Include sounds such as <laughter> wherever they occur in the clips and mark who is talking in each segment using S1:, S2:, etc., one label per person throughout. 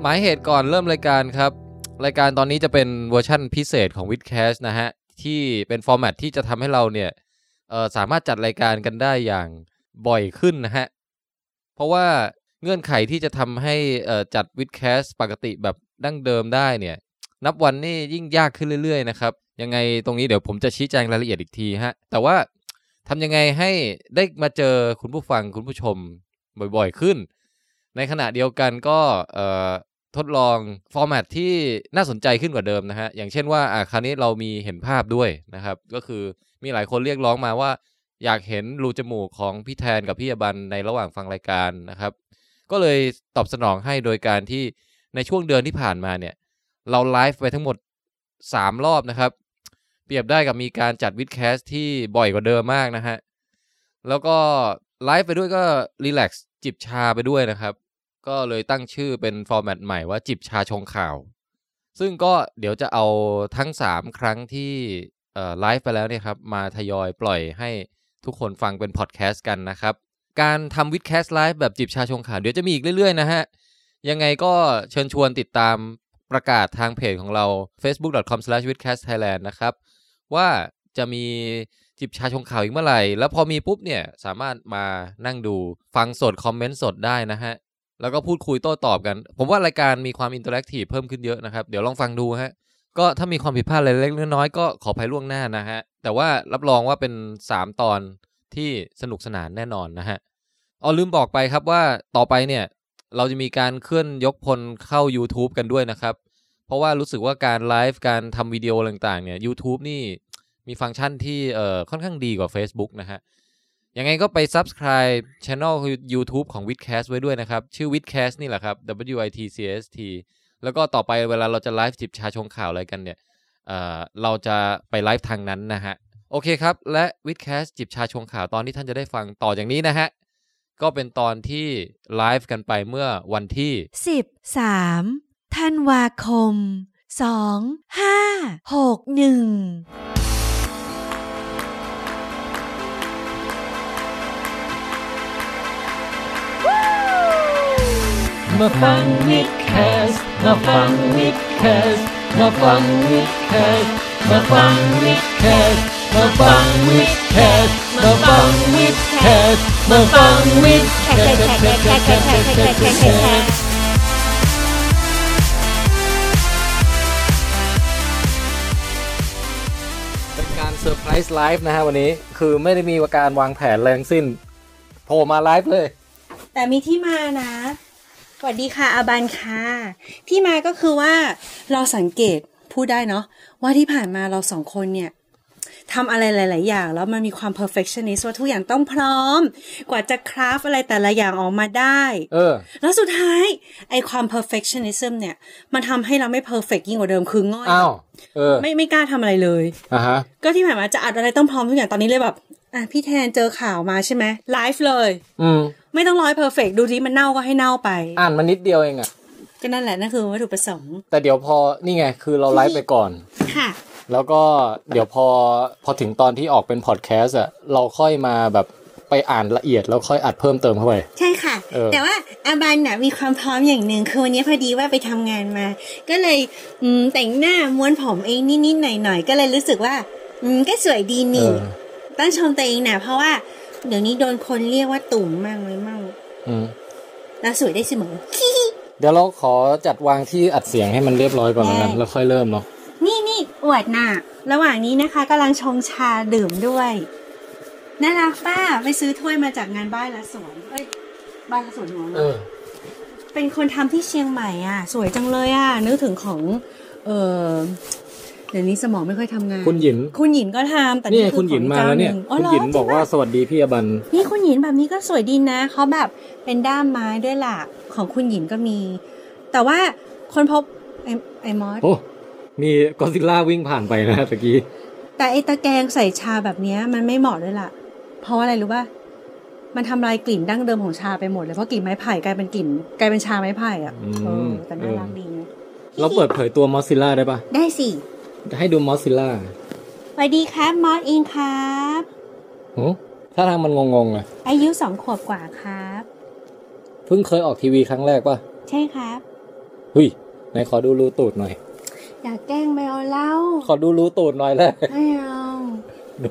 S1: หมายเหตุก่อนเริ่มรายการครับ รายการตอนนี้จะเป็นเวอร์ชั่นพิเศษของ w i t c a s h นะฮะ ที่เป็นฟอร์แมตที่จะทำให้เราเนี่ยเอ่อสามารถจัดรายการกันได้อย่างบ่อยขึ้นนะฮะ เพราะว่าเงื่อนไขที่จะทำให้เอ่อจัด w i t c a s h ปกติแบบดั้งเดิมได้เนี่ย นับวันนี่ยิ่งยากขึ้นเรื่อยๆนะครับ ยังไงตรงนี้เดี๋ยวผมจะชี้แจงรายละเอียดอีกทีฮะ แต่ว่าทำยังไงให้ได้มาเจอคุณผู้ฟังคุณผู้ชมบ่อยๆขึ้น ในขณะเดียวกันก็เอ่อทดลองฟอร์แมตที่น่าสนใจขึ้นกว่าเดิมนะฮะ อย่างเช่นว่าอ่ะคราวนี้เรามีเห็นภาพด้วยนะครับ ก็คือมีหลายคนเรียกร้องมาว่า อยากเห็นรูจมูกของพี่แทนกับพี่อบันในระหว่างฟังรายการนะครับ ก็เลยตอบสนองให้โดยการที่ในช่วงเดือนที่ผ่านมาเนี่ย เราไลฟ์ไปทั้งหมด 3 รอบนะครับ เปรียบได้กับมีการจัดวิดแคสที่บ่อยกว่าเดิมมากนะฮะ แล้วก็ไลฟ์ไปด้วยก็รีแลกซ์จิบชาไปด้วยนะครับ ก็เลยตั้งชื่อเป็นฟอร์แมตใหม่ว่าจิบชาชงข่าว ซึ่งก็เดี๋ยวจะเอาทั้ง 3 ครั้งที่เอ่อไลฟ์ไปแล้วเนี่ยครับ มาทยอยปล่อยให้ทุกคนฟังเป็นพอดแคสต์กันนะครับ การทำวิดแคสต์ไลฟ์แบบจิบชาชงข่าวเดี๋ยวจะมีอีกเรื่อยๆนะฮะ ยังไงก็เชิญชวนติดตามประกาศทางเพจของเรา facebook.com/withcastthailand นะครับ ว่าจะมีจิบชาชงข่าวอีกเมื่อไหร่ แล้วพอมีปุ๊บเนี่ย สามารถมานั่งดูฟังสด คอมเมนต์สดได้นะฮะ แล้วก็พูดคุยโต้ตอบกัน ผมว่ารายการมีความอินเตอร์แอคทีฟเพิ่มขึ้นเยอะนะครับ เดี๋ยวลองฟังดูฮะ ก็ถ้ามีความผิดพลาดอะไรเล็กๆน้อยๆก็ขออภัยล่วงหน้านะฮะ แต่ว่ารับรองว่าเป็น 3 ตอนที่สนุกสนานแน่นอนนะฮะอ๋อลืมบอกไปครับว่าต่อไปเนี่ย เราจะมีการเคลื่อนยกพลเข้า YouTube กันด้วยนะครับ เพราะว่ารู้สึกว่าการไลฟ์การทำวิดีโอต่างๆเนี่ย YouTube นี่มีฟังก์ชันที่เอ่อค่อนข้างดีกว่า Facebook นะฮะ ยังไงก็ไป Subscribe Channel YouTube ของ w i t c a s t ไว้ด้วยนะครับ ชื่อ w i t c a s t นี่แหละครับ W I T C S T แล้วก็ต่อไปเวลาเราจะไลฟ์จิบชาชงข่าวอะไรกันเนี่ยเอ่อเราจะไปไลฟ์ทางนั้นนะฮะ โอเคครับ และ w i t c a s t จิบชาชงข่าวตอนที่ท่านจะได้ฟังต่อจากนี้นะฮะ ก็เป็นตอนที่ไลฟ์กันไปเมื่อวันที่
S2: 13ธันวาคม 2561
S3: มาฟังวิดแคสมาฟังวิดแคสมาฟังวิดแคสมาฟังวิดแคสมาฟังวิดแคสมาฟังวิดแคสมาฟังวิดแคส
S1: เป็นการเซอร์ไพรส์ไลฟ์นะฮะวันนี้คือไม่ได้มีการวางแผนอะไรทั้งสิ้นโผล่มาไลฟ์เลย
S4: แต่มีที่มานะ สวัสดีค่ะอาบันค่ะ ที่มาก็คือว่าเราสังเกตพูดได้เนาะว่าที่ผ่านมาเราสองคนเนี่ยทำอะไรหลาย ๆ อย่าง แล้วมันมีความ perfectionist ว่าทุกอย่างต้องพร้อม กว่าจะคราฟอะไรแต่ละอย่างออกมาได้
S1: เออ
S4: แล้วสุดท้ายไอความ perfectionism เนี่ย มันทำให้เราไม่ perfect ยิ่งกว่าเดิมคือง่อย
S1: อ้าวเออ
S4: ไม่ไม่กล้าทำอะไรเลย
S1: อ่ะฮะ
S4: ก็ที่ผ่านมาจะอัดอะไรต้องพร้อมทุกอย่างตอนนี้เลยแบบอ่ะพี่แทนเจอข่าวมาใช่ไหมไลฟ์เลย
S1: อืม
S4: ไม่ต้องร้อยเพอร์เฟกดูที่มันเน่าก็ให้เน่าไป
S1: อ่านมานิดเดียวเองอะ
S4: ก็นั่นแหละนั่นคือวัตถุประสงค์
S1: แต่เดี๋ยวพอนี่ไงคือเราไลฟ์ไปก่อน
S4: ค่ะ
S1: แล้วก็เดี๋ยวพอพอถึงตอนที่ออกเป็นพอดแคสต์อะเราค่อยมาแบบไปอ่านละเอียดแล้วค่อยอัดเพิ่มเติมเข้าไป
S4: ใช่ค่ะ
S1: เออ
S4: แต่ว่าอาบันน่ะมีความพร้อมอย่างหนึ่งคือวันนี้พอดีว่าไปทำงานมา ก็เลยอืมแต่งหน้าม้วนผมเองนิดๆหน่อยๆก็เลยรู้สึกว่าอืมก็สวยดี
S1: เอ
S4: นี่
S1: อ
S4: ต้องชมตัวเองนะเพราะว่า เดี๋ยวนี้โดนคนเรียกว่าตุ่มมากเลยมั่ง
S1: อืม
S4: แล้วสวยได้เสมอ
S1: เดี๋ยวเราขอจัดวางที่อัดเสียงให้มันเรียบร้อยก่อนแล้วกันแล้วค่อยเริ่มเนาะ
S4: นี่นี่อวดน่ะ ระหว่างนี้นะคะกำลังชงชาดื่มด้วยน่ารักป้าไปซื้อถ้วยมาจากงานบ้านละสวนเอ้ยบ้านละสวนหลวงเหรอ
S1: เออ
S4: เป็นคนทำที่เชียงใหม่อ่ะ สวยจังเลยอ่ะ นึกถึงของ เออเดี๋ยวนี้สมองไม่ค่อยทำงาน
S1: คุณหยิน
S4: คุณหยินก็ทำแต่
S1: นี่
S4: นี่
S1: ไง
S4: คือ
S1: คุณหยิน
S4: ของ
S1: มา
S4: เจ้
S1: แล้วเนี่ย
S4: หงอ๋อ
S1: คุณ
S4: เหรอ
S1: หยินบอก
S4: จริงปะ
S1: ว่าสวัสดีพี่อบัน
S4: นี่คุณหยินแบบนี้ก็สวยดีนะเขาแบบเป็นด้ามไม้ด้วยล่ะ ของคุณหยินก็มี แต่ว่าคนพบไอ้ไอ้มอส
S1: โอ้ มีกอซิลล่าวิ่งผ่านไปนะตะกี้
S4: แต่ไอ้ตะแกรงใส่ชาแบบเนี้ยมันไม่เหมาะด้วยล่ะ เพราะว่าอะไรรู้ป่ะมันทำลายกลิ่นดั้งเดิมของชาไปหมดเลยเพราะกลิ่นไม้ไผ่กลายเป็นกลิ่นกลายเป็นชาไม้ไผ่อ่ะ
S1: อืม
S4: เออแต่น่ารักดีนะ
S1: เราเปิดเผยตัวมอสซิลล่าได้ปะ
S4: ได้สิ
S1: ให้ดูมอสซิลล่า
S4: สวัสดีครับ มอสอิงครับ
S1: โอ้ถ้าทางมันงงๆอะ
S4: อายุสองขวบกว่าครับ
S1: เพิ่งเคยออกทีวีครั้งแรกปะ
S4: ใช่ครับ
S3: หุยไหนขอดูรูตูดหน่อย
S4: อยากแกล้งแมวเล่า
S3: ขอดูรูตูดหน่อย
S1: <laughs>
S3: เลย
S4: ไม่เอา
S3: ดู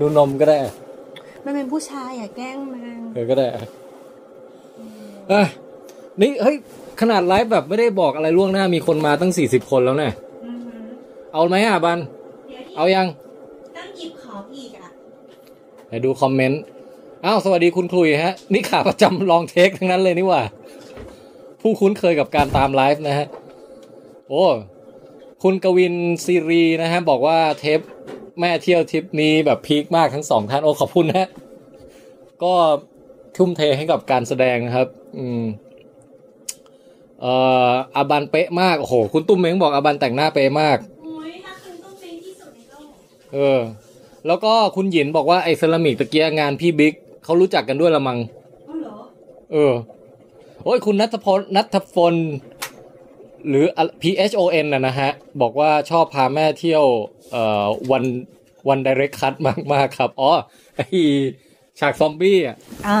S3: ดูนมก็ได้
S4: มันเป็นผู้ชายอย่าแกล้งมัน
S3: เออก็ได้อะอ่ะนี่เฮ้ย ขนาดไลฟ์แบบไม่ได้บอกอะไรล่วงหน้ามีคนมาตั้งสี่สิบคนแล้วเนี่ยเอาไหมอ่ะบัน เอายัง
S4: ตั้งหยิบของอีกอ่ะ
S3: ไหนดูคอมเมนต์อ้าวสวัสดีคุณคลุยฮะ นี่ขาประจำลองเทคทั้งนั้นเลยนี่หว่า ผู้คุ้นเคยกับการตามไลฟ์นะฮะ โอ้ คุณกวินซีรีนะฮะ บอกว่าเทปแม่เที่ยวทริปนี้แบบพีคมากทั้งสองท่านโอ้ขอบคุณนะฮะ ก็ทุ่มเทให้กับการแสดงนะครับ อืม เอ่ออาบันเป๊ะมาก โอ้โห คุณตุ้มเม้งบอกอาบันแต่งหน้าเป๊ะมาก
S4: โอ้ยถ้าคุณต้องเป็นที่สุดในโลก
S3: เออ แล้วก็คุณหยินบอกว่าไอ้เซรามิกตะเกียงานพี่บิ๊กเขารู้จักกันด้วยละมัง
S4: อ๋อเหรอ
S3: เออ โอ้ยคุณนัทพลนัทพล หรืออะ P H O N นะนะฮะ บอกว่าชอบพาแม่เที่ยว เอ่อวันวันดิเรกคัตมากมาก ๆ ครับอ๋อไอฉากซอมบี้อ่ะ
S4: อ๋อ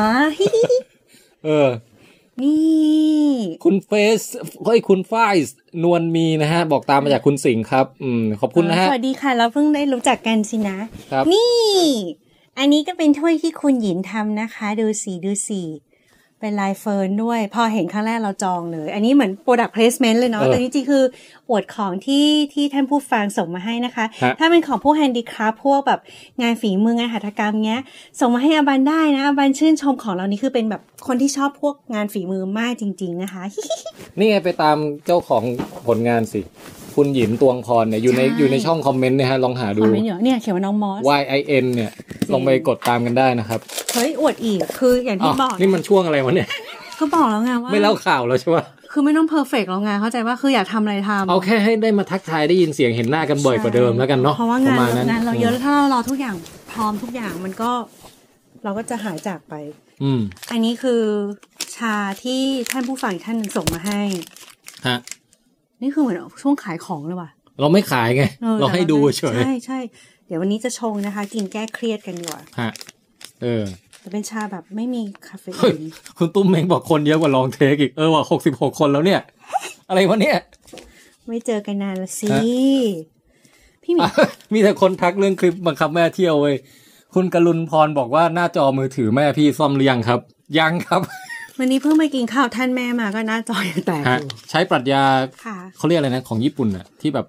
S4: <laughs>
S3: เออ
S4: นี่
S3: คุณเฟสเฮ้ยคุณฝ้ายนวลมีนะฮะ บอกตามมาจากคุณสิงห์ครับ อืม ขอบคุณนะฮะ
S4: สวัสดีค่ะ เราเพิ่งได้รู้จักกันสินะ
S3: ครับ
S4: นี่ อันนี้ก็เป็นถ้วยที่คุณหยินทำนะคะ ดูสีดูสีเป็นลายเฟิร์นด้วย พอเห็นครั้งแรกเราจองเลย อันนี้เหมือน Product Placement เลยเนาะ
S3: เออ
S4: แต่นี่จริงๆคืออวดของที่ที่ท่านผู้ฟังส่งมาให้นะคะ
S3: ฮะ
S4: ถ้าเป็นของพวกแฮนดิคราฟพวกแบบงานฝีมืองานหัตถกรรมเงี้ย ส่งมาให้อาบันได้นะอาบันชื่นชมของเรานี่คือเป็นแบบคนที่ชอบพวกงานฝีมือมากจริง ๆ นะคะ
S3: นี่ไงไปตามเจ้าของผลงานสิ คุณหยินตวงพรเนี่ยอยู่ใน
S4: ใช่
S3: อยู่ในช่องคอมเมนต์นะฮะ ลองหาดู
S4: <laughs> คอมเมนต์เยอะเนี่ยเขียนว่าน้องมอส
S3: Y I N เนี่ยลองไปกดตามกันได้นะครับ
S4: เฮ้ยอวดอีกคืออย่าง
S3: อ๋
S4: ที่
S3: อ
S4: บอก
S3: นี่มันช่วงอะไรวะเนี่ย
S4: ก็บอกแล้วไงว่า
S3: ไม่เล่าข่าวแล้วใช่ปะ
S4: คือไม่ต้องเพอร์เฟกแล้วไงเข้าใจว่าคืออยากทำอะไรทำ
S3: เอาแค่ให้ได้มาทักทายได้ยินเสียงเห็นหน้ากันบ่อยกว่าเดิมแล้วกันเนาะ
S4: เพราะว่างาน
S3: ปมณ
S4: เรางานเราเยอะแล้วถ้าเรารอทุกอย่างพร้อมทุกอย่างมันก็ เราก็จะหายจากไป
S3: อืม
S4: อันนี้คือชาที่ท่านผู้ฟังอีกท่านหนึ่งส่งมาให้
S3: ฮะ
S4: นี่คือเหมือนช่วงขายของเลยว่ะ
S3: เราไม่ขายไง
S4: ออ
S3: เราให้ดูเฉย
S4: ใช่ใช่เดี๋ยววันนี้จะชงนะคะ กินแก้เครียดกันดีกว่า
S3: ฮะเออ
S4: แต่เป็นชาแบบไม่มีคาเฟ
S3: เฮ้ย
S4: อีน
S3: คุณตุ้มเมงบอกคนเยอะกว่าลองเทคอีก เออว่ะหกสิบหกคนแล้วเนี่ย อะไรวะเนี่ย
S4: ไม่เจอกันนานละสิ
S3: ฮะ
S4: พี่หมี
S3: อ่ะ <laughs> มีแต่คนทักเรื่องคลิปบังคับแม่เที่ยวเว้ยคุณกรุณพรบอกว่าหน้าจอมือถือแม่พี่ซ่อมหรือยังครับ ยังครับ
S4: วันนี้เพิ่งไปกินข้าวท่านแม่มาก็หน้าจอยังแตก
S3: ฮะ
S4: อยู่
S3: ใช้ปรัชญา
S4: ค่ะ
S3: เขาเรียกอะไรนะ ของญี่ปุ่นอะที่แบบ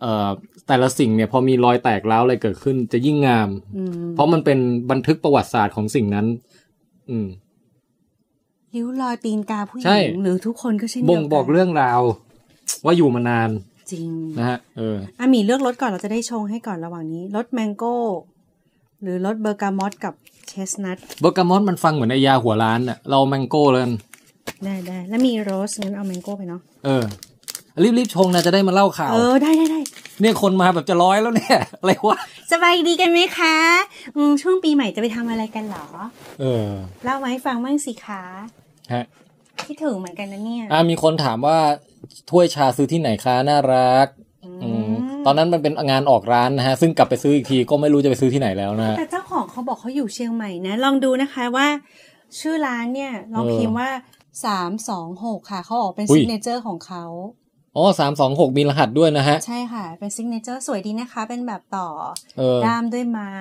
S3: เอ่อแต่ละสิ่งเนี่ย พอมีรอยแตกร้าวอะไรเกิดขึ้น จะยิ่งงาม
S4: อืม
S3: เพราะมันเป็นบันทึกประวัติศาสตร์ของสิ่งนั้น อืม
S4: ริ้วรอยตีนกาผู้ห
S3: ใช่
S4: ญิงหรือทุกคนก็เช่นเดียว
S3: บ่
S4: กั
S3: งบอกเรื่องราว ว่าอยู่มานาน
S4: จริง
S3: นะฮะเออ
S4: อ่ะหมีเลือกรสก่อนเราจะได้ชงให้ก่อนระหว่างนี้รสแมงโก้ หรือรสเบอร์กามอตกับเชสนัท
S3: เบอร์กามอนมันฟังเหมือนไอยาหัวร้านอะเราแมงโก้เลยกัน
S4: ได้ได้แล้วมีโรสงั้นเอาแมงโก้ไปเนาะ
S3: เออ รีบๆชงนะจะได้มาเล่าข่าว
S4: เออได้ได้ได้
S3: เนี่ยคนมาแบบจะร้อยแล้วเนี่ย อะไรวะ
S4: สบายดีกันไหมคะอืมช่วงปีใหม่จะไปทำอะไรกันเหรอ
S3: เออ
S4: เล่าไว้ให้ฟังบ้างสิคะ
S3: ฮะ
S4: คิดถึงเหมือนกันนะเนี่ย
S3: อ่ามีคนถามว่าถ้วยชาซื้อที่ไหนคะน่ารัก อืม ตอนนั้นมันเป็นงานออกร้านนะฮะ ซึ่งกลับไปซื้ออีกทีก็ไม่รู้จะไปซื้อที่ไหนแล้วนะฮะ
S4: แต่เจ้าของเขาบอกเขาอยู่เชียงใหม่นะ ลองดูนะคะว่า ชื่อร้านเนี่ยลอง
S3: เออ
S4: พิมพ์ว่าสามสองหกค่ะ เขาออกเป็น
S3: อุ้ย
S4: ซิกเนเจอร์ของเขา
S3: อ๋อสามสองหกมีรหัสด้วยนะฮะ
S4: ใช่ค่ะ เป็นซิกเนเจอร์สวยดีนะคะ เป็นแบบต่อ
S3: เออ
S4: ด้ามด้วยไม้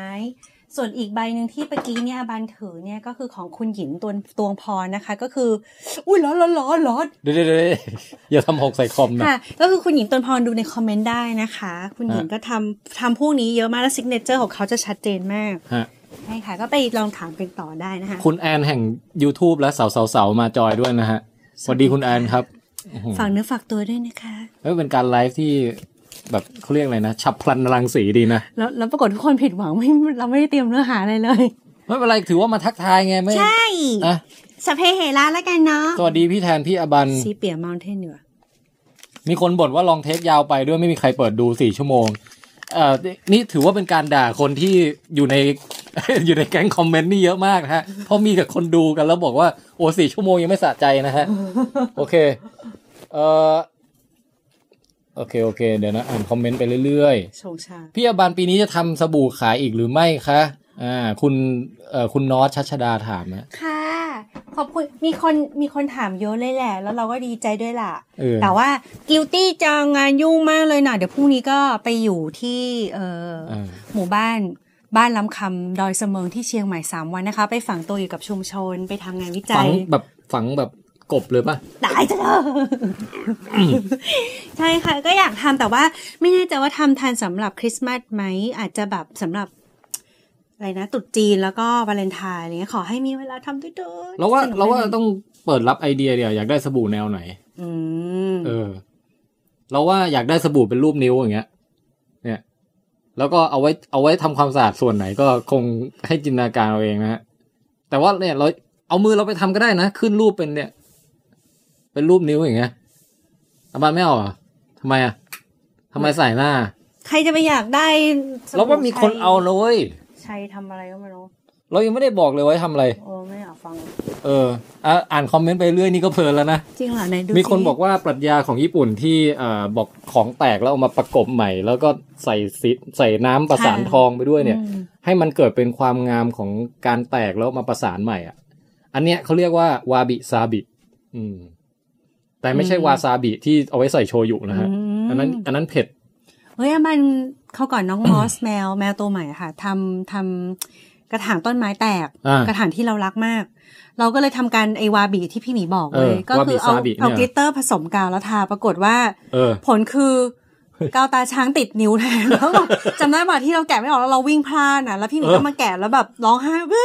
S4: ส่วนอีกใบหนึ่งที่เมื่อกี้เนี่ยบันถือเนี่ยก็คือของคุณหญินตวนตวงพรนะคะ ก็คือ อุ้ยร้อนร้อนร้อนร้อน
S3: เดี๋ยวเดี๋ยวเดี๋ยว <laughs> อย่าทำหกใส่คอมนะ
S4: ค่ะ ก็คือคุณหญินตวนพรดูในคอมเมนต์ได้นะคะ คุณหญิน
S3: ฮะ
S4: ก็ทำทำพวกนี้เยอะมากและซิกเนเจอร์ของเขาจะชัดเจนมาก
S3: ฮะ
S4: ใช่ค่ะ ก็ไปลองถามกันต่อได้นะคะ
S3: คุณแอนแห่ง YouTube และสาวสาวสาวมาจอยด้วยนะฮะ สวัสดีคุณแอนครับอื้อหือ
S4: ฝากเนื้อฝากตัวด้วยนะคะ
S3: เอ้ยเป็นการไลฟ์ที่แบบเขาเรียกอะไรนะ ฉับพลันรังสีดีนะ
S4: แล้วแล้วปรากฏทุกคนผิดหวังไม่เราไม่ได้เตรียมเนื้อหาอะไรเลย
S3: ไม่เป็นไรถือว่ามาทักทายไงไม่
S4: ใช่
S3: อ่ะ
S4: สพเพเหระแล้วกันเนาะ
S3: สวัสดีพี่แทนพี่อบัน
S4: ซีเปียม u เทนเหนือ
S3: มีคนบ่นว่าลองเทคยาวไปด้วยไม่มีใครเปิดดูสี่ชั่วโมง เอ่อ นี่ถือว่าเป็นการด่าคนที่อยู่ใน <laughs> อยู่ในแก๊งคอมเมนต์นี่เยอะมากนะฮะ เพราะมีกับคนดูกันแล้วบอกว่าโอ้สี่ชั่วโมงยังไม่สะใจนะฮะ โอเค เอ่อ โอเค โอเค เดี๋ยวนะ อ่านคอมเมนต์ไปเรื่อยๆ
S4: ชงชา
S3: พี่อบันปีนี้จะทำสบู่ขายอีกหรือไม่คะ อ่า คุณ เอ่อ คุณนอสชัชดาถามนะ
S4: ค่ะ ค ขอบคุณมีคนมีคนถามเยอะเลยแหละ แล้วเราก็ดีใจด้วยล่ะ
S3: เออ
S4: แต่ว่ากิวตี้จะงานยุ่งมากเลยนะเดี๋ยวพรุ่งนี้ก็ไปอยู่ที่เออ
S3: เออ
S4: หมู่บ้านบ้านล้ำคำดอยเสมิงที่เชียงใหม่สามวันนะคะ ไปฝังตัวอยู่กับชุมชนไปทำงานวิจั
S3: ฝัง
S4: ย
S3: แบบฝังแบบกบเลยป่ะ
S4: ตายจะเถ
S3: <coughs>
S4: อะใช่ค่ะ ก็อยากทำแต่ว่าไม่แน่ใจว่าทำทันสำหรับคริสต์มาสไหม อาจจะแบบสำหรับอะไรนะตรุษจีนแล้วก็วาเลนไทน์อะไรเงี้ยขอให้มีเวลาทำด้วยเถอะ
S3: เราว่า
S4: สนุก
S3: เราว่า
S4: ดี
S3: ต้องเปิดรับไอเดียเดียวอยากได้สบู่แนวไหน
S4: อืม
S3: เออ เราว่าอยากได้สบู่เป็นรูปนิ้วอย่างเงี้ย เนี่ย แล้วก็เอาไว้เอาไว้ทำความสะอาดส่วนไหนก็คงให้จินตนาการเอาเองนะฮะ แต่ว่าเนี่ยเราเอามือเราไปทำก็ได้นะ ขึ้นรูปเป็นเนี่ย เป็นรูปนิ้วอย่างเงี้ยอาบานไม่เอาเหรอทำไมอ่ะทำไมใส่หน้า
S4: ใครจะไปอยากได้สบู่
S3: เราว่ามีคนเอานะเว้ย
S4: ใช่ทำอะไรก็ไม่รู้
S3: เรายังไม่ได้บอกเลยไว้ทำอะไร
S4: โอ้ไม่อยากฟัง
S3: เอออ่ะอ่านคอมเมนต์ไปเรื่อยนี่ก็เพลินแล้วนะ
S4: จริงเหรอไหนดู
S3: มีคน
S4: สิ
S3: บอกว่าปรัชญาของญี่ปุ่นที่เอ่อบอกของแตกแล้วเอามาประกบใหม่ แล้วก็ใส่สีใส่น้ำประสานทองไปด้วยเนี่ย
S4: อืม
S3: ให้มันเกิดเป็นความงามของการแตกแล้วมาประสานใหม่อ่ะ อันเนี้ยเขาเรียกว่าวาบิซาบิอืม แต่ไม่ใช่วาซาบิที่เอาไว้ใส่โชยุนะฮะอันนั้น อันนั้นเผ็ด
S4: เฮ้ยมันเขาก่อนน้องมอสแมวแมวตัวใหม่อะค่ะทำทำกระถางต้นไม้แตก
S3: อ่า
S4: กระถางที่เรารักมาก เราก็เลยทำการไอวาบีที่พี่หมีบอกเลย
S3: เออ
S4: ก็คืเอา
S3: วาบิซาบิเนี่ย
S4: เอากลิตเตอร์ผสมกาวแล้วทา ปรากฏว่า
S3: เออ
S4: ผลคือกาวตาช้างติดนิ้วแทน <laughs> แล้วแบบจำได้ป่ะที่เราแกะไม่ออกแล้วเราวิ่งพลาดนะแล้วพี่หมี
S3: เออ
S4: ก็มาแกะแล้วแบบร้องไห้ <laughs>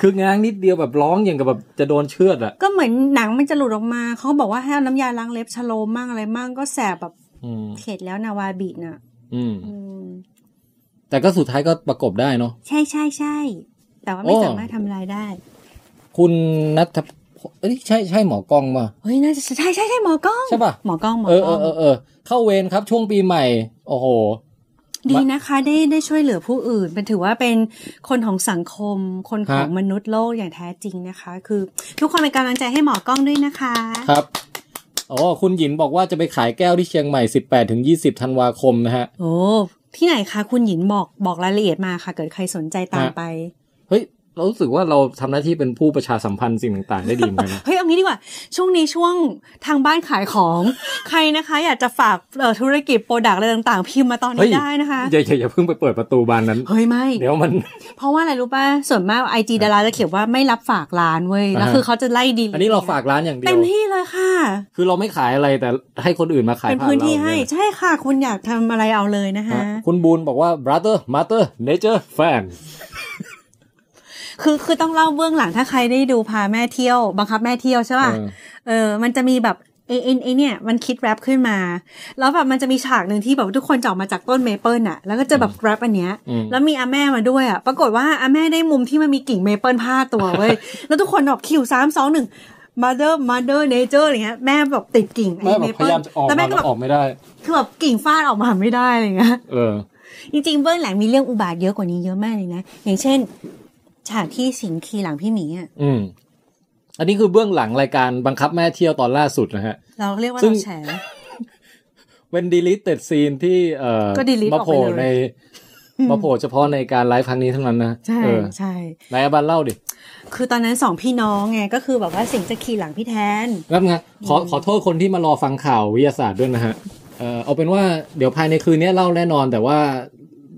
S3: คืองางนิดเดียวแบบร้องอย่างกับแบบจะโดนเชือดอ่ะ
S4: ก็เหมือนหนังมันจะหลุดออกมา เขาก็บอกว่าให้เอาน้ำยาล้างเล็บชะโลมมั่งอะไรมั่งก็แสบแบบ
S3: อืม
S4: เข็ดแล้วนาวาบีน่ะ
S3: อืม
S4: อืม
S3: แต่ก็สุดท้ายก็ประกบได้เนาะ
S4: ใช่ใช่ใช่แต่ว่าไม่
S3: โอ้
S4: สามารถทำลายได้
S3: คุณนัทพเอ้ยใช่ใช่หมอกล้องป่ะ
S4: เฮ้ยน่าจะใช่ใช่ใช่ใช่หมอกล้อง
S3: ใช่ป่ะ
S4: หมอกล้องหมอ
S3: เออก เอ
S4: ล้อ
S3: อง เออเออเข้าเวรครับช่วงปีใหม่ โอ้โห
S4: ดีนะคะได้ได้ช่วยเหลือผู้อื่น เป็นถือว่าเป็นคนของสังคม คนของ
S3: ฮะ
S4: มนุษย์โลกอย่างแท้จริงนะคะ คือทุกคนเป็นกำลังใจให้หมอกล้องด้วยนะคะ
S3: ครับอ๋อคุณหยินบอกว่าจะไปขายแก้วที่เชียงใหม่ 18ถึง20ธันวาคมนะฮะ
S4: โอ้ที่ไหนคะ คุณหยินบอกบอกรายละเอียดมาค่ะ เกิดใครสนใจตาม
S3: ฮะ
S4: ไป
S3: เฮ้ย เรารู้สึกว่าเราทำหน้าที่เป็นผู้ประชาสัมพันธ์สิ่งต่าง ๆ ได้ดีเหมือนกันนะ
S4: เฮ้ยเอางี้ดีกว่า ช่วงนี้ช่วงทางบ้านขายของ
S3: <laughs>
S4: ใครนะคะ อยากจะฝากเอ่อธุรกิจโปรดักต์อะไรต่างๆ พิมพ์มาตอน
S3: เฮ้
S4: นี้
S3: ย
S4: ได้นะคะ
S3: อย่าอย่าอย่าเพิ่งไปเปิดประตูบานนั้น
S4: เฮ้ยไม่
S3: เดี๋ยวมัน
S4: เพราะว่าอะไรรู้ป่ะส่วนมากไอจีดาราจะเขียนว่าไม่รับฝากร้านเว้ยแล้ว
S3: อ่าฮะ
S4: คือเขาจะไล่ดี
S3: อันนี้เราฝากร้านอย่างเดีย
S4: เต็
S3: ว
S4: มที่เลยค่ะ
S3: คือเราไม่ขายอะไรแต่ให้คนอื่นมาขาย
S4: เป็น
S3: ผ่า
S4: พื้น
S3: เรา
S4: ที่ให้
S3: เนี่ย
S4: ใช่ค่ะ คุณอยากทำอะไรเอาเลยนะคะ
S3: ฮะคุณบูนบอกว่า brother mother nature fan
S4: คือคือต้องเล่าเบื้องหลังถ้าใครได้ดูพาแม่เที่ยว บังคับแม่เที่ยวใช่ป่ะ
S3: เออ
S4: เออมันจะมีแบบเอเอ็นเอเนี่ยมันคิดแรปขึ้นมา แล้วแบบมันจะมีฉากหนึ่งที่แบบทุกคนจะออกมาจากต้นเมเปิลอะแล้วก็จะแบบแรปอันเนี้ย
S3: อืม
S4: แล้วมีอาแม่มาด้วยอะปรากฏว่าอาแม่ได้มุมที่มันมีกิ่งเมเปิลผ้าดตัว
S3: <laughs>
S4: เว้ย แล้วทุกคนแบบคิวสามสองหนึ่งมาเดอร์มาเดอร์เนเจอร์อะไรเงี้ยแม่แบบติดกิ่ง
S3: แม่
S4: ไอ้
S3: แบ
S4: เม
S3: บพ
S4: เปิล
S3: ยายามจะออก
S4: แล้ว
S3: มา
S4: แม่ก็
S3: แล้
S4: แบบ
S3: วออกไม่ได้
S4: คือแบบกิ่งฟาดออกมาไม่ได้อะไรเงี้ย
S3: เออ
S4: จริงๆเบื้องหลังมีเรื่องอุบาทเยอะกว่านี้เยอะมากเลยนะ อย่างเช่น ฉากที่สิงคีหลังพี่หมีอ่ะ
S3: อืม อันนี้คือเบื้องหลังรายการบังคับแม่เที่ยวตอนล่าสุดนะฮะ
S4: เราเรียกว่า
S3: ซึ่
S4: เรา
S3: ง
S4: แฉ
S3: เป็น deleted scene ที่เอ่อ
S4: ก็ delete
S3: มาโผล่
S4: ออกไป <laughs> เลย
S3: ใน
S4: อืม
S3: มาโผล่เฉพาะในการไลฟ์ครั้งนี้เท่านั้นนะ
S4: ใช่
S3: เออ
S4: ใช่
S3: นายอบันเล่าดิ
S4: คือตอนนั้นสองพี่น้องไงก็คือแบบว่าสิงจะขี่หลังพี่แทน
S3: รับงานขอขอโทษคนที่มารอฟังข่าววิทยาศาสตร์ด้วยนะฮะ เออเอาเป็นว่าเดี๋ยวภายในคืนนี้เล่าแน่นอน แต่ว่า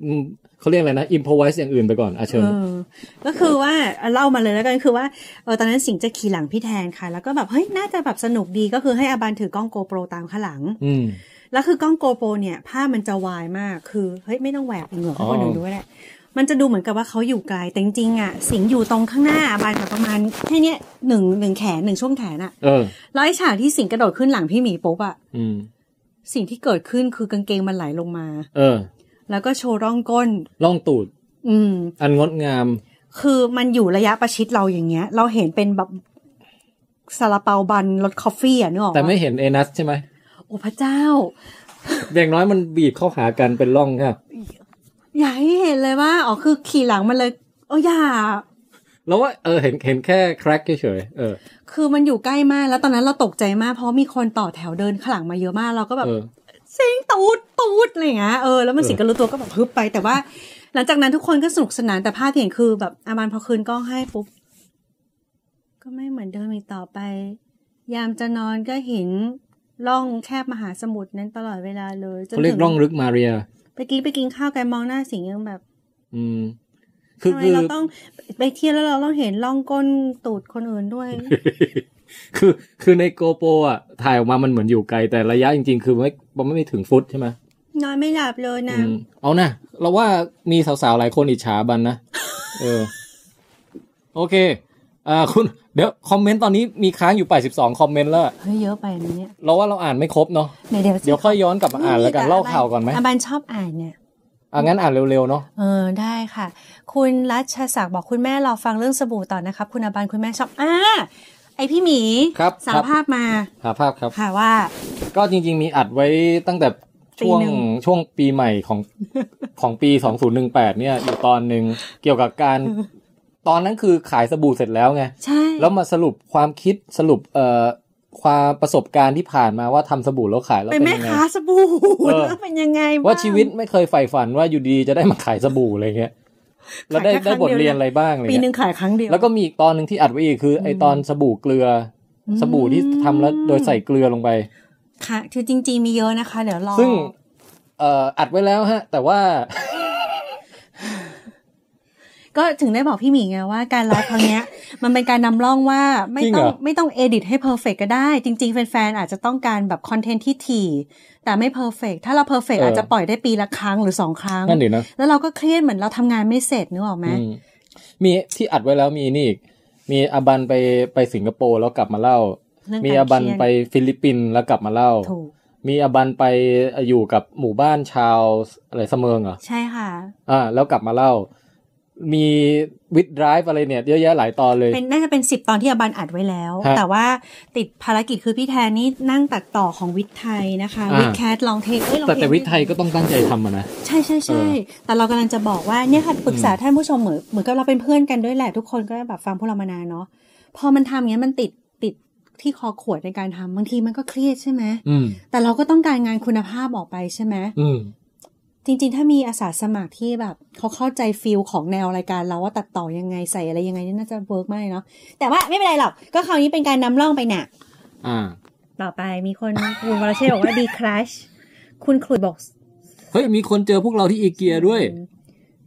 S3: อืมเขาเรียกอะไรนะ improvise อย่างอื่นไปก่อนอาเชิญ
S4: เออก็คือว่าเล่ามาเลยแล้วกันคือว่าเออตอนนั้นสิงห์จะขี่หลังพี่แทนค่ะ แล้วก็แบบเฮ้ยน่าจะแบบสนุกดีก็คือให้อาบานถือกล้องโกโปรตามข้างหลัง
S3: อืม
S4: แล้วคือกล้องโกโปรเนี่ยผ้ามันจะวายมากคือเฮ้ยไม่ต้องแหวกเหงือกให้คน
S3: อ๋อ
S4: อื่นดูก็ได้มันจะดูเหมือนกับว่าเขาอยู่ไกลแต่จริงๆอ่ะสิงอยู่ตรงข้างหน้าบานแบบประมาณแค่เนี้ยหนึ่งหนึ่งแขนหนึ่งช่วงแขนอ่ะ
S3: เออ
S4: แล้วไอ้ฉากที่สิงกระโดดขึ้นหลังพี่หมีปุ๊บอ่ะ
S3: อืม
S4: สิ่งที่เกิดขึ้นคือกางเกงมันไหลลงมา
S3: เออ
S4: แล้วก็โชว์ร่องก้น
S3: ล่องตูด
S4: อืม
S3: อันงดงาม
S4: คือมันอยู่ระยะประชิดเราอย่างเงี้ย เราเห็นเป็นแบบซาลาเปาบันรสคอฟฟี่อ่ะนึกออกปะ
S3: แต่ไม่เห็นเอนัสใช่ไหม
S4: โอ้พระเจ้า
S3: อย่างน้อยมันบีบเข้าหากันเป็นร่องค่ะ
S4: อยากให้เห็นเลยว่าอ๋อคือขี่หลังมันเลยโอ้ยอย่า
S3: แล้วว่าเออเห็นเห็นแค่แครกเฉยๆเออ
S4: คือมันอยู่ใกล้มากแล้วตอนนั้นเราตกใจมากเพราะมีคนต่อแถวเดินข้างหลังมาเยอะมากเราก็แบบ
S3: เออ
S4: สิงตูดตูดอะไรอย่างเงี้ยเออแล้วมัน
S3: เออ
S4: สิงก็รู้ตัวก็แบบฮึบไป แต่ว่า หลังจากนั้นทุกคนก็สนุกสนานแต่ภาพที่เห็นคือแบบอามันพอคืนกล้องให้ปุ๊บ ก็ไม่เหมือนเดิมอีกต่อไป ยามจะนอนก็เห็นล่องแคบมหาสมุทรนั้นตลอดเวลาเลยจน
S3: เขาเรียก
S4: ถึ
S3: ร่องลึกมาเรีย
S4: ไปกินไปกินข้าวกันมองหน้าสิงห์ยังแบบ
S3: อืม คือ
S4: ทำไม
S3: คือ
S4: เราต้องไปเที่ยวแล้วเราต้องเห็นล่องก้นตูดคนอื่นด้วย <laughs>
S3: คือคือในโกโปรอ่ะ ถ่ายออกมามันเหมือนอยู่ไกล แต่ระยะจริงๆ คือไม่มันไม่ถึงฟุตใช่ไหม
S4: นอนไม่หลับเลยนะ
S3: อืมเอานะเราว่ามีสาวๆ หลายคนอิจฉาบันนะ เออ โอเค อ่าคุณ เดี๋ยว คอมเมนต์ตอนนี้มีค้างอยู่ 82 คอมเมนต์แล้วอะ
S4: เฮ้ยเยอะไปไหมเนี่ย
S3: เราว่าเราอ่านไม่ครบเนาะ
S4: ไหนเดี๋ยวสิ
S3: เดี๋ยวค่อยย้อนกลับมาอ่านแล้วกันเล่าข่าวก่อนไหม
S4: อาบันชอบอ่านเนี่ย
S3: อ่ะงั้นอ่านเร็วๆเนาะ
S4: เออได้ค่ะ คุณรัชศักดิ์บอกคุณแม่รอฟังเรื่องสบู่ต่อนะครับ คุณอาบันคุณแม่ชอบอ่าไอพี่หมี
S3: ครับ
S4: สาร
S3: ครับ
S4: ภาพมา
S3: หาภาพครับ
S4: ค่ะว่า
S3: ก็จริง ๆ มีอัดไว้ตั้งแต่ช่วง
S4: ปีหนึ่ง
S3: ช่วงปีใหม่
S4: <laughs>
S3: ของ ของปี 2018 เนี่ย อยู่ตอนหนึ่งเกี่ยวกับการ ตอนนั้นคือขายสบู่เสร็จแล้วไง
S4: ใช่
S3: แล้วมาสรุปความคิดสรุปเอ่อความประสบการณ์ที่ผ่านมาว่าทำสบู่แล้วขายแล้ว
S4: เป็น
S3: เป็น
S4: แม่
S3: ยังไง
S4: ค้าสบู่
S3: เออ
S4: แล้วเป็นยังไงบ้ง
S3: ว่าชีวิตไม่เคยใฝ่ฝันว่าอยู่ดีจะได้มาขายสบู่อะไร
S4: <laughs>
S3: เงี้ยแล้วได้
S4: ขายแค่
S3: ได้บท
S4: ครั้งเดียว
S3: เรียนอะไรบ้างอะไร
S4: ปีหนึ่
S3: เงี้ย
S4: งขายครั้งเดียว
S3: แล้วก็มีอีกตอนหนึ่งที่อัดไว้อีกคืออไอตอนสบู่เกลืออสบู่ที่ทำแล้วโดยใส่เกลือลงไป
S4: ค่ะคือจริง ๆมีเยอะนะคะ เดี๋ยวรอ
S3: ซึ่งเอ่ออัดไว้แล้วฮะ แต่ว่า
S4: ก็ถึงได้บอกพี่หมีไงว่าการไลฟ์ครั้งเนี้ย <laughs> มันเป็นการนำร่องว่าไม่
S3: จริง
S4: ต้
S3: เห
S4: อ
S3: รง อ
S4: ไม่ต้องเอดิทให้เพอร์เฟกก็ได้ จริง ๆ แฟนๆอาจจะต้องการแบบคอนเทนต์ที่ถี่ แต่ไม่เพอร์เฟกถ้าเราเพอร์เฟกอาจจะปล่อยได้ปีละครั้งหรือสองครั้ง
S3: นั่นเดี๋ยวนะ
S4: แล้วเราก็เครียดเหมือนเราทำงานไม่เสร็จนึกออกไหม
S3: อืมมีที่อัดไว้แล้วมีนี่อีก มีอาบันไปไปสิงคโปร์แล้วกลับมาเล่า
S4: เรื่อง
S3: มี
S4: กร
S3: อาบัน
S4: เครียด
S3: ไปฟิลิปปินส์แล้วกลับมาเล่า
S4: ถูก
S3: มีอาบันไปอยู่กับหมู่บ้านชาวอะไรเสมิงเหรอ
S4: ใช่ค่ะ
S3: อ่า แล้วกลับมาเล่า มีวิดไดรฟ์อะไรเนี่ยเยอะแยะหลายตอนเลย
S4: เป็นน่าจะเป็นสิบตอนที่อาบันอัดไว้แล้ว
S3: ฮะ
S4: แต่ว่าติดภารกิจคือพี่แทนนี่นั่งตัดต่อของวิทย์ไทยนะคะ
S3: อ่า
S4: วิทย์แคทลองเทคเอ้ยลอง
S3: แต่
S4: เทค
S3: แต่วิทย์ไทยก็ต้องตั้งใจทำอะนะ
S4: ใช่ใช่
S3: เอ
S4: ใช่
S3: อ
S4: แต่เรากำลังจะบอกว่าเนี่ยค่ะปรึกษาท่านผู้ชมเหมือนเหมือนกับเราเป็นเพื่อนกันด้วยแหละ ทุกคนก็แบบฟังพวกเรามานานเนาะพอมันทำอย่างเงี้ยมันติดติดที่คอขวดในการทำบางทีมันก็เครียดใช่ไหม
S3: อืม
S4: แต่เราก็ต้องการงานคุณภาพออกไปใช่ไหม
S3: อืม
S4: จริง ๆ ถ้ามีอาสาสมัครที่แบบเขาเข้าใจฟิลของแนวรายการเราว่าตัดต่อยังไงใส่อะไรยังไงเนี่ยน่าจะเวิร์กมากเลยเนาะแต่ว่าไม่เป็นไรหรอกก็คราวนี้เป็นการนำร่องไปน่ะ
S3: อ่า
S4: ต่อไปมีคนคุณวรเชษฐ์บอกว่าดีครัชคุณขลุยบอก
S3: เฮ้ย มีคนเจอพวกเราที่อีเกียด้วย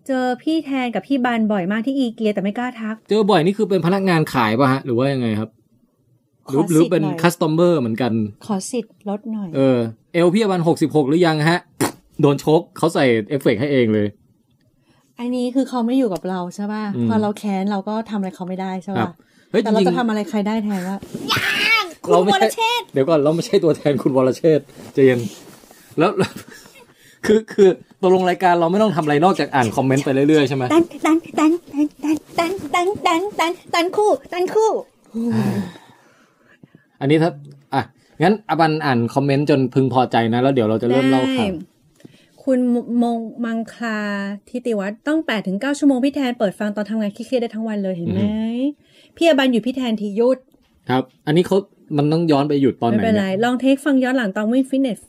S4: เจอพี่แทนกับพี่บานบ่อยมากที่อีเกียแต่ไม่กล้าทัก
S3: เจอบ่อยนี่คือเป็นพนักงานขายป่ะฮะ หรือว่ายังไงครับ หรือ
S4: ขอสิทธิ์
S3: หรือเป็น
S4: หน่อย
S3: คัสตอมเ r อร์เหมือนกัน
S4: ขอสิทธิ์ลดหน่อย
S3: เออ เอลพี่อบันหกสิบหกหรือยังฮะ <laughs> โดนชกเขาใส่เอฟเฟกต์ให้เองเลย
S4: อันนี้คือเขาไม่อยู่กับเราใช่ป่ะ
S3: อืม
S4: พอเราแค้นเราก็ทำอะไรเขาไม่ได้ใช่
S3: ครั
S4: ป่ะ
S3: บ เฮ้ยจ
S4: แต่เรา
S3: ริง
S4: จะทำอะไรใครได้แทนว่า
S3: ๆเราไม่
S4: คุณวร
S3: ใช่
S4: เชษฐ์
S3: เดี๋ยวก่อนเราไม่ใช่ตัวแทนคุณวรเชษฐ์ใจเย็นแล้วแล้ว <laughs> คือคือตกลงรายการเราไม่ต้องทำอะไรนอกจากอ่านคอมเมนต์ไปเรื่อยๆใช่ไหม
S4: ตันตันตันตันตันตันตันตันตันคู่ตันคู่
S3: อันนี้ถ้าอ่ะงั้นอบันอ่านคอมเมนต์จนพึงพอใจนะ แล้วเดี๋ยวเราจะเริ่มเล่าข่าว
S4: ได้คุณมงมังคลาทิติวัฒน์ต้อง8ปถึงเชั่วโมงพี่แทนเปิดฟังตอนทำงานเครียดๆได้ทั้งวันเลยเห็นไหมพี่อบันอยู่พี่แทนทียุทธ
S3: ครับ อันนี้เขามันต้องย้อนไปหยุดตอนไหน
S4: ไม่เป็นไร
S3: ย
S4: ลองเทคฟังย้อนหลังตอนวิ่งฟิตเนส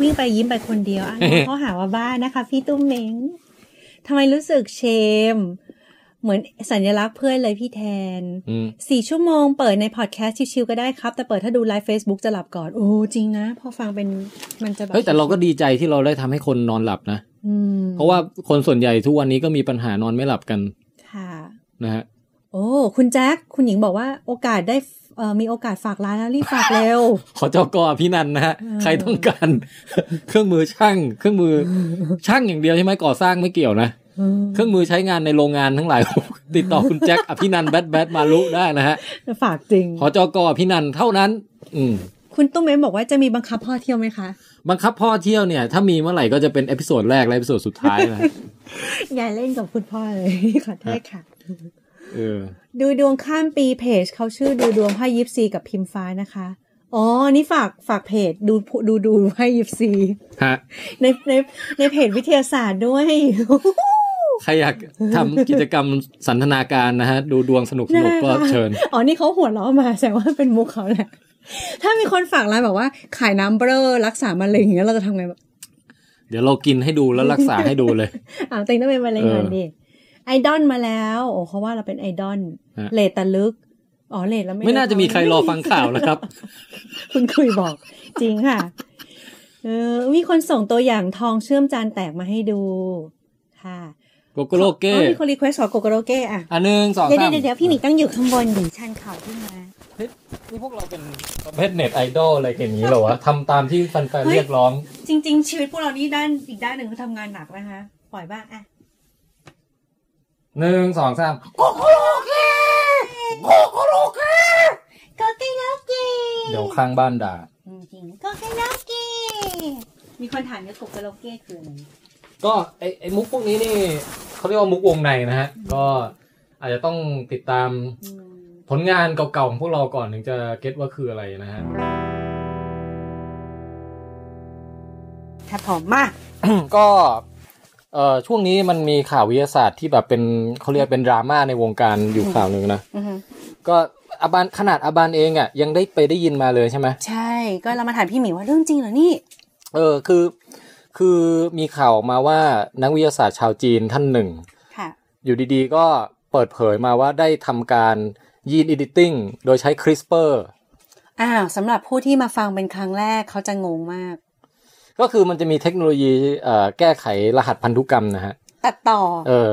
S4: วิ่งไปยิ้มไปคนเดียว
S3: <laughs>
S4: อ่ะ เขาหาว่าบ้านะคะ พี่ตุ้มเม้งทำไมรู้สึกเชม เหมือนสัญลักษณ์เพื่อนเลยพี่แทน
S3: อืม
S4: สี่ชั่วโมงเปิดในพอดแคสต์ชิวๆก็ได้ครับ แต่เปิดถ้าดูไลฟ์ Facebook จะหลับก่อน โอ้จริงนะ พอฟังเป็นมันจะแบบ
S3: เฮ้ยแต่เราก็ดีใจที่เราได้ทำให้คนนอนหลับนะ
S4: อืม
S3: เพราะว่าคนส่วนใหญ่ทุกวันนี้ก็มีปัญหานอนไม่หลับกัน
S4: ค่ะ
S3: นะฮะ
S4: โอ้คุณแจ็คคุณหญิงบอกว่าโอกาสได้เอ่อมีโอกาสฝากร้านแล้วรีบฝากเร็
S3: <laughs>
S4: ว
S3: ขอจอกอพี่นันนะฮะ ใครต้องการ <laughs> เครื่องมือช่าง เครื่องมือช่างอย่างเดียวใช่ไหมก่อสร้างไม่เกี่ยวนะ เครื่องมือใช้งานในโรงงานทั้งหลาย <laughs> ติดต่อคุณแจ็คอภินัน <laughs> ท์แบทแบทมาลุได้นะฮะ
S4: ฝากจริง
S3: ขอจอกอพี่นันท์เท่านั้น อืม
S4: คุณตุ้มเม้งบอกว่าจะมีบังคับพ่อเที่ยวไหมคะ
S3: บังคับพ่อเที่ยวเนี่ย ถ้ามีเมื่อไหร่ก็จะเป็นเอพิโซดแรกและเอพิโซดสุดท้ายนะ <laughs> ฮะ
S4: อย่าเล่นกับคุณพ่อเลย <laughs> ขอโทษค่ะ
S3: เออ
S4: ดูดวงข้ามปีเพจเขาชื่อดูดวงไพ่ยิปซีกับพิมฟ้านะคะ อ๋อ นี่ฝากฝากเพจดูดูดูไพ่ยิปซี
S3: ฮะ
S4: ในในในเพจวิทยาศาสตร์ด้วย <laughs>
S3: ใครอยาก <laughs> ทำกิจกรรมสันทนาการนะฮะ ดูดวงสนุกสนุกก็เชิญ
S4: อ๋อ นี่เขาหัวเราะมาแสดงว่าเป็นมุกเขาแหละ ถ้ามีคนฝากร้านแบบว่า ขายน้ำเบลอรักษามะเร็งอย่างเงี้ยเราจะทำไงแบบ
S3: เดี๋ยวเรากินให้ดูแล้วรักษาให้ดูเลย
S4: อ้าวเต็งต้องเป็นมะเร็ง
S3: เออ
S4: ก่อนดิไอดอลมาแล้ว โอ้เขาว่าเราเป็นไอดอล
S3: ฮะ
S4: เลตตะลึก
S5: อ๋อเลทแล้วไม่
S6: ไม่น่าจะมีใครรอฟังข่าวนะครับ
S5: คุณคุยบอก จริงค่ะ เออมีคนส่งตัวอย่างทองเชื่อมจานแตกมาให้ดู ค่ะ
S6: โกโกโลเก้
S5: อ๋อมีคนรีเควสขอโกโกโรเก้อะ
S6: อันหนึ่งสอง
S5: เดี๋ยว
S6: สาม
S5: เดี๋ยวเดี๋ยวพี่หมีตั้งอยู่ข้างบนดิชันเข่าขึ้นมา
S3: นี่พวกเราเป็นประเภทเน็ตไอดอลอะไรอย่างนี้เหรอวะทำตามที่แฟนๆเรียกร้อง
S5: จริง ๆ ชีวิตพวกเรานี่ด้านอีกด้านหนึ่งคือทำงานหนักนะคะ ปล่อยบ้างอะ
S3: หนึ่งสองสาม
S5: ก็เกยาเก
S3: เดี๋ยวข้างบ้านด่า
S5: จริงๆก็เกยาเกมีคนถามเนี่ยโกโกโรเก้คืออะไร
S3: ก็ไอไอมุกพวกนี้นี่เขาเรียกว่ามุกวงในนะฮะ ก็อาจจะต้องติดตามผลงานเก่าๆ ของพวกเราก่อนถึงจะเก็ตว่าคืออะไรนะฮะ
S5: ครับผมมา
S3: <coughs> ก็เอ่อช่วงนี้มันมีข่าววิทยาศาสตร์ที่แบบเป็นเขาเรียกเป็นดราม่าในวงการอยู่ข่าวหนึ่งนะ
S4: อือฮึ
S3: ก็อาบานขนาดอาบานเองอ่ะยังได้ไปได้ยินมาเลยใช่ไหม
S4: ใช่ ก็เรามาถามพี่หมีว่าเรื่องจริงเหรอนี่
S3: เออคือคือมีข่าวออกมาว่านักวิทยาศาสตร์ชาวจีนท่านหนึ่ง
S4: ค่ะ
S3: อยู่ดีๆ ก็เปิดเผยมาว่าได้ทำการยีนอิดิติ้งโดยใช้ CRISPR
S4: อ้าวสำหรับผู้ที่มาฟังเป็นครั้งแรกเขาจะงงมาก
S3: ก็คือมันจะมีเทคโนโลยีเอ่อแก้ไขรหัสพันธุกรรมนะฮะ
S4: ตัดต่อ
S3: เออ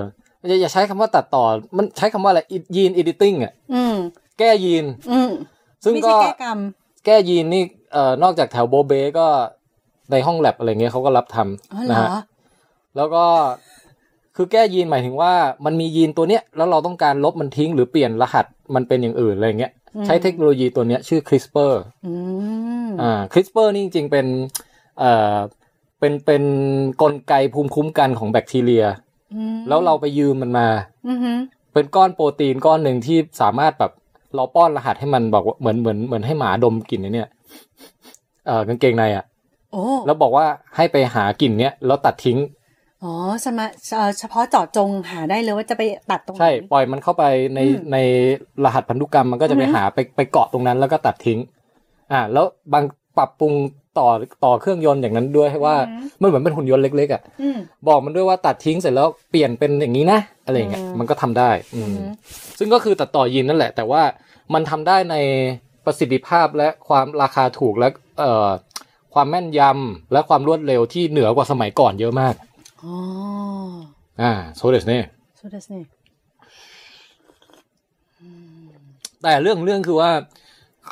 S3: อย่าอย่าใช้คำว่าตัดต่อ มันใช้คำว่าอะไรยีนอิดิติ้งอ่ะ
S4: อืม
S3: แก้ยีน
S4: อืม
S3: ซึ่ง
S4: ไม่
S3: ก็
S4: ใช่แก้กรรม
S3: แก้ยีนนี่เอ่อนอกจากแถวโบเบก็ในห้องแลบอะไรเงี้ยเขาก็รับท
S4: อ๋อ
S3: ำ
S4: เหร
S3: นะ
S4: อ
S3: ฮะ แล้วก็คือแก้ยีนหมายถึงว่ามันมียีนตัวเนี้ยแล้วเราต้องการลบมันทิ้งหรือเปลี่ยนรหัสมันเป็นอย่างอื่นอะไรเงี้ย
S4: อืม
S3: ใช้เทคโนโลยีตัวเนี้ยชื่อ CRISPR
S4: อืม
S3: อ่า CRISPR นี่จริงๆเป็นเอ่อเป็นเป็นกลไกภูมิคุ้มกันของแบคทีเรีย
S4: อืม
S3: แล้วเราไปยืมมันมา
S4: อือฮึ
S3: เป็นก้อนโปรตีนก้อนหนึ่งที่สามารถแบบเราป้อนรหัสให้มันบอกว่าเหมือนเหมือนเหมือนให้หมาดมกลิ่นไอ้เนี่ยเอ่อกางเกงในอะ
S4: โอ้
S3: แล้วบอกว่าให้ไปหากลิ่นเนี้ยแล้วตัดทิ้ง
S4: อ๋อสมาเอ่อเฉพาะเจาะจงหาได้เลยว่าจะไปตัดตรงไหน
S3: ใช่ปล่อยมันเข้าไปใน
S4: อืม
S3: ในรหัสพันธุกรรมมันก็จะไป
S4: อือฮึ
S3: หาไปไปเกาะตรงนั้นแล้วก็ตัดทิ้ง อ่า แล้วบางปรับปรุงต่อต่อเครื่องยนต์อย่างนั้นด้วยให้ว่ามันเหมือนเป็นหุ่นยนต์เล็กๆอ่ะ
S4: อืม
S3: บอกมันด้วยว่าตัดทิ้งเสร็จแล้วเปลี่ยนเป็นอย่างนี้นะอะไรอย่างเงี้ย
S4: อืม
S3: มันก็ทำได้ อืม
S4: อือฮึ
S3: ซึ่งก็คือตัดต่อยีนนั่นแหละ แต่ว่ามันทำได้ในประสิทธิภาพและความราคาถูกและเอ่อความแม่นยำและความรวดเร็วที่เหนือกว่าสมัยก่อนเยอะมาก
S4: อ๋อ
S3: อ่าโซเดสเน่
S4: そうですね
S3: แต่เรื่องเรื่องคือว่า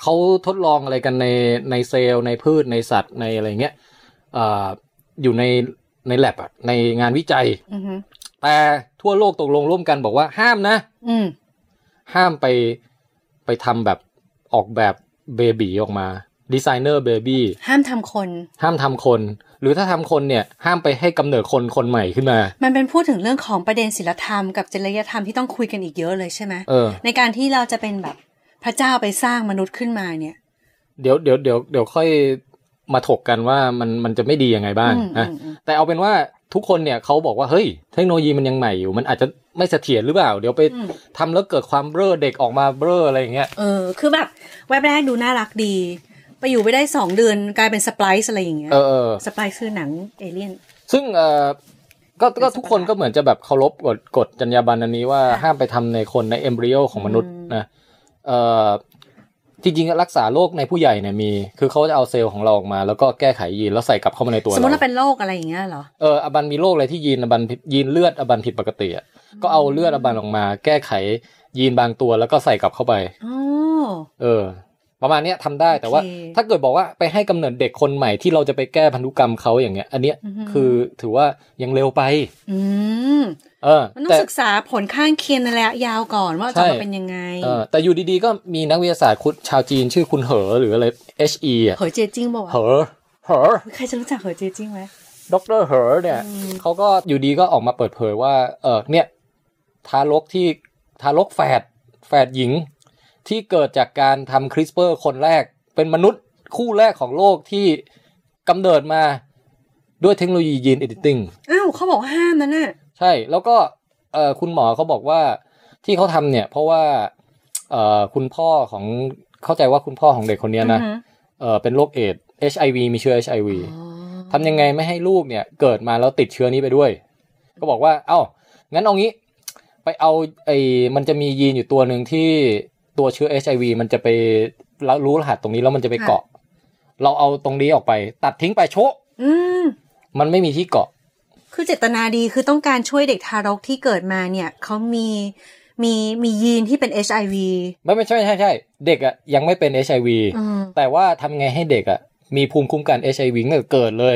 S3: เขาทดลองอะไรกันในในเซลล์ในพืชในสัตว์ในอะไรเงี้ยเอ่ออยู่ในในแลบอะในงานวิจัย
S4: อือฮึ
S3: แต่ทั่วโลกตกลงร่วมกันบอกว่าห้ามนะ
S4: อืม
S3: ห้ามไปไปทำแบบออกแบบเบบีออกมาดีไซเนอร์เบบี
S4: ห้ามทำคน
S3: ห้ามทำคน หรือถ้าทำคนเนี่ยห้ามไปให้กำเนิดคนคนใหม่ขึ้นมา
S4: มันเป็นพูดถึงเรื่องของประเด็นศิลธรรมกับจริยธรรมที่ต้องคุยกันอีกเยอะเลยใช่ไหม
S3: เออ
S4: ในการที่เราจะเป็นแบบพระเจ้าไปสร้างมนุษย์ขึ้นมาเนี่ย
S3: เดี๋ยวเดี๋ยวเดี๋ยวเดี๋ยวค่อยมาถกกันว่ามันมันจะไม่ดียังไงบ้าง
S4: อืม
S3: นะ
S4: อืมอืม
S3: แต่เอาเป็นว่าทุกคนเนี่ยเขาบอกว่าเฮ้ยเทคโนโลยีมันยังใหม่อยู่ มันอาจจะไม่เสถียรหรือเปล่า เดี๋ยวไปทำแล้วเกิดความเบ้อเด็กออกมาเบ้ออะไรอย่างเงี้ย
S4: เออ คือแบบแวบแรกดูน่ารักดี ไปอยู่ไปได้สองเดือนกลายเป็นสไปซ์อะไรอย่างเงี้ย
S3: เออเออ
S4: สไปซ์คือหนังเอเลี่ยน
S3: ซึ่งเออก็ก็
S4: เป็นสัตว์
S3: ทุกคนก็เหมือนจะแบบเคารพกฎกฎจรรยาบรรณอันนี้ว่า
S4: ค่ะ
S3: ห้ามไปทำในคนในเอมบริโอของมนุษย์
S4: อืม
S3: นะเออจริงๆรักษาโรคในผู้ใหญ่เนี่ยมี คือเขาจะเอาเซลล์ของเราออกมา แล้วก็แก้ไขยีนแล้วใส่กลับเข้ามาในตัว
S4: สมมติ
S3: เรา
S4: เราเป็นโรคอะไรอย่างเงี้ยเหรอ
S3: เอออบันมีโรคอะไรที่ยีนอบันผิดยีนเลือดอบันผิดปกติอ่ะก็เอาเลือดอบันออกมา แก้ไขยีนบางตัวแล้วก็ใส่กลับเข้าไป
S4: อ๋อ
S3: เออ ประมาณเนี้ยทำได้แต่ว่า
S4: โอเค
S3: ถ้าเกิดบอกว่าไปให้กำเนิดเด็กคนใหม่ที่เราจะไปแก้พันธุกรรมเขาอย่างเงี้ย อันเนี้ย
S4: อือฮึ
S3: คือถือว่ายังเร็วไป
S4: อืม
S3: เออ
S4: มันต้อ
S3: แต่
S4: งศึกษาผลข้างเคียงในระยะยาวก่อนว่าจะ
S3: ใช่
S4: มาเป็นยังไง
S3: เออแต่อยู่ดีๆ ก็มีนักวิทยาศาสตร์คุณชาวจีนชื่อคุณเหอหรืออะไร HE อ่ะ
S4: เหอเจยจิ้งบอกว่า
S3: เหอเหอ
S4: ใครจะรู้จักเหอเจยจิ้งไหม
S3: ดรเฮอร์เนี่ย
S4: อืม
S3: เขาก็อยู่ดีก็ออกมาเปิดเผยว่า เออเนี่ย ทารกที่ทารกแฝดแฝดหญิง ที่เกิดจากการทำคริสเปอร์คนแรก เป็นมนุษย์คู่แรกของโลกที่กำเนิดมาด้วยเทคโนโลยียีนเอดิติ้ง
S4: อ้าวเขาบอกว่าห้ามนะน่ะ
S3: ใช่ แล้วก็เออคุณหมอเขาบอกว่าที่เขาทำเนี่ย เพราะว่าเออคุณพ่อของเข้าใจว่าคุณพ่อของเด็กคนเนี้ยนะ
S4: อือฮึ
S3: เออเป็นโรคเอดส์ HIV มีเชื้อ HIV
S4: อ๋อ
S3: ทำยังไงไม่ให้ลูกเนี่ยเกิดมาแล้วติดเชื้อนี้ไปด้วย ก็บอกว่า เอ้า งั้นเอางี้ ไปเอาไอ้มันจะมียีนอยู่ตัวหนึ่งที่ ตัวเชื้อ HIV มันจะไปรู้รหัสตรงนี้แล้วมันจะไปเกาะ เราเอาตรงนี้ออกไป ตัดทิ้งไปโชะ
S4: อืม
S3: มันไม่มีที่เกาะ
S4: คือเจตนาดีคือต้องการช่วยเด็กทารกที่เกิดมาเนี่ยเขามีมีมียีนที่เป็น HIV
S3: ไม่ไม่ใช่ไม่ใช่ใช่เด็กอะยังไม่เป็น HIV
S4: อืม
S3: แต่ว่าทำไงให้เด็กอะมีภูมิคุ้มกัน HIV ตั้งแต่เกิดเลย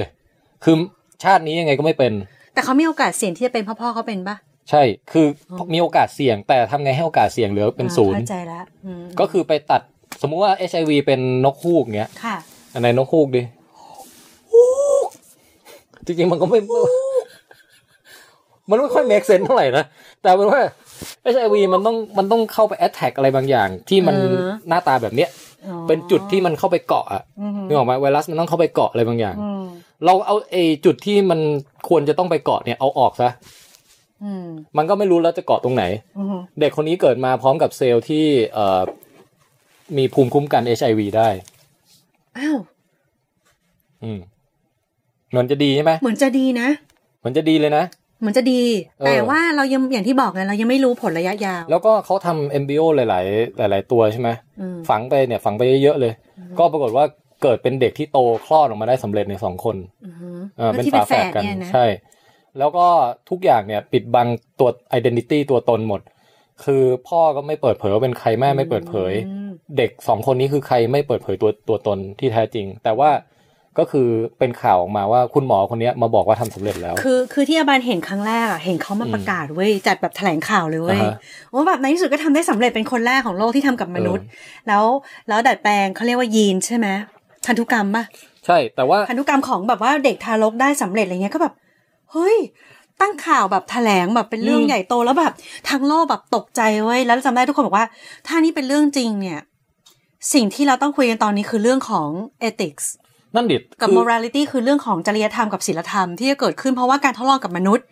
S3: คือชาตินี้ยังไงก็ไม่เป็น
S4: แต่เขามีโอกาสเสี่ยงที่จะเป็นเพ่อพ่อเขาเป็นปะ
S3: ใช่ คือมีโอกาสเสี่ยง แต่ทำไงให้โอกาสเสี่ยงเหลือเป็น
S4: อ่า
S3: ศูนย์
S4: เข้าใจแล้วอืม
S3: ก็คือไปตัดสมมุติว่า HIV เป็นนกฮูกเงี้ย
S4: ค่ะ
S3: อันไหนนกฮูกดิจริงๆมันก็ไม่ มันไม่ค่อย make sense เท่าไหร่นะ แต่เป็นว่า HIV มันต้องมันต้องเข้าไป attack อะไรบางอย่าง ที่มัน
S4: เออ
S3: หน้าตาแบบเนี้ย
S4: อ๋อ
S3: เป็นจุดที่มันเข้าไปเกาะอะ
S4: อืม
S3: นึกออกไหมไวรัสมันต้องเข้าไปเกาะอะไรบางอย่าง
S4: อืม
S3: เราเอาไอจุดที่มันควรจะต้องไปเกาะเนี่ยเอาออกซะ
S4: อืม
S3: มันก็ไม่รู้แล้วจะเกาะตรงไหน
S4: อืม
S3: เด็กคนนี้เกิดมาพร้อมกับเซลล์ที่เอ่อมีภูมิคุ้มกัน HIV ได้
S4: อ้าว
S3: อืมเหมือนจะดีใช่ไหม
S4: เหมือนจะดีนะ
S3: เหมือนจะดีเลยนะ
S4: เหมือนจะดี
S3: เออ
S4: แต่ว่าเรายังอย่างที่บอกไงเรายังไม่รู้ผลระยะยาว
S3: แล้วก็เขาทำเอมบิโอหลาย ๆ หลาย ๆ ตัวใช่ไหม
S4: อืม
S3: ฝังไปเนี่ย ฝังไปเยอะ ๆ เลย ก็ปรากฏว่าเกิดเป็นเด็กที่โตคลอดออกมาได้สำเร็จในสองคน
S4: อือฮึ
S3: เออ
S4: แล้ว
S3: เป็น
S4: ที่
S3: ฝาแฝดกัน
S4: เนี่ยนะ
S3: ใช่ แล้วก็ทุกอย่างเนี่ย ปิดบังตัวไอดีนิตี้ตัวตนหมด คือพ่อก็ไม่เปิดเผยว่าเป็นใครแม่ไม่เปิดเผย
S4: อืม
S3: เด็กสองคนนี้คือใครไม่เปิดเผยตัวตัวตนที่แท้จริง แต่ว่าก็คือเป็นข่าวออกมาว่าคุณหมอคนเนี้ยมาบอกว่าทำสำเร็จแล้ว
S4: คือคือที่อาบานเห็นครั้งแรกอะเห็นเขามาประกาศเว้ยจัดแบบแถลงข่าวเลยเว้ย
S3: อ่าฮะ
S4: ว่าแบบในที่สุดก็ทำได้สำเร็จเป็นคนแรกของโลกที่ทำกับมนุษย์ แล้วแล้วดัดแปลงเขาเรียกว่ายีนใช่ไหมพันธุกรรมปะ
S3: ใช่ แต่ว่า
S4: พันธุกรรมของแบบว่าเด็กทารกได้สำเร็จอะไรเงี้ยก็แบบเฮ้ย ตั้งข่าวแบบแถลงแบบเป็นเรื่องใหญ่โตแล้วแบบทั้งโลกแบบตกใจเว้ยแล้วจำได้ทุกคนบอกว่า ถ้านี่เป็นเรื่องจริงเนี่ย สิ่งที่เราต้องคุยกันตอนนี้คือเรื่องของ ethics
S3: นั่นดิ
S4: กับ
S3: คือ
S4: morality คือเรื่องของจริยธรรมกับศีลธรรมที่จะเกิดขึ้นเพราะว่าการทดลองกับมนุษย์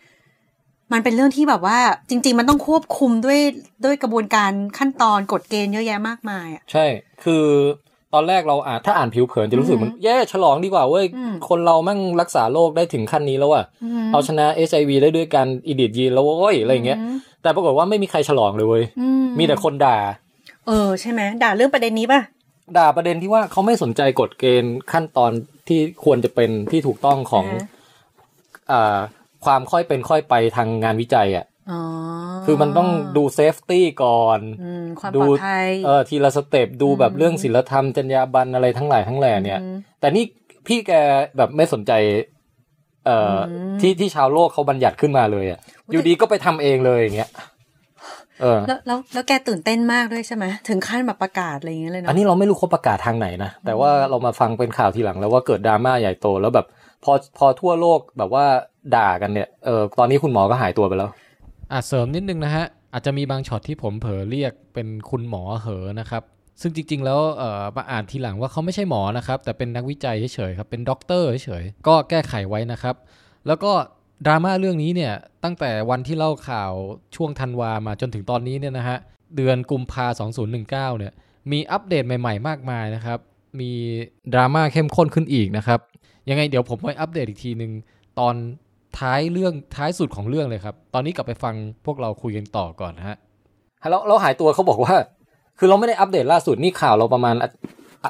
S4: มันเป็นเรื่องที่แบบว่า จริง ๆ มันต้องควบคุมด้วยด้วยกระบวนการขั้นตอนกฎเกณฑ์เยอะแยะมากมายอ่ะ
S3: ใช่ คือตอนแรกเราอ่านถ้าอ่านผิวเผินจะรู้สึก
S4: อืม
S3: มันแย่ฉลองดีกว่าเว้ย
S4: อืม
S3: คนเรามั่งรักษาโรคได้ถึงขั้นนี้แล้วอะเอาชนะ HIV ได้ด้วยการอีดิทยีนแล้วเว้ยอะไรอย่างเงี้ย แต่ปรากฏว่าไม่มีใครฉลองเลยเว้ย
S4: อื
S3: มีแต่คนด่า
S4: เออใช่ไหมด่าเรื่องประเด็นนี้ป่ะ
S3: ด่าประเด็นที่ว่าเขาไม่สนใจกฎเกณฑ์ขั้นตอนที่ควรจะเป็นที่ถูกต้องของ
S4: อ่าฮะ
S3: อ่าความค่อยเป็นค่อยไปทางงานวิจัยอ่ะ
S4: อ๋อ
S3: คือมันต้องดูเซฟตี้ก่อน
S4: อืมความ
S3: ดู
S4: ปลอดภัย
S3: เออทีละสเต็ปดูแบบ
S4: อืม
S3: เรื่องศิลธรรมจรรยาบรรณอะไรทั้งหลายทั้งแหล่เนี่ย
S4: อืม
S3: แต่นี่พี่แกแบบไม่สนใจ เอ่ออ
S4: ม
S3: ที่ที่ชาวโลกเขาบัญญัติขึ้นมาเลยอ่ะ
S4: อุ๊ย
S3: อยู่ดีก็ไปทำเองเลยอย่างเงี้ยเออ
S4: แล้วแล้วแล้วแกตื่นเต้นมากด้วยใช่ไหมถึงขั้นแบบประกาศอะไรอย่างเงี้ยเลย
S3: อัน
S4: เนาะ
S3: นี้เราไม่รู้เขาประกาศทางไหนนะ แต่ว่าเรามาฟังเป็นข่าวทีหลังแล้วว่าเกิดดราม่าใหญ่โตแล้วแบบ พอพอทั่วโลกแบบว่าด่ากันเนี่ยเออตอนนี้คุณหมอก็หายตัวไปแล้ว
S6: อาจเสริมนิดนึงนะฮะ อาจจะมีบางช็อตที่ผมเผลอเรียกเป็นคุณหมอเหอนะครับ ซึ่งจริง ๆ แล้วเอ่อมาอ่านทีหลังว่าเขาไม่ใช่หมอนะครับ แต่เป็นนักวิจัยเฉยๆครับเป็นด็อกเตอร์เฉยๆก็แก้ไขไว้นะครับ แล้วก็ดราม่าเรื่องนี้เนี่ยตั้งแต่วันที่เล่าข่าวช่วงธันวามาจนถึงตอนนี้เนี่ยนะฮะเดือนกุมภา2019เนี่ยมีอัปเดตใหม่ ๆ มากมายนะครับ มีดราม่าเข้มข้นขึ้นอีกนะครับยังไงเดี๋ยวผมไปอัปเดตอีกทีหนึ่งตอน ท้ายเรื่องท้ายสุดของเรื่องเลยครับ ตอนนี้กลับไปฟังพวกเราคุยกันต่อก่อนนะฮะ
S3: แล้วเราหายตัวเขาบอกว่า คือเราไม่ได้อัปเดตล่าสุดนี่ข่าวเราประมาณอ่ะ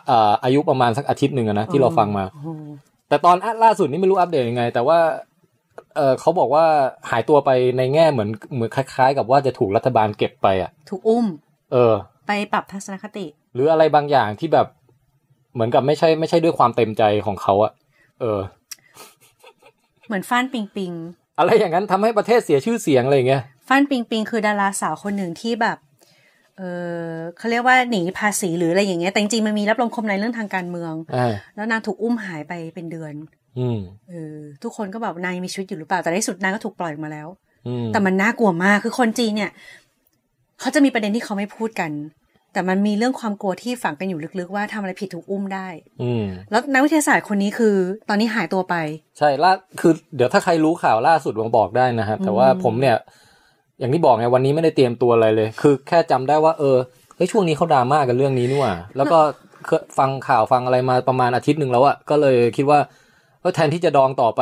S3: เอ่ออายุประมาณสักอาทิตย์หนึ่งอะนะที่เราฟังมา
S4: โอ้โห
S3: แต่ตอนอ่ะล่าสุดนี่ไม่รู้อัปเดตยังไง แต่ว่าเออเขาบอกว่าหายตัวไปในแง่เหมือนเหมือนคล้ายๆ กับว่าจะถูกรัฐบาลเก็บไปอ่ะ
S4: ถูกอุ้ม
S3: เออ
S4: ไปปรับทัศนคติ
S3: หรืออะไรบางอย่างที่แบบเหมือนกับไม่ใช่ไม่ใช่ด้วยความเต็มใจของเขาอะเออ
S4: เหมือนฟ้านปิงปิง
S3: อะไรอย่างนั้นทำให้ประเทศเสียชื่อเสียงอะไรอย่างเงี้ย
S4: ฟ้านปิงปิงคือดาราสาวคนหนึ่งที่แบบ เออเขาเรียกว่าหนีภาษีหรืออะไรอย่างเงี้ย แต่จริงๆมันมีรับลมคมในเรื่องทางการเมือง
S3: อ่า
S4: แล้วนางถูกอุ้มหายไปเป็นเดือน
S3: อืม
S4: เออ ทุกคนก็แบบนางยังมีชีวิตอยู่หรือเปล่า แต่ในที่สุดนางก็ถูกปล่อยออกมาแล้ว
S3: อืม
S4: แต่มันน่ากลัวมาก คือคนจีนเนี่ย เขาจะมีประเด็นที่เขาไม่พูดกัน แต่มันมีเรื่องความกลัวที่ฝังกันอยู่ลึกๆ ว่าทำอะไรผิดถูกอุ้มได้
S3: อืม
S4: แล้วนักวิทยาศาสตร์คนนี้คือ ตอนนี้หายตัวไป
S3: ใช่ล่าคือ เดี๋ยวถ้าใครรู้ข่าวล่าสุดลองบอกได้นะฮะ แต่ว่า
S4: อืม
S3: ผมเนี่ย อย่างที่บอกไงวันนี้ไม่ได้เตรียมตัวอะไรเลย คือแค่จำได้ว่า เออเฮ้ยช่วงนี้เขาดราม่ากันเรื่องนี้นี่หว่า แล้วก็เคยฟังข่าวฟังอะไรมาประมาณอาทิตย์หนึ่งแล้วอะก็เลยคิดว่า แล้วแทนที่จะดองต่อไป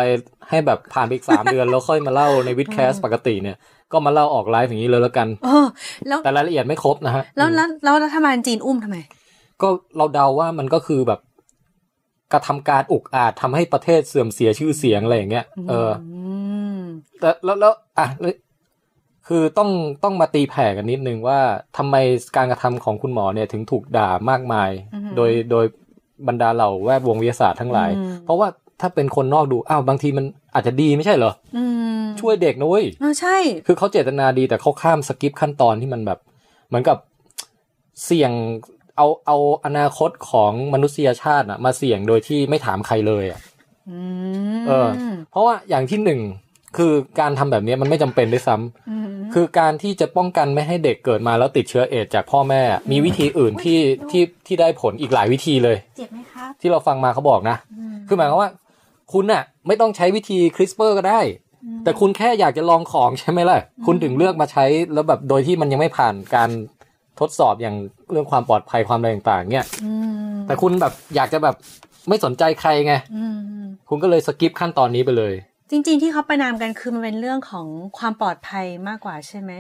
S3: ให้แบบผ่านไปอีกสาม <laughs> เดือนแล้วค่อยมาเล่าในวิดแคสปกติเนี่ย ก็มาเล่าออกไลฟ์อย่างนี้เลยแล้วกัน
S4: เออแล้ว
S3: แต่รายละเอียดไม่ครบนะฮะ
S4: แล้ว
S3: อืม
S4: แล้วแล้วรัฐบาลจีนอุ้มทำไม
S3: ก็เราเดาว่ามันก็คือแบบกระทำการอุกอาจทำให้ประเทศเสื่อมเสียชื่อเสียงอะไรอย่างเงี้ยเออ
S4: ม
S3: แต่แล้วแล้วอ่ะแล้วคือต้องต้องมาตีแผ่กันนิดนึงว่าทำไมการกระทำของคุณหมอเนี่ยถึงถูกด่ามากมาย
S4: อือหือ
S3: โดยโดยบรรดาเหล่าแวดวงวิทยาศาสตร์ทั้งหลาย
S4: อืม
S3: เพราะว่าถ้าเป็นคนนอกดูอ้าวบางทีมันอาจจะดีไม่ใช่เหรอ
S4: อืม
S3: ช่วยเด็กนุ้ย
S4: เออใช่
S3: คือเขาเจตนาดีแต่เขาข้ามสกิปขั้นตอนที่มันแบบ เหมือนกับเสี่ยงเอาเอาอนาคตของมนุษยชาติน่ะมาเสี่ยงโดยที่ไม่ถามใครเลยอ่ะ
S4: อืม
S3: เออ เพราะว่าอย่างที่หนึ่งคือการทำแบบเนี้ยมันไม่จำเป็นด้วยซ้ำ
S4: ม
S3: คือการที่จะป้องกันไม่ให้เด็กเกิดมาแล้วติดเชื้อเอดส์จากพ่อแม่ มีวิธีอื่นที่ที่ที่ได้ผลอีกหลายวิธีเลย
S4: เจ็บไหมครับ
S3: ที่เราฟังมาเขาบอกนะ คือหมายความว่า คุณน่ะ ไม่ต้องใช้วิธีคริสเปอร์ก็ได้ แต่คุณแค่อยากจะลองของใช่ไหมล่ะ คุณถึงเลือกมาใช้แล้วแบบโดยที่มันยังไม่ผ่านการทดสอบอย่างเรื่องความปลอดภัยความอะไรต่างๆ เนี่ย
S4: อืม
S3: แต่คุณแบบอยากจะแบบไม่สนใจใครไง
S4: อืม
S3: คุณก็เลยสกิปขั้นตอนนี้ไปเลย
S4: จริง ๆ ที่เขาประนามกันคือมันเป็นเรื่องของความปลอดภัยมากกว่าใช่ไหม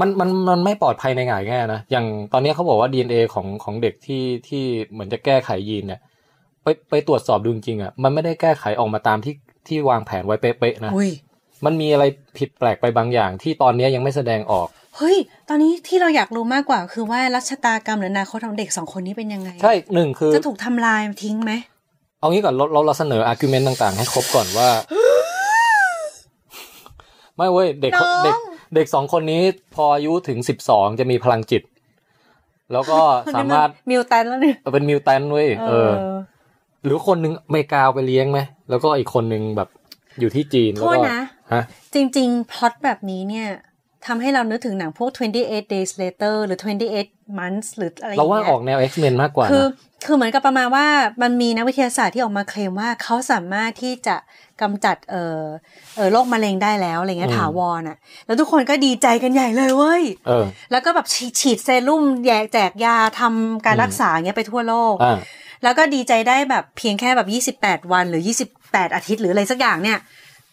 S3: มันมันมันไม่ปลอดภัยในหงายแง่นะ อย่างตอนนี้เขาบอกว่า DNA ของของเด็กที่ที่เหมือนจะแก้ไขยีนเนี่ย ไปไปตรวจสอบดูจริงๆอ่ะ มันไม่ได้แก้ไขออกมาตามที่ที่วางแผนไว้เป๊ะๆนะ
S4: อุ้ย
S3: มันมีอะไรผิดแปลกไปบางอย่าง ที่ตอนนี้ยังไม่แสดงออก
S4: เฮ้ย ตอนนี้ที่เราอยากรู้มากกว่า คือว่ารัชะตากรรมหรืออนาคตของเด็กสองคนนี้เป็นยังไง
S3: ใช่หนึ่งคือ
S4: จะถูกทำลายทิ้งไหม
S3: เอางี้ก่อนเราเราเราเสนออาร์กิวเมนต์ต่าง ๆ ให้ครบก่อนว่า <gasps> ไม่เว้ยเด็กเด็กเด็กสองคนนี้พออายุถึงสิบสองจะมีพลังจิต แล้วก็สามารถ
S4: <laughs> มิวแตนแล้วเนี่ย
S3: เป็นมิวแตนเว้ยเออ หรือคนหนึ่งอเมริกาเอาไปเลี้ยงไหม แล้วก็อีกคนหนึ่งแบบอยู่ที่จีน
S4: โท
S3: แล้ว
S4: ษ
S3: ก็
S4: นะ
S3: ฮะ
S4: จริง ๆ พล็อตแบบนี้เนี่ยทำให้เรานึกถึงหนังพวก 28 days later หรือ 28 months หรืออะไรอย่
S3: เรา
S4: ง
S3: ว่า
S4: งี้ย
S3: ออกแนว X-Men มากกว่า
S4: คือ
S3: นะ
S4: คือเหมือนกับประมาณว่ามันมีนักวิทยาศาสตร์ที่ออกมาเคลมว่าเขาสามารถที่จะกำจัดเออเออโรคมะเร็งได้แล้วอะไรเงี้ยถาวรอ่ะ แล้วทุกคนก็ดีใจกันใหญ่เลยเว้ย
S3: เออ
S4: แล้วก็แบบฉีดฉีดเซรุ่มแยกแจกยาทำการรักษาเงี้ยไปทั่วโลก
S3: อ่า
S4: แล้วก็ดีใจได้แบบเพียงแค่แบบ 28 วันหรือ 28 อาทิตย์หรืออะไรสักอย่างเนี่ย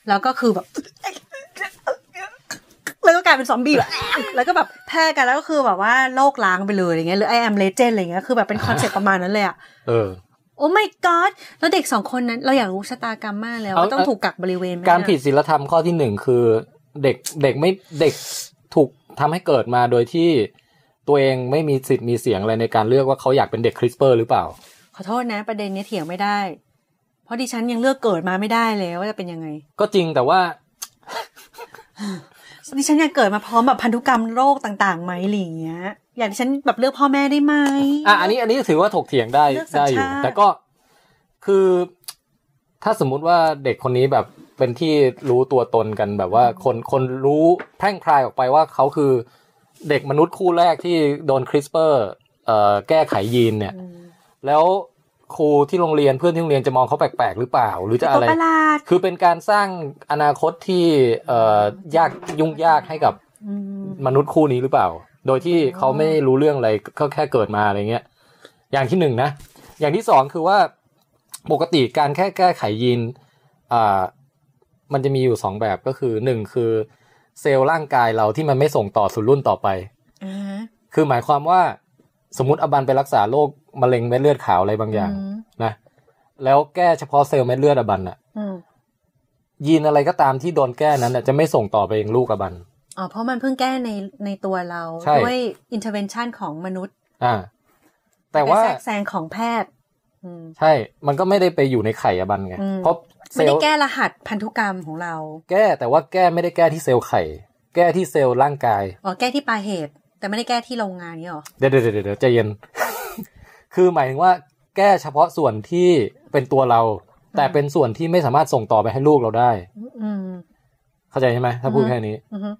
S4: แล้วก็คือแบบ แล้วก็กลายเป็นซอมบี้แบบ <laughs> แล้วก็แบบแพร่กันแล้วก็คือแบบว่าโลกล้างไปเลยอย่างเงี้ยหรือ I am legend อะไรเงี้ยคือแบบเป็นคอนเซ็ปต์ประมาณนั้นเลยอะ
S3: เออ
S4: โอ้ my god แล้วเด็กสองคนนั้นเราอยากรู้ชะตากรรมมากเลยอะ
S3: เอา
S4: ว่าต้องถูกกักบริเวณไหมอะ
S3: การผิดศีลธรรมข้อที่หนึ่งคือ เด็กเด็กไม่เด็กถูกทำให้เกิดมาโดยที่ตัวเองไม่มีสิทธิ์มีเสียงอะไรในการเลือกว่าเขาอยากเป็นเด็กคริสเปอร์หรือเปล่า
S4: ขอโทษนะประเด็นเนี้ยเถียงไม่ได้ เพราะดิฉันยังเลือกเกิดมาไม่ได้เลยว่าจะเป็นยังไง
S3: ก็จริงแต่ว่า
S4: ดิฉันอยากเกิดมาพร้อมแบบพันธุกรรมโรคต่างๆไหมอะไรอย่างเงี้ย อยากดิฉันแบบเลือกพ่อแม่ได้ไหม
S3: อ่ะอันนี้อันนี้ถือว่าถกเถียงได้
S4: เลือกสัญ
S3: ได้อยู่
S4: ชาติ
S3: แต่ก็คือถ้าสมมุติว่าเด็กคนนี้แบบเป็นที่รู้ตัวตนกันแบบว่าคนคนรู้แพร่งพรายออกไปว่าเขาคือเด็กมนุษย์คู่แรกที่โดนคริสเปอร์เอ่อแก้ไขยีนเนี่ย แล้วครูที่โรงเรียนเพื่อนที่โรงเรียนจะมองเขาแปลกๆหรือเปล่า หรือจะ
S4: ตั
S3: อะ
S4: ว
S3: ไร
S4: ประหลาด
S3: คือเป็นการสร้างอนาคตที่เอ่อยากยุ่งยากให้กับ
S4: อืม
S3: มนุษย์คู่นี้หรือเปล่า โดยที่เขาไม่รู้เรื่องอะไรก็แค่เกิดมาอะไรเงี้ย อย่างที่หนึ่งนะ อย่างที่สองคือว่าปกติการแค่แก้ไขยีนอ่ามันจะมีอยู่สองแบบก็คือหนึ่งคือเซลล์ร่างกายเราที่มันไม่ส่งต่อสู่รุ่นต่อไป
S4: อ่า
S3: คือหมายความว่าสมมติอบันไปรักษาโรคมะเร็งเม็ดเลือดขาวอะไรบางอย่าง
S4: ม
S3: นะ แล้วแก้เฉพาะเซลล์เม็ดเลือดอบันอะ
S4: อืม
S3: ยีนอะไรก็ตามที่โดนแก้นั้นน่ะจะไม่ส่งต่อไปยังลูกกับบัน
S4: อ๋อเพราะมันเพิ่งแก้ในในตัวเรา
S3: ใช่
S4: ด้วย intervention ของมนุษย์
S3: อ่า แต่ว่า
S4: และแทรกแซงของแพทย์ อืม
S3: ใช่ มันก็ไม่ได้ไปอยู่ในไข่อะบันไง
S4: อืม
S3: เพราะเซ
S4: ไม่
S3: ล
S4: ได้
S3: ล์
S4: แก้รหัสพันธุกรรมของเรา
S3: แก้แต่ว่าแก้ไม่ได้แก้ที่เซลล์ไข่ แก้ที่เซลล์ร่างกาย
S4: อ๋อแก้ที่ปลายเหตุ แต่ไม่ได้แก้ที่โรงงานนี่หรอ
S3: เดี๋ยวเดี๋ยวเดี๋ยวเดี๋ยวใจเย็น <laughs> คือหมายถึงว่า แก้เฉพาะส่วนที่เป็นตัวเรา แต่เป็นส่วนที่ไม่สามารถส่งต่อไปให้ลูกเราได้
S4: อืม
S3: เข้าใจใช่ไหมถ้าพูด
S4: อือฮึ
S3: แค่นี้
S4: อือฮึ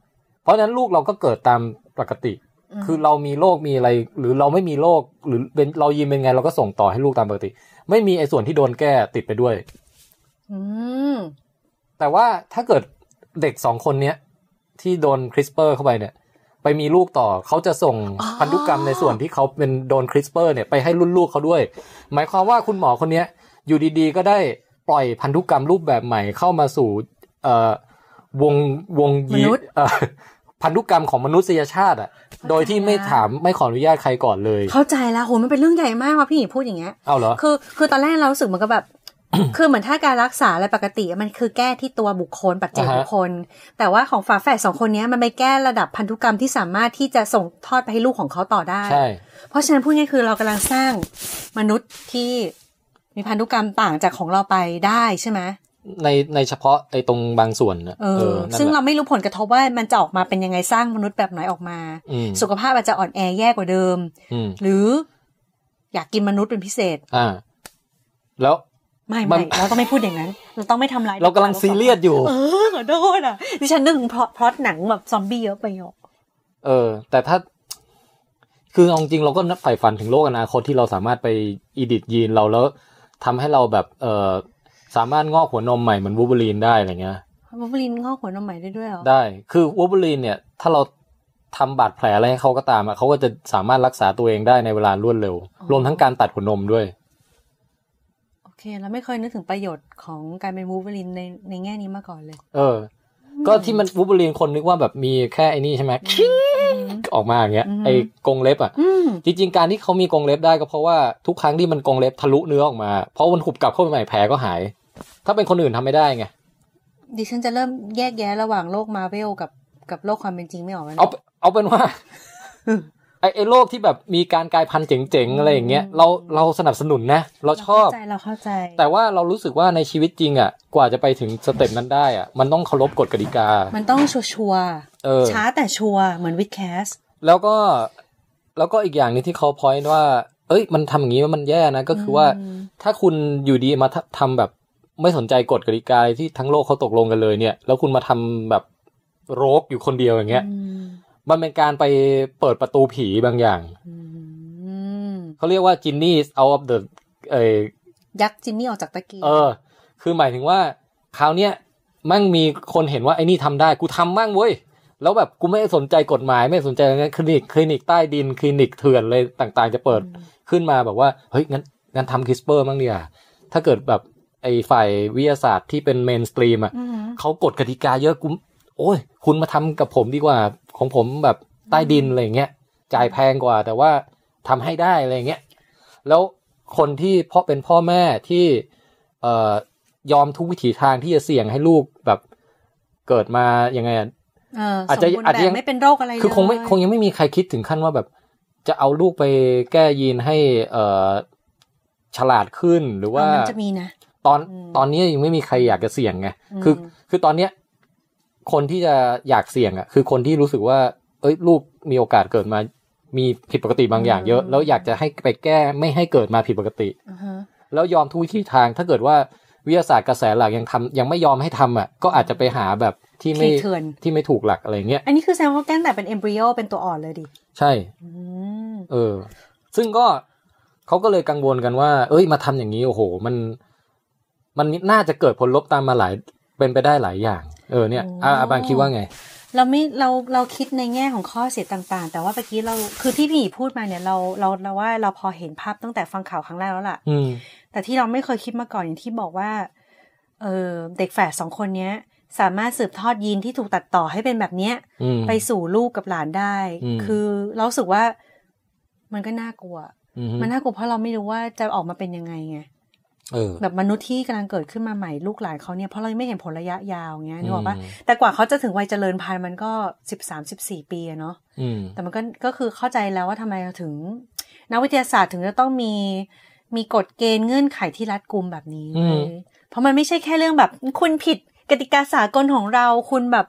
S3: เพราะฉะนั้นลูกเราก็เกิดตามปกติ
S4: ม
S3: คือเรามีโรคมีอะไร หรือเราไม่มีโรคหรือเป็นเรายีนเป็นไงเราก็ส่งต่อให้ลูกตามปกติ ไม่มีไอ้ส่วนที่โดนแก้ติดไปด้วย
S4: อืม
S3: แต่ว่าถ้าเกิดเด็กสองคนเนี้ยที่โดนคริสเปอร์เข้าไปเนี่ย ไปมีลูกต่อเขาจะส่งพันธุกรรมในส่วนที่เขาเป็นโดนคริสเปอร์เนี่ยไปให้รุ่นลูกเขาด้วย หมายความว่าคุณหมอคนเนี้ยอยู่ดีๆ ก็ได้ ปล่อยพันธุกรรมรูปแบบใหม่เข้ามาสู่เอ่อวงวงยี
S4: มนุษย์
S3: เอ่อพันธุกรรมของมนุษยชาติอ่ะ โดยที่ไม่ถามไม่ขออนุญาตใครก่อนเลย
S4: เข้าใจแล้วโหมันเป็นเรื่องใหญ่มากว่ะพี่หมีพูดอย่างเงี้ย
S3: เอาเหรอ
S4: คือคือตอนแรกเรารู้สึกเหมือนกับแบบ <coughs> คือเหมือนถ้าการรักษาอะไรปกติมันคือแก้ที่ตัวบุคคลปัจเจก
S3: อ่าฮะ
S4: บุคคล แต่ว่าของฝาแฝดสองคนเนี้ยมันไปแก้ระดับพันธุกรรมที่สามารถที่จะส่งทอดไปให้ลูกของเขาต่อได้
S3: ใช่
S4: เพราะฉะนั้นพูดง่ายๆคือเรากำลังสร้างมนุษย์ที่มีพันธุกรรมต่างจากของเราไปได้ใช่ไหม
S3: ในในเฉพาะไอ้ตรงบางส่วนน่ะ
S4: เอ
S3: เอ
S4: อ
S3: อนั่นแหละ
S4: ซึ่งเราไม่รู้ผลกระทบว่ามันจะออกมาเป็นยังไงสร้างมนุษย์แบบไหนออกมา
S3: อืม
S4: สุขภาพอาจจะอ่อนแอแย่กว่าเดิม
S3: อืม
S4: หรือ อยากกินมนุษย์เป็นพิเศษ
S3: อ่า แล้ว
S4: ไม่
S3: มั
S4: ไม่
S3: น
S4: เราต้องไม่พูดอย่างนั้น เราต้องไม่ทำลาย
S3: เรากำลังซีเรียสอยู่
S4: เออขอโทษอ่ะดิฉันนึกถึงพล็อตพล็อตหนังแบบซอมบี้เยอะไปหรอก
S3: เออ แต่ถ้า คือเอาจริงเราก็นับใฝ่ฝันถึงโลกอนาคตที่เราสามารถไปอีดิตยีนเราแล้วทำให้เราแบบ เออสามารถงอกหัวนมใหม่เหมือนวูบูลีนได้อะไรเงี้ย
S4: วูล์ฟเวอรินงอกหัวนมใหม่ได้ด้วยเหรอ
S3: ได้ คือวูบูลีนเนี่ย ถ้าเราทำบาดแผลอะไรให้เขาก็ตามอะเขาก็จะสามารถรักษาตัวเองได้ในเวลารวดเร็ว รวมทั้งการตัดหัวนมด้วย
S4: โอเค เราไม่เคยนึกถึงประโยชน์ของการเป็นวูล์ฟเวอรินในในแง่นี้มาก่อนเลย
S3: เออ ก็ที่มันวูบูลีนคนนึกว่าแบบมีแค่ไอ้นี่ใช่ไหมคิ้งออกมาอย่างเงี้ย ไอ้กรงเล็บอ่ะ
S4: อืม
S3: จริงๆ การที่เขามีกรงเล็บได้ก็เพราะว่าทุกครั้งที่มันกรงเล็บทะลุเนื้อออกมา เพราะมันหุบกลับเข้าไปใหม่แผลก็หาย ถ้าเป็นคนอื่นทำไม่ได้ไง
S4: ดิฉันจะเริ่มแยกแยะระหว่างโลกมาเวลกับกับโลกความเป็นจริงไม่ออกแล้วนะ
S3: เอาเอาเป็นว่า <laughs> ไอ้ไอ้โรคที่แบบมีการกลายพันธุ์เจ๋งๆอะไรอย่างเงี้ยเราเราสนับสนุนนะ เราชอบ
S4: เข้าใจเราเข้าใจ
S3: แต่ว่าเรารู้สึกว่าในชีวิตจริงอ่ะ กว่าจะไปถึงสเต็ปนั้นได้อ่ะ มันต้องเคารพกฎกติกา
S4: มันต้องชัวชัวร์
S3: เออ
S4: ช้าแต่ชัวร์เหมือนวิดแคส
S3: แล้วก็แล้วก็อีกอย่างหนึงที่เขาพอยต์ว่า เอ้ย มันทำอย่างนี้มันแย่นะ ก็คือว่า ถ้าคุณอยู่ดีมาทำทำแบบไม่สนใจกฎกติกาที่ทั้งโลกเขาตกลงกันเลยเนี่ย แล้วคุณมาทำแบบโรกอยู่คนเดียวอย่างเงี้ย มันเป็นการไปเปิดประตูผีบางอย่าง เขาเรียกว่าจินนี่เอา of the เออ
S4: ยักษ์จินนี่ออกจากตะเกียง
S3: เออ คือหมายถึงว่าคราวเนี้ยมั่งมีคนเห็นว่าไอ้นี่ทำได้กูทำมั่งเว้ย แล้วแบบกูไม่สนใจกฎหมายไม่สนใจอะไรเงี้ยคลินิกคลินิกใต้ดินคลินิกเถื่อนเลยต่างๆ จะเปิด ขึ้นมาแบบว่า เฮ้ย งั้นงั้นทำคิสเปอร์มั้างเนี่ย ถ้าเกิดแบบไอ้ฝ่ายวิทยาศาสตร์ที่เป็นเมนสตรีมอ่ะ
S4: อืม
S3: เขากฎกติกาเยอะกูโอ้ย คุณมาทำกับผมดีกว่า ของผมแบบใต้ดินอะไรอย่างเงี้ยจ่ายแพงกว่า แต่ว่าทำให้ได้อะไรอย่างเงี้ยแล้วคนที่พ่อเป็นพ่อแม่ที่เอ่อยอมทุกวิถีทางที่จะเสี่ยงให้ลูกแบบเกิดมายังไงอะ
S4: เอออา
S3: อาจจะอาจจะยัง
S4: ไม่เป็นโรคอะไร
S3: คือคงไม่
S4: เลย
S3: คงยังไม่มีใครคิดถึงขั้นว่าแบบ จะเอาลูกไปแก้ยีนให้เอ่อฉลาดขึ้นหรือว่า
S4: เออมันจะมีนะ
S3: ตอน
S4: อืม
S3: ตอนนี้ยังไม่มีใครอยากจะเสี่ยงไง
S4: อืม
S3: คือคือตอนเนี้ยคนที่จะอยากเสี่ยงอ่ะ คือคนที่รู้สึกว่า เอ้ยลูกมีโอกาสเกิดมา มีผิดปกติบางอย่างเยอะ แล้วอยากจะให้ไปแก้ไม่ให้เกิดมาผิดปกติ
S4: อ่าฮะ
S3: แล้วยอมทุกวิถีทางถ้าเกิดว่าวิทยาศาสตร์กระแสหลักยังทำยังไม่ยอมให้ทำอ่ะ ก็อาจจะไปหาแบบที่ไม่
S4: ขี้เถื่อน
S3: ที่ไม่ถูกหลักอะไรเงี้ย
S4: อันนี้คือแซมเขาแกล้งแต่เป็นเอมบริโอเป็นตัวอ่อนเลยดิ
S3: ใช่
S4: อืม
S3: เออ ซึ่งก็เขาก็เลยกังวลกันว่า เอ้ย มาทำอย่างนี้ โอ้โห มัน มันน่าจะเกิดผลลบตามมาหลาย เป็นไปได้หลายอย่าง เออ เนี่ยอ่ะอาบางคิดว่าไง
S4: เราไม่เราเราคิดในแง่ของข้อเสียต่างๆ แต่ว่าเมื่อกี้เราคือที่พี่หมีพูดมาเนี่ยเราเราเราว่าเราพอเห็นภาพตั้งแต่ฟังข่าวครั้งแรกแล้วล่ะ
S3: อืม
S4: แต่ที่เราไม่เคยคิดมาก่อนอย่างที่บอกว่าเออเด็กแฝดสองคนเนี้ย สามารถสืบทอดยีนที่ถูกตัดต่อให้เป็นแบบเนี้ย
S3: อืม
S4: ไปสู่ลูกกับหลานได้
S3: อืม
S4: คือเรารู้สึกว่ามันก็น่ากลัว
S3: อืม
S4: มันน่ากลัวเพราะเราไม่รู้ว่าจะออกมาเป็นยังไงไง
S3: เออ
S4: แบบมนุษย์ที่กำลังเกิดขึ้นมาใหม่ลูกหลานเขาเนี่ยเพราะเรายังไม่เห็นผลระยะยาวเงี้ยนึกออกปะ
S3: อืม
S4: แต่กว่าเขาจะถึงวัยเจริญพันธุ์มันก็สิบสามสิบสี่ปีอะเนาะ
S3: อืม
S4: แต่มันก็ก็คือเข้าใจแล้วว่าทำไมเราถึง นักวิทยาศาสตร์ถึงจะต้องมีมีกฎเกณฑ์เงื่อนไขที่รัดกุมแบบนี้
S3: อืม
S4: เว้ยเพราะมันไม่ใช่แค่เรื่องแบบ คุณผิดกติกาสากลของเราคุณแบบ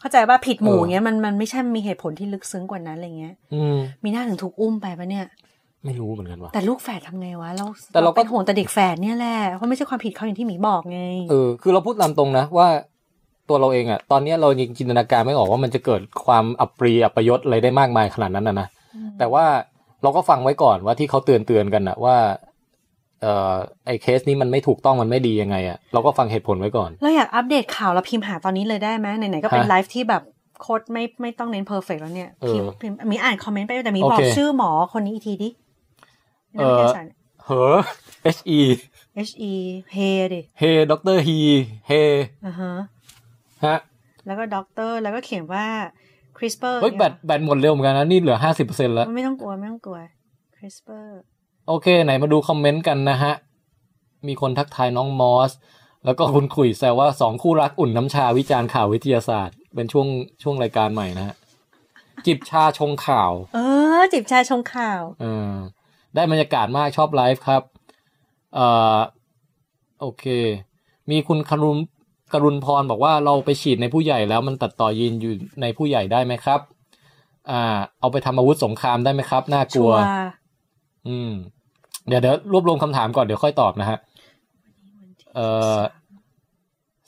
S4: เข้าใจว่าผิดหมู่เงี้ยมันมันไม่ใช่มีเหตุผลที่ลึกซึ้งกว่านั้นอะไรเงี้ย
S3: อืม
S4: มีหน้าถึงถูกอุ้มไปปะเนี่ย
S3: ไม่รู้เหมือนกันว่ะ
S4: แต่ลูกแฝดทำไงวะเรา
S3: แต่เราก็
S4: เป็นห่วงแต่เด็กแฝดเนี่ยแหละเพราะไม่ใช่ความผิดเขาอย่างที่หมีบอกไง
S3: เออ คือเราพูดตามตรงนะว่าตัวเราเองอะตอนเนี้ยเรายังจินตนาการไม่ออกว่ามันจะเกิดความอับปรีอับประยศอะไรได้มากมายขนาดนั้นนะนะ แต่ว่าเราก็ฟังไว้ก่อนว่าที่เขาเตือนเตือนๆกันอะว่า เอ่อ ไอ้เคสนี้มันไม่ถูกต้องมันไม่ดียังไงอะเราก็ฟังเหตุผลไว้ก่อน
S4: เราอยากอัปเดตข่าวเราพิมพ์หาตอนนี้เลยได้ไหมไหนๆก็เป็น
S3: ฮะ
S4: ไลฟ์ที่แบบโคตรไม่ไม่ต้องเน้นเพอร์เฟกแล้วเนี่ย
S3: เออ
S4: พิมพ์พิมพ์มีอ่านคอมเมนต์ไปด้วยแต่มี
S3: โอเค
S4: บอกชื่อหมอคนนี้อีกทีดิ
S3: เอ่อ
S4: นักวิทยาศาสตร์
S3: เหอ H E
S4: H E เฮดิ
S3: เฮด็อกเตอร์ฮีเฮ
S4: อ่าฮะ
S3: ฮะ
S4: แล้วก็ด็อกเตอร์ แล้วก็เขียนว่า CRISPR
S3: เฮ้ยแบตแบตหมดเร็วเหมือนกันนะนี่เหลือห้าสิบเปอร์เซ็นต์แล้ว
S4: ไม่ต้องกลัว ไม่ต้องกลัว CRISPR
S3: โอเค ไหนมาดูคอมเมนต์กันนะฮะ มีคนทักทายน้องมอส แล้วก็คุณขุยแซวว่าสองคู่รักอุ่นน้ำชาวิจารณ์ข่าววิทยาศาสตร์ เป็นช่วงช่วงรายการใหม่นะฮะ จิบชาชงข่าว
S4: เออ จิบชาชงข่าว
S3: เออได้บรรยากาศมากชอบไลฟ์ครับเอ่อโอเค มีคุณครุณกรุณพรบอกว่าเราไปฉีดในผู้ใหญ่แล้วมันตัดต่อยีนอยู่ในผู้ใหญ่ได้ไหมครับ อ่า เอาไปทำอาวุธสงครามได้ไหมครับ น่าก
S4: ชั
S3: ลัว
S4: วร์
S3: อืม เดี๋ยวเดี๋ยวรวบรวมคำถามก่อนเดี๋ยวค่อยตอบนะฮะ เอ่อ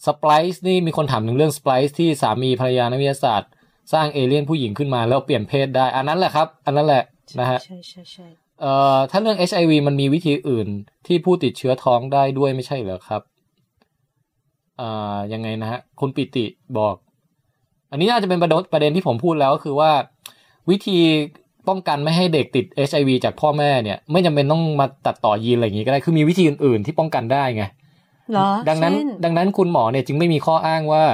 S3: สปายส์นี่มีคนถามถึงเรื่องสปายส์ที่สามีภรรยานักวิทยาศาสตร์ สร้างเอเลี่ยนผู้หญิงขึ้นมาแล้วเปลี่ยนเพศได้ อันนั้นแหละครับ อันนั้นแหละนะฮะ
S4: ใช่ใช่ใช่
S3: เอ่อถ้าเรื่อง HIV มันมีวิธีอื่นที่ผู้ติดเชื้อท้องได้ด้วยไม่ใช่เหรอครับอ่ายังไงนะฮะ คุณปิติบอก อันนี้น่าจะเป็นประเด็นประเด็นที่ผมพูดแล้วก็คือว่า วิธีป้องกันไม่ให้เด็กติด HIV จากพ่อแม่เนี่ย ไม่จำเป็นต้องมาตัดต่อยีนอะไรอย่างงี้ก็ได้ คือมีวิธีอื่นๆที่ป้องกันได้ไง
S4: เหรอ
S3: ดังนั้น
S4: เช่
S3: ดังนั้นคุณหมอเนี่ยจึงไม่มีข้ออ้างว่า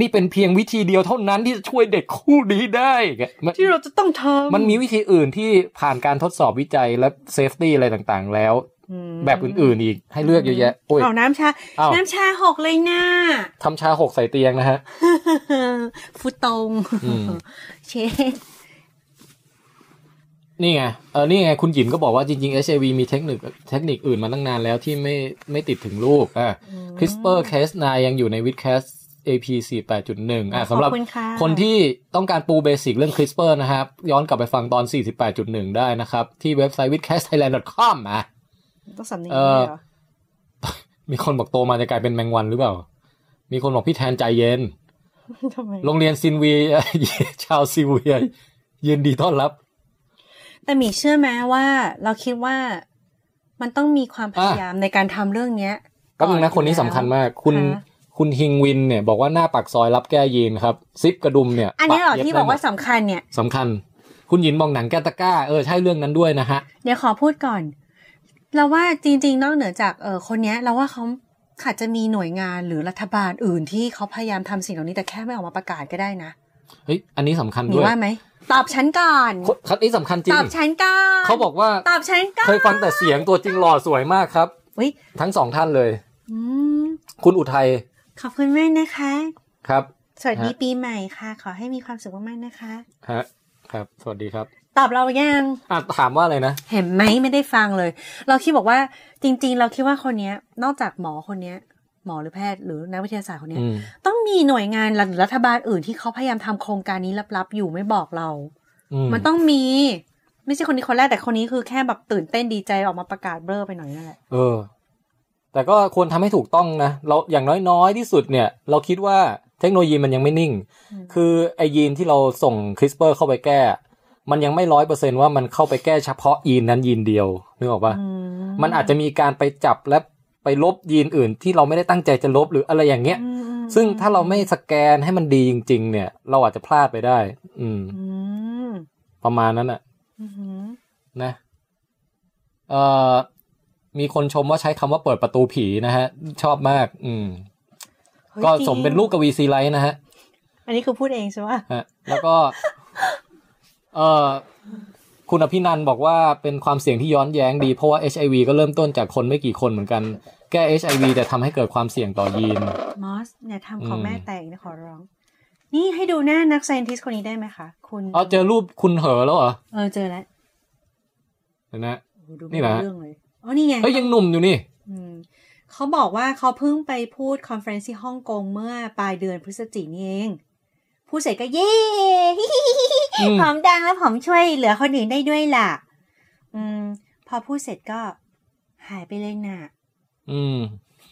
S3: นี่เป็นเพียงวิธีเดียวเท่านั้นที่จะช่วยเด็กคู่นี้ได้แกมัน
S4: ที่เราจะต้องทำ
S3: มันมีวิธีอื่นที่ผ่านการทดสอบวิจัยและเซฟตี้อะไรต่างๆ แล้ว
S4: ม
S3: แบบอื่นๆอีกให้เลือกเยอะแยะโอ้ย
S4: เอาน้ำชา
S3: อ้าว
S4: น้ำชาหกเลย
S3: <laughs>
S4: นะ
S3: ทำชาหกใส่เตียงนะฮะ
S4: ฟุตต
S3: <laughs>
S4: รง
S3: อืม
S4: เช็ด
S3: นี่ไงเออนี่ไงคุณหยินก็บอกว่าจริงๆ HIV มีเทคนิคเทคนิคอื่นมาตั้งนานแล้วที่ไม่ไม่ติดถึงลูกอ่ะ CRISPR Cas9 ยังอยู่ใน Witcast AP 48.1อ่ะสำหรับ
S4: ขอบคุณค่ะ
S3: คนที่ต้องการปูเบสิกเรื่อง CRISPR นะครับ ย้อนกลับไปฟังตอน 48.1 ได้นะครับ ที่เว็บไซต์ witcastthailand.com อ่ะ
S4: ต้องสำเนียง
S3: เอ่
S4: ด้
S3: อ
S4: วยเหรอ <laughs>
S3: มีคนบอกโตมาจะกลายเป็นแมงวันหรือเปล่า มีคนบอกพี่แทนใจเย็น
S4: ทำไม
S3: โรงเรียนซินเวีย <laughs> ชาวซินเวียยินดีต้อนรับ
S4: แต่หมีเชื่อไหมว่าเราคิดว่ามันต้องมีความพยายามในการทำเรื่องเนี้ย
S3: ก็มึงนะ
S4: ก่อ
S3: คนนี้สำคัญ
S4: อยู่แล้ว
S3: มาก คุณ
S4: ค่ะ
S3: คุณฮิงวินเนี่ย บอกว่าหน้าปากซอยรับแก้ยีนครับ ซิปกระดุมเนี่ย
S4: อันนี้เหรอ
S3: ปะย็
S4: ที่บอกว่า
S3: ได้หม
S4: สำคัญเนี่ย
S3: ดสำคัญ คุณหยินบอกหนังแกตะกร้า เออ ใช่เรื่องนั้นด้วยนะฮะ
S4: เดี๋ยวขอพูดก่อน เราว่าจริง ๆ นอกเหนือจากเออคนเนี้ย เราว่าเขาอาจจะมีหน่วยงานหรือรัฐบาลอื่นที่เขาพยายามทำสิ่งเหล่านี้แต่แค่ไม่ออกมาประกาศก็ได้นะ
S3: เฮ้ย อันนี้สำคัญ
S4: หมี
S3: ด้วย
S4: ว่าไหมตอบฉันก่อน
S3: คนคันนี้สำคัญจริ
S4: ต
S3: ง
S4: อบฉันก่อน
S3: เขาบอกว่า
S4: ตอบฉันก่อน
S3: เคยฟังแต่เสียงตัวจริงหล่อสวยมากครับ
S4: อุ้ย
S3: ทั้งสองท่านเลย
S4: อืม
S3: คุณอุทัย
S4: ขอบคุณมากนะคะ
S3: ครับ
S4: สวัสดี
S3: ฮะ
S4: ปีใหม่ค่ะ ขอให้มีความสุขมากๆนะคะ
S3: ฮะ ครับ สวัสดีครับ
S4: ตอบเรายัง
S3: อ่ะถามว่าอะไรนะ
S4: เห็นไหมไม่ได้ฟังเลย เราคิดบอกว่าจริง ๆ เราคิดว่าคนเนี้ย นอกจากหมอคนเนี้ย หมอหรือแพทย์หรือนักวิทยาศาสตร์คนเนี้ย
S3: อืม
S4: ต้องมีหน่วยงานหรือรัฐบาลอื่นที่เขาพยายามทำโครงการนี้ลับๆ อยู่ไม่บอกเรา
S3: อืม
S4: มันต้องมี ไม่ใช่คนนี้คนแรกแต่คนนี้คือแค่แบบตื่นเต้นดีใจออกมาประกาศเบ้อไปหน่อยนั่นแหละ
S3: เออ แต่ก็ควรทำให้ถูกต้องนะ เราอย่างน้อยๆที่สุดเนี่ย เราคิดว่าเทคโนโลยีมันยังไม่นิ่ง คือไอยีนที่เราส่ง CRISPR เข้าไปแก้ มันยังไม่ร้อยเปอร์เซนว่ามันเข้าไปแก้เฉพาะยีนนั้นยีนเดียวนึกออกปะ
S4: อื
S3: มันอาจจะมีการไปจับและไปลบยีนอื่น ที่เราไม่ได้ตั้งใจจะลบหรืออะไรอย่างเงี้ย
S4: อืม
S3: ซึ่งถ้าเราไม่สแกนให้มันดีจริง ๆ เนี่ย เราอาจจะพลาดไปได้ อืม
S4: อืม
S3: ประมาณนั้นอะ
S4: อืม
S3: นะเอ่อมีคนชมว่าใช้คำว่าเปิดประตูผีนะฮะ ชอบมาก อืม
S4: เฮ้ย
S3: ก็
S4: จริง
S3: สมเป็นลูกกวีซีไลท์นะฮะ
S4: อันนี้คือพูดเองใช่ปะ
S3: ฮะ แล้วก็เอ่อคุณอภินันท์บอกว่าเป็นความเสี่ยงที่ย้อนแย้งดี เพราะว่า HIV ก็เริ่มต้นจากคนไม่กี่คนเหมือนกัน แก้ HIV แต่ทำให้เกิดความเสี่ยงต่อยีน
S4: มอสเนี่ยทำของ
S3: อืม
S4: แม่แตกนะขอร้อง นี่ให้ดูหน้านักไซนติสคนนี้ได้ไหมคะคุณ
S3: เอาเจอรูปคุณเหอแล้วเหรอ
S4: เออเจอแล้ว
S3: เห็นไหม
S4: โอ้โดู
S3: นี่
S4: ไม่
S3: แหละ
S4: รู้เรื่องเลย อ๋อ นี่ไง
S3: เฮ้ยยังหนุ่มอยู่นี่
S4: อืมเขาบอกว่าเขาเพิ่งไปพูดคอนเฟอเรนซ์ที่ฮ่องกงเมื่อปลายเดือนพฤศจิกายนนี่เอง พูดเสร็จก็เย้
S3: อืม
S4: ผอมดังแล้วผอมช่วยเหลือคนอื่นได้ด้วยล่ะ อืม พอพูดเสร็จก็หายไปเลยน่ะ
S3: อืม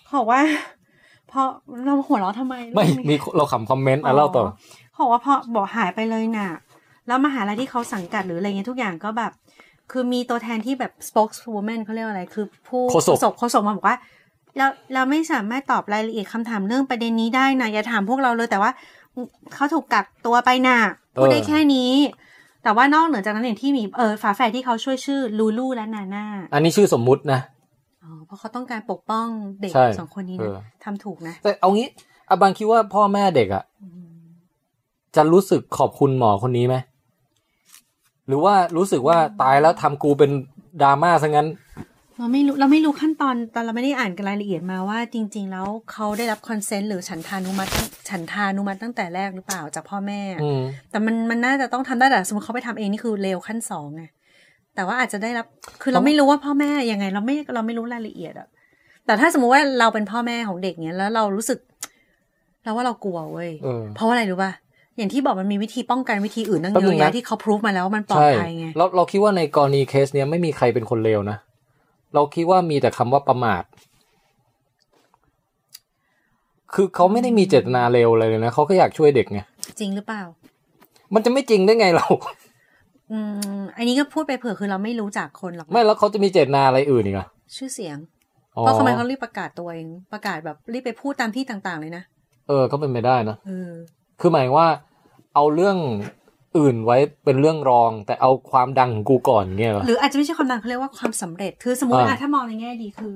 S4: เขาบอกว่า <laughs> เพราะเราหัวเราะทำไม
S3: ไม่
S4: เรื่องนี้
S3: มีเราขำคอมเมนต์อ่ะเล่าต่อ
S4: เขาบอกว่าพอบอกหายไปเลยน่ะ แล้วมหาลัยที่เขาสังกัดหรืออะไรเงี้ยทุกอย่างก็แบบ คือมีตัวแทนที่แบบ spokeswoman เขาเรียกว่าอะไร คือผู้
S3: โฆษก
S4: โฆษกโฆษกมาบอกว่า เราเราไม่สามารถตอบรายละเอียดคำถามเรื่องประเด็นนี้ได้นะอย่าถามพวกเราเลยแต่ว่าเขาถูกกักตัวไปน่ะพูดได้แค่นี้ แต่ว่านอกเหนือจากนั้นอย่างที่มีเออฝาแฝดที่เขาช่วยชื่อลูลูและนาน่า
S3: อันนี้ชื่อสมมุตินะ
S4: อ๋อเพราะเขาต้องการปกป้องเด็ก
S3: ใช่
S4: สองคนนี้
S3: เอ
S4: นะ
S3: อ
S4: ทำถูกนะ
S3: แต่เอางี้อาบังคิดว่าพ่อแม่เด็กอะจะรู้สึกขอบคุณหมอคนนี้ไหมหรือว่ารู้สึกว่าตายแล้วทำกูเป็นดราม่าซะงั้น
S4: เราไม่รู้เราไม่รู้ขั้นตอนตอนเราไม่ได้อ่านรายละเอียดมาว่าจริง ๆ แล้วเขาได้รับคอนเซนต์หรือฉันทานุมัติตั้งฉันทานุมัติตั้งแต่แรกหรือเปล่าจากพ่อแม่
S3: อืม
S4: แต่มันมันน่าจะต้องทำได้แต่สมมติเขาไปทำเองนี่คือเลวขั้นสองไงแต่ว่าอาจจะได้รับ คือเรา
S3: เพราะ
S4: ไม่รู้ว่าพ่อแม่ยังไง เราไม่เราไม่รู้รายละเอียดอะแต่ถ้าสมมติว่าเราเป็นพ่อแม่ของเด็กเนี้ยแล้วเรารู้สึก เราว่าเรากลัวเว้ย
S3: เออ
S4: เพราะว่าอะไรรู้ป่ะ อย่างที่บอกมันมีวิธีป้องกันวิธีอื่นตั้ง
S3: แป๊บ
S4: เย
S3: นึ
S4: อะ
S3: งนะ
S4: แยะที่เขาพรูฟมาแล้วว่ามันปลอด
S3: ใช่
S4: ภัยไง
S3: เราเราคิดว่าในกรณีเคสเนี้ยไม่มีใครเป็นคนเลวนะ เราคิดว่ามีแต่คำว่าประมาท คือเขาไม่ได้มีเจตนาเลวอะไรเลยนะเขาก็อยากช่วยเด็กไง
S4: จริงหรือเปล่า
S3: มันจะไม่จริงได้ไงเรา
S4: อืม อันนี้ก็พูดไปเผื่อคือเราไม่รู้จักคนหรอก
S3: ไม่แล้วเขาจะมีเจตนาอะไรอื่นอีกเหรอ
S4: ชื่อเสียง
S3: อ๋อ
S4: เพราะทำไมเขารีบประกาศตัวเองประกาศแบบรีบไปพูดตามที่ต่างๆเลยนะ
S3: เออก็เป็นไปได้นะ
S4: เออ
S3: คือหมายว่าเอาเรื่องอื่นไว้เป็นเรื่องรอง แต่เอาความดังของกูก่อนเงี้ยเหรอ
S4: หรืออาจจะไม่ใช่ความดังเขาเรียกว่าความสำเร็จ คือสมมติ
S3: อ่า
S4: อ่ะถ้ามองในแง่ดีคือ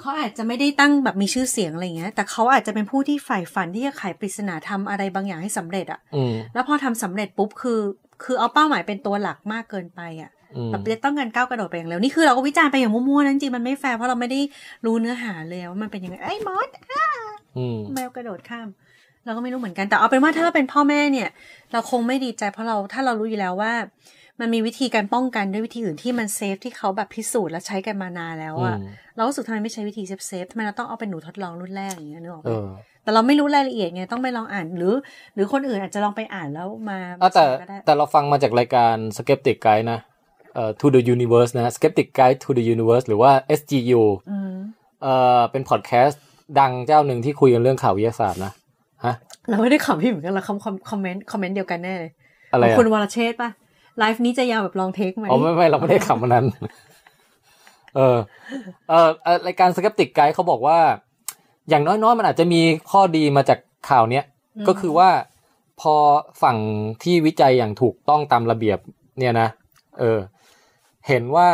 S4: เขาอาจจะไม่ได้ตั้งแบบมีชื่อเสียงอะไรอย่างเงี้ย แต่เขาอาจจะเป็นผู้ที่ใฝ่ฝันที่จะไขปริศนาทำอะไรบางอย่างให้สำเร็จอะ
S3: อืม
S4: แล้วพอทำสำเร็จปุ๊บคือ คือเอาเป้าหมายเป็นตัวหลักมากเกินไปอะ
S3: อืม
S4: แบบจะต้องการก้าวกระโดดไปอย่างเร็วนี่คือเราก็วิจารณ์ไปอย่างมั่วๆนั้นจริงๆมันไม่แฟร์เพราะเราไม่ได้รู้เนื้อหาเลยว่ามันเป็นยังไงไอ้ยมอส
S3: อืม
S4: แมวกระโดดข้าม เราก็ไม่รู้เหมือนกันแต่เอาเป็นว่าถ้าเราเป็นพ่อแม่เนี่ย เราคงไม่ดีใจเพราะเราถ้าเรารู้อยู่แล้วว่า มันมีวิธีการป้องกันด้วยวิธีอื่นที่มันเซฟที่เขาแบบพิสูจน์และใช้กันมานานแล้วอะ
S3: อืม
S4: เราก็รู้สุดทำไมไม่ใช้วิธีเซฟเซฟๆทำไมเราต้องเอาเป็นหนูทดลองรุ่นแรกอย่างเงี้ยนึกออก
S3: เอ
S4: ไหม
S3: อ
S4: แต่เราไม่รู้รายละเอียดไงต้องไปลองอ่านหรือ หรือคนอื่นอาจจะลองไปอ่านแล้วมา
S3: อ่ะแต่
S4: ก็ได้
S3: แต่เราฟังมาจากรายการ Skeptic Guide นะเอ่อ To the Universe นะ Skeptic Guide to the Universe หรือว่า SGU
S4: อืม
S3: เอ่อเป็นพอดแคสต์ดังเจ้าหนึ่งที่คุยกันเรื่องข่าววิทยาศาสตร์นะ
S4: เราไม่ได้ขำพี่เหมือนกันเราคำคอมเมนต์คอมเมนต์เดียวกันแน่เลย
S3: อะไร
S4: ขอ
S3: อ่ะ
S4: งคุณวรเชษฐ์ป่ะ ไลฟ์นี้จะยาวแบบลองเทคไหม
S3: อ๋อไม่ไม่เราไม่ได้คำอันนั้น เออเออเอ่อรายการ Skeptic Guide เขาบอกว่า อย่างน้อยๆ มันอาจจะมีข้อดีมาจากข่าวเนี้ย ก็คือว่าพอฝั่งที่วิจัยอย่างถูกต้องตามระเบียบเนี่ยนะเออ เห็นว่า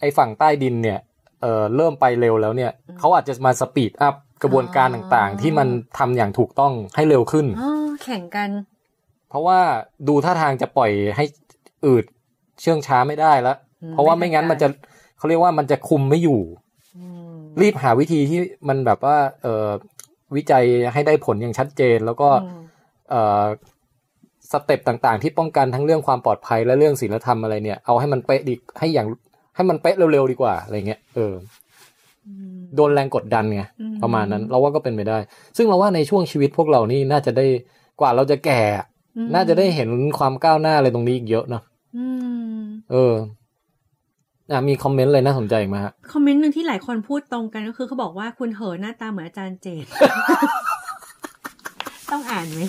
S3: ไอ้ฝั่งใต้ดินเนี่ยเออเริ่มไปเร็วแล้วเนี่ยเขาอาจจะมาสปีดอัพกระบวนการต่างๆ ที่มันทำอย่างถูกต้องให้เร็วขึ้น
S4: อ๋อแข่งกัน
S3: เพราะว่าดูท่าทางจะปล่อยให้อืดเชื่องช้าไม่ได้แล้ว
S4: อืม
S3: เพราะว่าไม่งั้น
S4: ไม่
S3: มัน
S4: ได้
S3: จะเขาเรียกว่ามันจะคุมไม่อยู่
S4: อืม
S3: รีบหาวิธีที่มันแบบว่าเออวิจัยให้ได้ผลอย่างชัดเจนแล้วก็ เอ่อสเต็ปต่างๆ ที่ป้องกันทั้งเรื่องความปลอดภัยและเรื่องศีลธรรมอะไรเนี่ย เอาให้มันเป๊ะดีให้อย่างให้มันเป๊ะเร็วๆดีกว่าอะไรเงี้ยเออโดนแรงกดดันไง
S4: อืม
S3: ประมาณนั้น เราว่าก็เป็นไปได้ ซึ่งเราว่าในช่วงชีวิตพวกเรานี่น่าจะได้กว่าเราจะแก่
S4: อืม
S3: น่าจะได้เห็นความก้าวหน้าอะไรตรงนี้อีกเยอะเนาะ
S4: อืม
S3: เอออ่ะมีคอมเมนต์อะไรน่าสนใจอีกไหมฮะ
S4: คอมเมนต์หนึ่งที่หลายคนพูดตรงกันก็คือเขาบอกว่าคุณเหอหน้าตาเหมือนอาจารย์เจ
S3: <laughs>
S4: ต ต้องอ่านไหม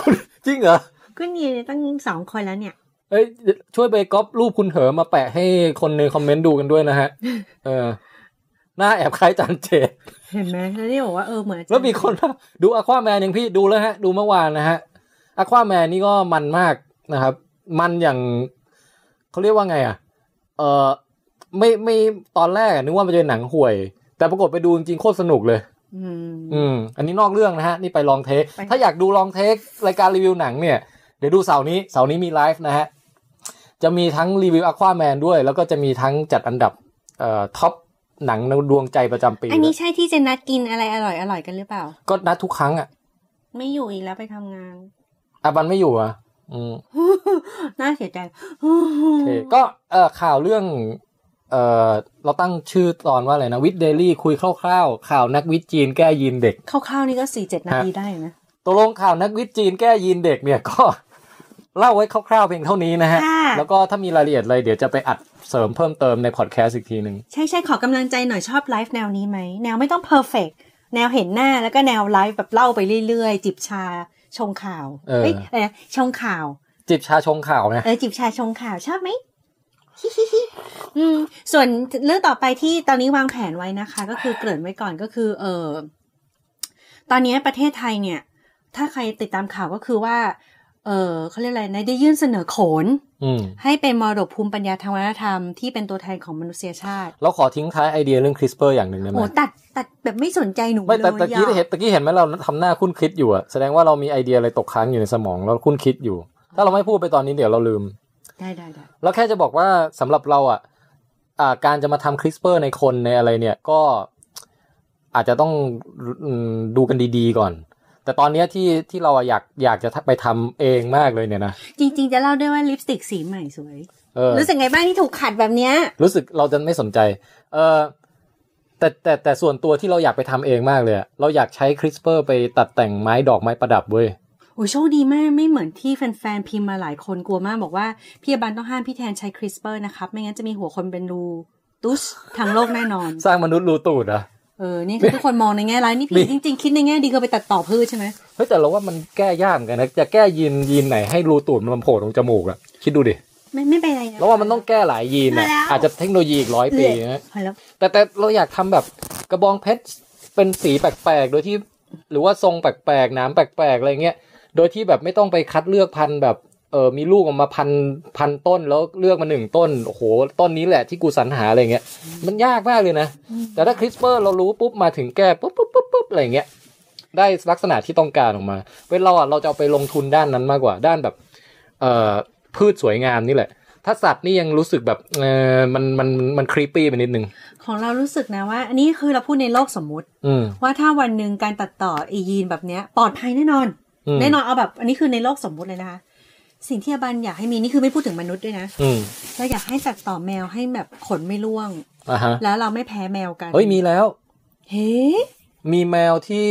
S3: คุณ <laughs> จริงเหรอ
S4: ก็นี่ตั้งสองคนแล้วเนี่ย
S3: เอ้ยช่วยไปก๊อปรูปคุณเหอมาแปะให้คนในคอมเมนต์ดูกันด้วยนะฮะ เออ หน้าแอบคล้ายจานเจ <laughs>
S4: เห็นไหมแล้วนี่บอกว่าเออเหมือนอาจารย์
S3: แล้วมีคนว่าดูอควาแมนยังพี่ดูแล้วฮะ ดูเมื่อวานนะฮะอควาแมนนี่ก็มันมากนะครับ มันอย่างเขาเรียกว่าไงอ่ะ เออไม่ไม่ตอนแรกอะนึกว่ามันจะเป็นหนังห่วย แต่ปรากฏไปดูจริงๆโคตรสนุกเลย
S4: อืม
S3: อืม อันนี้นอกเรื่องนะฮะ นี่ไปลองเทค
S4: ไป
S3: ถ้าอยากดูลองเทค รายการรีวิวหนังเนี่ย เดี๋ยวดูเสาร์นี้เสาร์นี้มีไลฟ์นะฮะ จะมีทั้งรีวิวอควาแมนด้วย แล้วก็จะมีทั้งจัดอันดับเอ่อท็อปหนังในดวงใจประจำปี
S4: อันนี้
S3: ด้วย
S4: ใช่ที่เจนัดกินอะไรอร่อยอร่อยๆกันหรือเปล่า
S3: ก็นัดทุกครั้งอ่ะ
S4: ไม่อยู่อีกแล้วไปทำงาน
S3: อาบันไม่อยู่อ่ะอืม
S4: น่าเสียใจ <gasps>
S3: โอเคก็เอ่อข่าวเรื่องเอ่อเราตั้งชื่อตอนว่าอะไรนะวิดเดลี่คุยคร่าวๆ ข่าวนักวิทย์จีนแก้ยีนเด็ก
S4: คร่าวๆนี่ก็สี่เจ็ดนาทีได้นะ
S3: ตกลงข่าวนักวิทย์จีนแก้ยีนเด็กเนี่ยก็ <laughs> เล่าไว้คร่าวๆเพียงเท่านี้นะฮะ
S4: ค่ะ
S3: แล้วก็ถ้ามีรายละเอียดอะไรเดี๋ยวจะไปอัดเสริมเพิ่มเติมในพอดแคสต์อีกทีหนึ่ง
S4: ใช่ใช่ขอกำลังใจหน่อยชอบไลฟ์แนวนี้ไหม แนวไม่ต้องเพอร์เฟกแนวเห็นหน้าแล้วก็แนวไลฟ์แบบเล่าไปเรื่อยๆ จิบชาชงข่าวยอะไรนะชงข่าว
S3: จิบชาชงข่าวนะ
S4: เออจิบชาชงข่าวชอบไหม <laughs> อืม ส่วนเรื่องต่อไปที่ตอนนี้วางแผนไว้นะคะ ก็คือเกริ่นไว้ก่อนก็คือ เออตอนนี้ประเทศไทยเนี่ย ถ้าใครติดตามข่าวก็คือว่า เออเขาเรียกอะไรนะได้ยื่นเสนอโขน
S3: อืม
S4: ให้เป็นมรดกภูมิปัญญาทางวัฒนธรรมที่เป็นตัวแทนของมนุษยชาติ
S3: เราขอทิ้งท้ายไอเดียเรื่อง CRISPR อย่างหนึ่งได้ไหม
S4: โอ้ตัดตัดแบบไม่สนใจหนู
S3: ไม่แต่
S4: ลย
S3: ตะกี้
S4: อะ
S3: เห็นตะกี้เห็นไหมเราทำหน้าคุ้นคิดอยู่อะแสดงว่าเรามีไอเดียอะไรตกค้างอยู่ในสมองเราคุ้นคิดอยู่ ถ้าเราไม่พูดไปตอนนี้เดี๋ยวเราลืม
S4: ได้ได้ได้
S3: แล้วแค่จะบอกว่าสำหรับเราอ่ะอ่าการจะมาทำคริสเปอร์ในคนในอะไรเนี่ยก็อาจจะต้องอืมดูกันดีๆก่อน แต่ตอนเนี้ยที่ที่เราอะอยากอยากจะไปทำเองมากเลยเนี่ยนะ
S4: จริง ๆ จะเล่าด้วยว่าลิปสติกสีใหม่สวย
S3: เออ
S4: รู้สึกไงบ้างที่ถูกขัดแบบเนี้ย
S3: รู้สึกเราจะไม่สนใจ เออแต่แต่แต่ส่วนตัวที่เราอยากไปทำเองมากเลยอะเราอยากใช้คริสเปอร์ไปตัดแต่งไม้ดอกไม้ประดับเว้ย
S4: โอ้ยโชคดีมากไม่เหมือนที่แฟนๆพิมพ์มาหลายคนกลัวมากบอกว่า พี่อบันต้องห้ามพี่แทนใช้คริสเปอร์นะครับ ไม่งั้นจะมีหัวคนเป็นรูตุสทางโลกแน่นอน
S3: สร้างมนุษย์รูตูดเหรอะ
S4: <laughs> เอ <laughs> อ นี่คือทุกคนมองในแง่ร้ายนี่
S3: มี
S4: พี่จริง ๆ คิดในแง่ดีคือไปตัดต่อพืชใช่ไหม
S3: เฮ้ยแต่เราว่ามันแก้ยากเหมือนกันนะจะแก้ยีนยีนไหนให้รูตูดมันโผล่ตรงจมูกอะคิดดูดิ
S4: ไม่ไม่เป็นไรนะ
S3: แล้วว่ามันต้องแก้หลายยีน
S4: มา
S3: อะ
S4: แล้ว
S3: อาจจะเทคโนโลยีอีกร้อยปีนะ
S4: พอแล้ว
S3: แต่แต่เราอยากทำแบบกระบองเพชรเป็นสีแปลกๆ โดยที่หรือว่าทรงแปลกๆหน้ำแปลกๆอะไรเงี้ยโดยที่แบบไม่ต้องไปคัดเลือกพันธุ์แบบเออมีลูกออกมาพันพันต้นแล้วเลือกมาหนึ่งต้นโอ้โหต้นนี้แหละที่กูสรรหาอะไรเงี้ยมันยากมากเลยนะ แต่ถ้าคริสเปอร์เรารู้ปุ๊บมาถึงแก้ปุ๊บปุ๊บปุ๊บปุ๊บอะไรเงี้ยได้ลักษณะที่ต้องการออกมาเว้นเราอ่ะเราจะเอาไปลงทุนด้านนั้นมากกว่าด้านแบบ เอ่อพืชสวยงามนี่แหละ ถ้าสัตว์นี่ยังรู้สึกแบบเออมันมันมันครีปปี้ไปนิดนึง
S4: ของเรารู้สึกนะว่า อันนี้คือเราพูดในโลกสมมุติ
S3: อืม
S4: ว่าถ้าวันหนึ่งการตัดต่อไอยีนแบบเนี้ยปลอดภัยแน่นอน
S3: อืม
S4: แน่นอนเอาแบบ อันนี้คือในโลกสมมุติเลยนะคะสิ่งที่อบันอยากให้มีนี่คือไม่พูดถึงมนุษย์ด้วยนะ
S3: อืม
S4: เราอยากให้ตัดต่อแมวให้แบบขนไม่ร่วง
S3: อ่ะฮะ
S4: แล้วเราไม่แพ้แมวกัน
S3: เฮ้ยมีแล้ว
S4: เฮ้
S3: มีแมวที่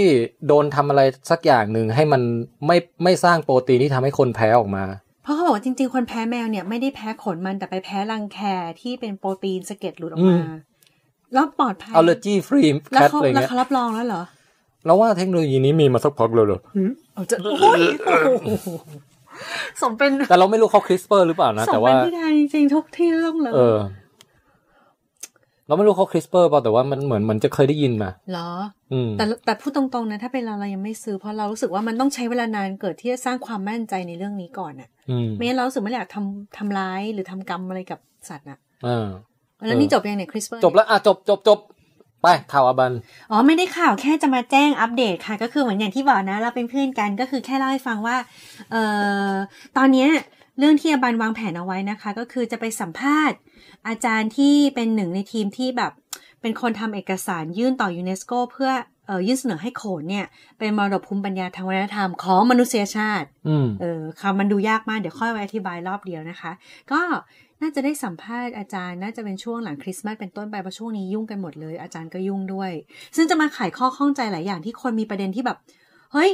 S3: โดนทำอะไรสักอย่างหนึ่งให้มันไม่ไม่สร้างโปรตีนที่ทำให้คนแพ้ออกมา
S4: เพราะเขาบอกว่าจริงๆ คนแพ้แมวเนี่ยไม่ได้แพ้ขนมันแต่ไปแพ้รังแคที่เป็นโปรตีนสะเก็ดหลุดออก
S3: อื
S4: มาม แล้วปลอดภัย
S3: เอาเลอร์จีฟรี
S4: แล้
S3: แคว ท
S4: เขา
S3: อะไร
S4: แล้ว
S3: เงี้ย
S4: เขารับรองแล้วเหรอ
S3: เราว่าเทคโนโลยีนี้มีมาสักพักเลยเหรอ
S4: เอาจะโอ้ยโอ้โหสมเป็น
S3: แต่เราไม่รู้เขาคริสเปอร์หรือเปล่านะ
S4: สม
S3: แต่
S4: เป็
S3: ว่า
S4: นที่ไทยจริงๆทุกที่ต้องเลย
S3: เออ เราไม่รู้เขาคริสเปอร์เปล่าแต่ว่ามันเหมือนมันจะเคยได้ยินมา
S4: เหรอ
S3: อืม
S4: แต่แต่พูดตรงๆนะถ้าเป็นเราเรายังไม่ซื้อเพราะเรารู้สึกว่ามันต้องใช้เวลานานเกิดที่จะสร้างความมั่นใจในเรื่องนี้ก่อนอะ
S3: อืม
S4: ไม่งั้นเรารู้สึกไม่อยากทำทำร้ายหรือทำกรรมอะไรกับสัตว์อะ
S3: อ่า
S4: แล้วนี่จบยังเนี่ยคริสเปอร์
S3: จบแล้วอ่ะจบจบจบไปข่าวอาบัน
S4: อ๋อไม่ได้ข่าวแค่จะมาแจ้งอัปเดตค่ะ ก็คือเหมือนอย่างที่บอกนะ เราเป็นเพื่อนกันก็คือแค่เล่าให้ฟังว่าเอ่อตอนเนี้ยเรื่องที่อาบันวางแผนเอาไว้นะคะ ก็คือจะไปสัมภาษณ์ อาจารย์ที่เป็นหนึ่งในทีมที่แบบเป็นคนทำเอกสารยื่นต่อยูเนสโกเพื่อเอ่อยื่นเสนอให้โขนเนี่ย เป็นมรดกภูมิปัญญาทางวัฒนธรรมของมนุษยชาติ
S3: อืม
S4: เออคำมันดูยากมาก เดี๋ยวค่อยไว้อธิบายรอบเดียวนะคะ ก็น่าจะได้สัมภาษณ์อาจารย์ น่าจะเป็นช่วงหลังคริสต์มาสเป็นต้นไปเพราะช่วงนี้ยุ่งกันหมดเลย อาจารย์ก็ยุ่งด้วย ซึ่งจะมาไขายข้อข้องใจหลายอย่างที่คนมีประเด็นที่แบบ เฮ้ย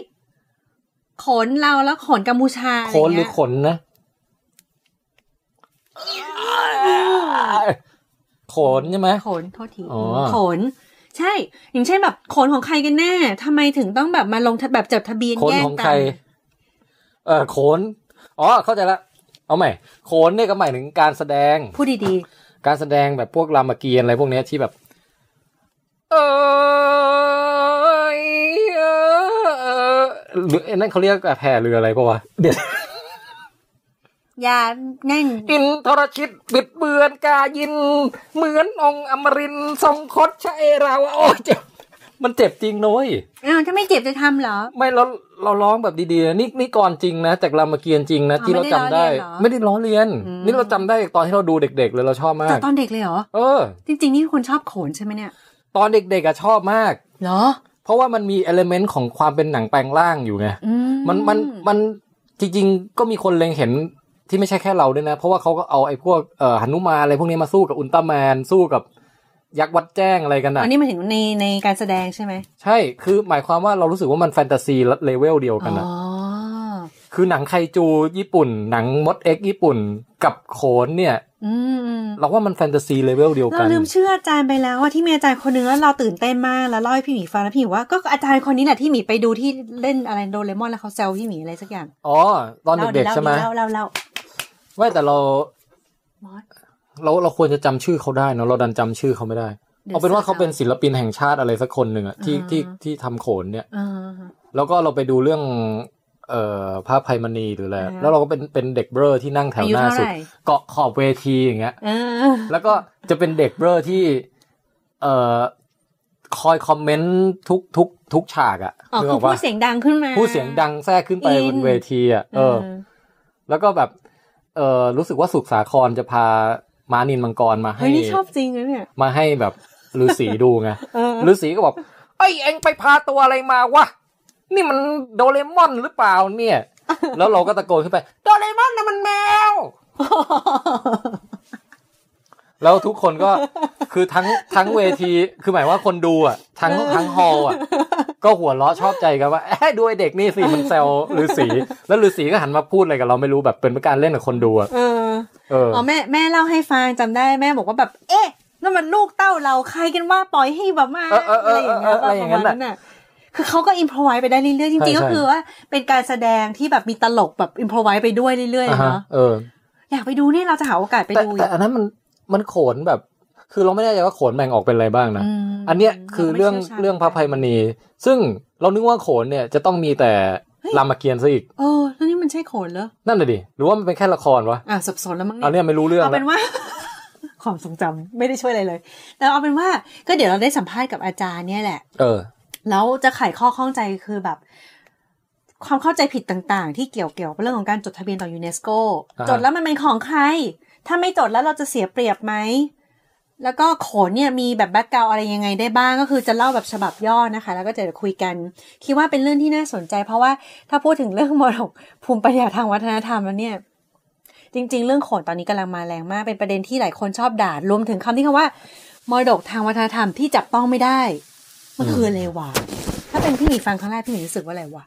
S4: ขนเราแล้วขนกัมพูชาอะ
S3: โค
S4: ไร
S3: นหรื
S4: เงี้
S3: อย ขนนะ ขนใช่ไหม
S4: ขนโทษที
S3: อ๋อ
S4: ขน ใช่ อย่างเช่นแบบขนของใครกันแน่ทำไมถึงต้องแบบมาลงทะแบบจับทะเบียน
S3: ขน
S4: แย่ง
S3: ของ
S4: กั
S3: ใคร
S4: น
S3: เออขนอ๋อ เข้าใจละ เอาใหม่โขนเนี่ยก็หมายถึงการแสดง
S4: พูดดี
S3: การแสดงแบบพวกรามเกียรติ์อะไรพวกเนี้ยที่แบบ เออเออเออหรือไอ้นั่นเขาเรียกแผ่เรืออะไรปะวะเดี๋ยว
S4: ๆอย่าแน่น
S3: อินทรชิตบิดเบือนกายิน เหมือนองค์อมรินทร์ทรงคดชะเอราวะโอ้ยเจ็บ มันเจ็บจริงนุ้ย
S4: อ้าวถ้าไม่เจ็บจะทำเหรอ
S3: ไม่เราเราร้องแบบดีๆนะนี่นี่ก่อนจริงนะ จากรามเกียรติ์จริงนะ
S4: อ๋อ
S3: ที่เราจำได้
S4: ไม่
S3: ไม่
S4: ได้
S3: ได้
S4: ล้
S3: ล้อ
S4: อเลี
S3: เลีย
S4: ย
S3: น
S4: นเหรอ
S3: นี่เราจำได้ตอนที่เราดูเด็ก ๆ เลยเราชอบมา
S4: แต่
S3: ก
S4: ตอนเด็กเลยเหรอ
S3: เออ
S4: จริงๆ นี่คนชอบโขนใช่ไหมเนี่ย
S3: ตอนเด็กๆอะชอบมาก
S4: เหรอ
S3: เพราะว่ามันมีเอลเมนต์ของความเป็นหนังแปลงร่างอยู่ไง
S4: อื
S3: มันมันมันจริงๆ ก็มีคนเล็งเห็นที่ไม่ใช่แค่เราด้วยนะ เพราะว่าเขาก็เอาไอ้พวกเอ่อหนุมานอะไรพวกนี้มาสู้กับอุลตร้าแมนสู้กับยักษ์วัดแจ้งอะไรกันนะ
S4: อันนี้หมายถึงในในการแสดงใช่ไหม
S3: ใช่คือหมายความว่าเรารู้สึกว่ามันแฟนตาซีเลเวลเดียว
S4: อ๋
S3: กันนะ
S4: อ
S3: คือหนังไคจูญี่ปุ่น หนังมดเอ็กซ์ญี่ปุ่นกับโขนเนี่ย
S4: อืม
S3: เราว่ามันแฟนตาซีเลเวลเดียว
S4: เรา
S3: กัน
S4: ลืมเชื่ออาจารย์ไปแล้วว่าที่มีอาจารย์คนหนึงแล้วเราตื่นเต้นมากแล้วเล่าให้พี่หมีฟังแล้วพี่หมีว่าก็อาจารย์คนนี้แหละที่หมีไปดูที่เล่นอะไรโดเรมอนแล้วเขาแซวพี่หมีอะไรสักอย่าง
S3: อ๋อ ตอนเด็กๆ
S4: ล่า
S3: ใช่ไหม
S4: เล่าเล่าเล่า
S3: ไม่แต่เรา
S4: มอส
S3: เราเราควรจะจำชื่อเขาได้เนอะเราดันจำชื่อเขาไม่ได้ เอาเป็นว่าเขาเป็นศิลปินแห่งชาติอะไรสักคนหนึ่งอะที่
S4: อ่าฮะ
S3: ที่ที่ทำโขนเนี่ย
S4: อ่า
S3: แล้วก็เราไปดูเรื่อง เอ่อภาพไพมณีหรืออะไร
S4: อ่าฮะ
S3: แล้วเราก็เป็นเป็นเด็กเบลอที่นั่งแถว
S4: อายุ
S3: หน้า
S4: เท่า
S3: สุด
S4: ไหร่
S3: เกาะขอบเวทีอย่างเงี้ย
S4: เออ
S3: แล้วก็จะเป็นเด็กเบลอที่ เอ่อคอยคอมเมนต์ทุกทุกทุกฉากอะ
S4: อ๋อ
S3: นึ
S4: คื
S3: ก
S4: อ
S3: ออก
S4: พู
S3: ปะ
S4: ดเสียงดังขึ้นมา
S3: พูดเสียงดังแทรกขึ้นไปบนเวทีอะเออ แล้วก็แบบ เออรู้สึกว่าสุขสาครจะพาม้านินมังกรมาให้
S4: เฮ้ยนี่ชอบจริงนะเนี่ย
S3: มาให้แบบฤาษีดูไง
S4: เออ
S3: ฤาษีก็บอกไอ้ยเอ็งไปพาตัวอะไรมาวะนี่มันโดเรมอนหรือเปล่าเนี่ย แล้วเราก็ตะโกนขึ้นไป โดเรมอนนะมันแมว <laughs> แล้วทุกคนก็ คือทั้งทั้งเวทีคือหมายว่าคนดูอ่ะ ทั้งทั้งฮอลล์อ่ะ ก็หัวเราะชอบใจกันว่าเอ้ยดูไอ้เด็กนี่สิมันแซวฤาษีแล้วฤาษีก็หันมาพูดอะไรกับเราไม่รู้แบบเป็นการเล่นกับคนดูอ่ะ
S4: เออ
S3: เออ
S4: อ๋อแม่แม่เล่าให้ฟังจำได้แม่บอกว่าแบบ เอ๊ะนั่นมันลูกเต้าเราใครกันว่าปล่อยให้แบบมา
S3: เออเออเออเอออะไรอย่างนั้น
S4: ประมณ
S3: น่ะ
S4: คือเขาก็อินพรไวไปได้เรื่อยๆจ
S3: ใช่
S4: ริงๆก็
S3: ใช่
S4: คือว่าเป็นการแสดงที่แบบมีตลกแบบอินพรไวไปด้วยเรื่อย
S3: อ่า
S4: ๆ
S3: ฮะ
S4: เนาะ
S3: เออ
S4: อยากไปดูนี่เราจะหาโอกาสไป
S3: แต่
S4: ดู
S3: แต่อันนั้นมันมันโขนแบบ คือเราไม่แน่ใจว่าโขนแบ่งออกเป็นอะไรบ้างนะ
S4: ม
S3: อันเนี้ยคือ
S4: ไม่
S3: เรื่อง
S4: ชี่ยวชาญ
S3: เรื่องพระอภัยมณี ซึ่งเรานึกว่าโขนเนี่ยจะต้องมีแต่รามเกียรติ์ซะอีก
S4: เออแล้วนี่มันใช่โขนเหรอ
S3: นั่นน่ะดิหรือว่ามันเป็นแค่ละครวะ
S4: อ่ะสับสนแล้วมั้งเนี่ย
S3: อันเนี้ยไม่รู้เรื่อง
S4: เอา
S3: ละ
S4: เป็นว่า <laughs> ความทรงจำไม่ได้ช่วยอะไรเลย แต่เอาเป็นว่าก็เดี๋ยวเราได้สัมภาษณ์กับอาจารย์เนี่ยแหละ
S3: เออ
S4: แล้วจะไขข้อข้องใจคือแบบ ความเข้าใจผิดต่างๆ ที่เกี่ยวเกี่ยวกับเรื่องของการจดทะเบียนต่อยูเนสโก
S3: อ่าฮะ
S4: จดแล้วมันเป็นของใคร ถ้าไม่จดแล้วเราจะเสียเปรียบไหม แล้วก็โขนเนี่ยมีแบบแบ็กกราวอะไรยังไงได้บ้างก็คือจะเล่าแบบฉบับย่อนะคะ แล้วก็จะคุยกัน คิดว่าเป็นเรื่องที่น่าสนใจ เพราะว่าถ้าพูดถึงเรื่องมรดก <laughs> ภูมิปัญญาทางวัฒนธรรมแล้วเนี่ย จริง ๆ เรื่องโขนตอนนี้กำลังมาแรงมากเป็นประเด็นที่หลายคนชอบด่ารวมถึงคำที่คำว่ามรดกทางวัฒนธรรมที่จับต้องไม่ได้มันคืออะไรวะถ้าเป็นพี่หมีฟังครั้งแรกพี่หมีรู้สึกว่าอะไรวะ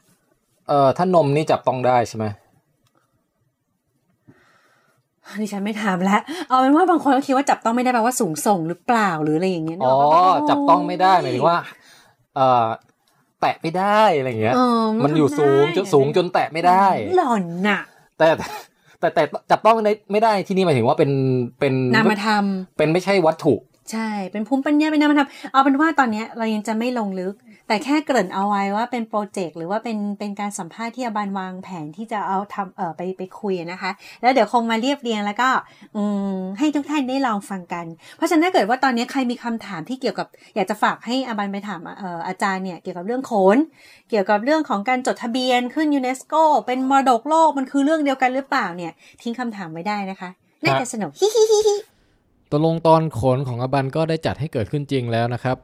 S3: เออถ้านมนี่จับต้องได้ใช่ไหม
S4: ดิฉันไม่ถามแล้วเอาเป็นว่าบางคนก็คิดว่าจับต้องไม่ได้แปลว่าสูงส่งหรือเปล่าหรืออะไรอย่างเงี้ย
S3: อ๋อ
S4: เนาะ
S3: จับต้องไม่ได้หมายถึงว่า เออแตะไม่ได้อะไรอย่างเงี้ย
S4: เ
S3: มันอยู่สูงจนสูงจนแตะไม่ได้
S4: หล่อนน่ะ
S3: แต่แต่แต่แต่จับต้องไม่ได้ที่นี่หมายถึงว่าเป็นเป็น
S4: นามธรรม
S3: เป็นไม่ใช่วัตถุ
S4: ใช่ เป็นภูมิปัญญาเป็นนามธรรมเอาเป็นว่าตอนเนี้ยเรายังจะไม่ลงลึก แต่แค่เกริ่นเอาไว้ว่าเป็นโปรเจกต์หรือว่าเป็นเป็นการสัมภาษณ์ที่อาบานวางแผนที่จะเอาทำเออไปไปคุยนะคะ แล้วเดี๋ยวคงมาเรียบเรียงแล้วก็ อืมให้ทุกท่านได้ลองฟังกัน เพราะฉะนั้นถ้าเกิดว่าตอนนี้ใครมีคำถามที่เกี่ยวกับ อยากจะฝากให้อาบานไปถามเอ่ออาจารย์เนี่ยเกี่ยวกับเรื่องโขน เกี่ยวกับเรื่องของการจดทะเบียนขึ้นยูเนสโกเป็นมรดกโลกมันคือเรื่องเดียวกันหรือเปล่าเนี่ย ทิ้งคำถามไว้ได้นะคะน่าจะสนุก <laughs> ฮิฮิฮิฮิ
S3: ตกลงตอนโขนของอบันก็ได้จัดให้เกิดขึ้นจริงแล้วนะครับ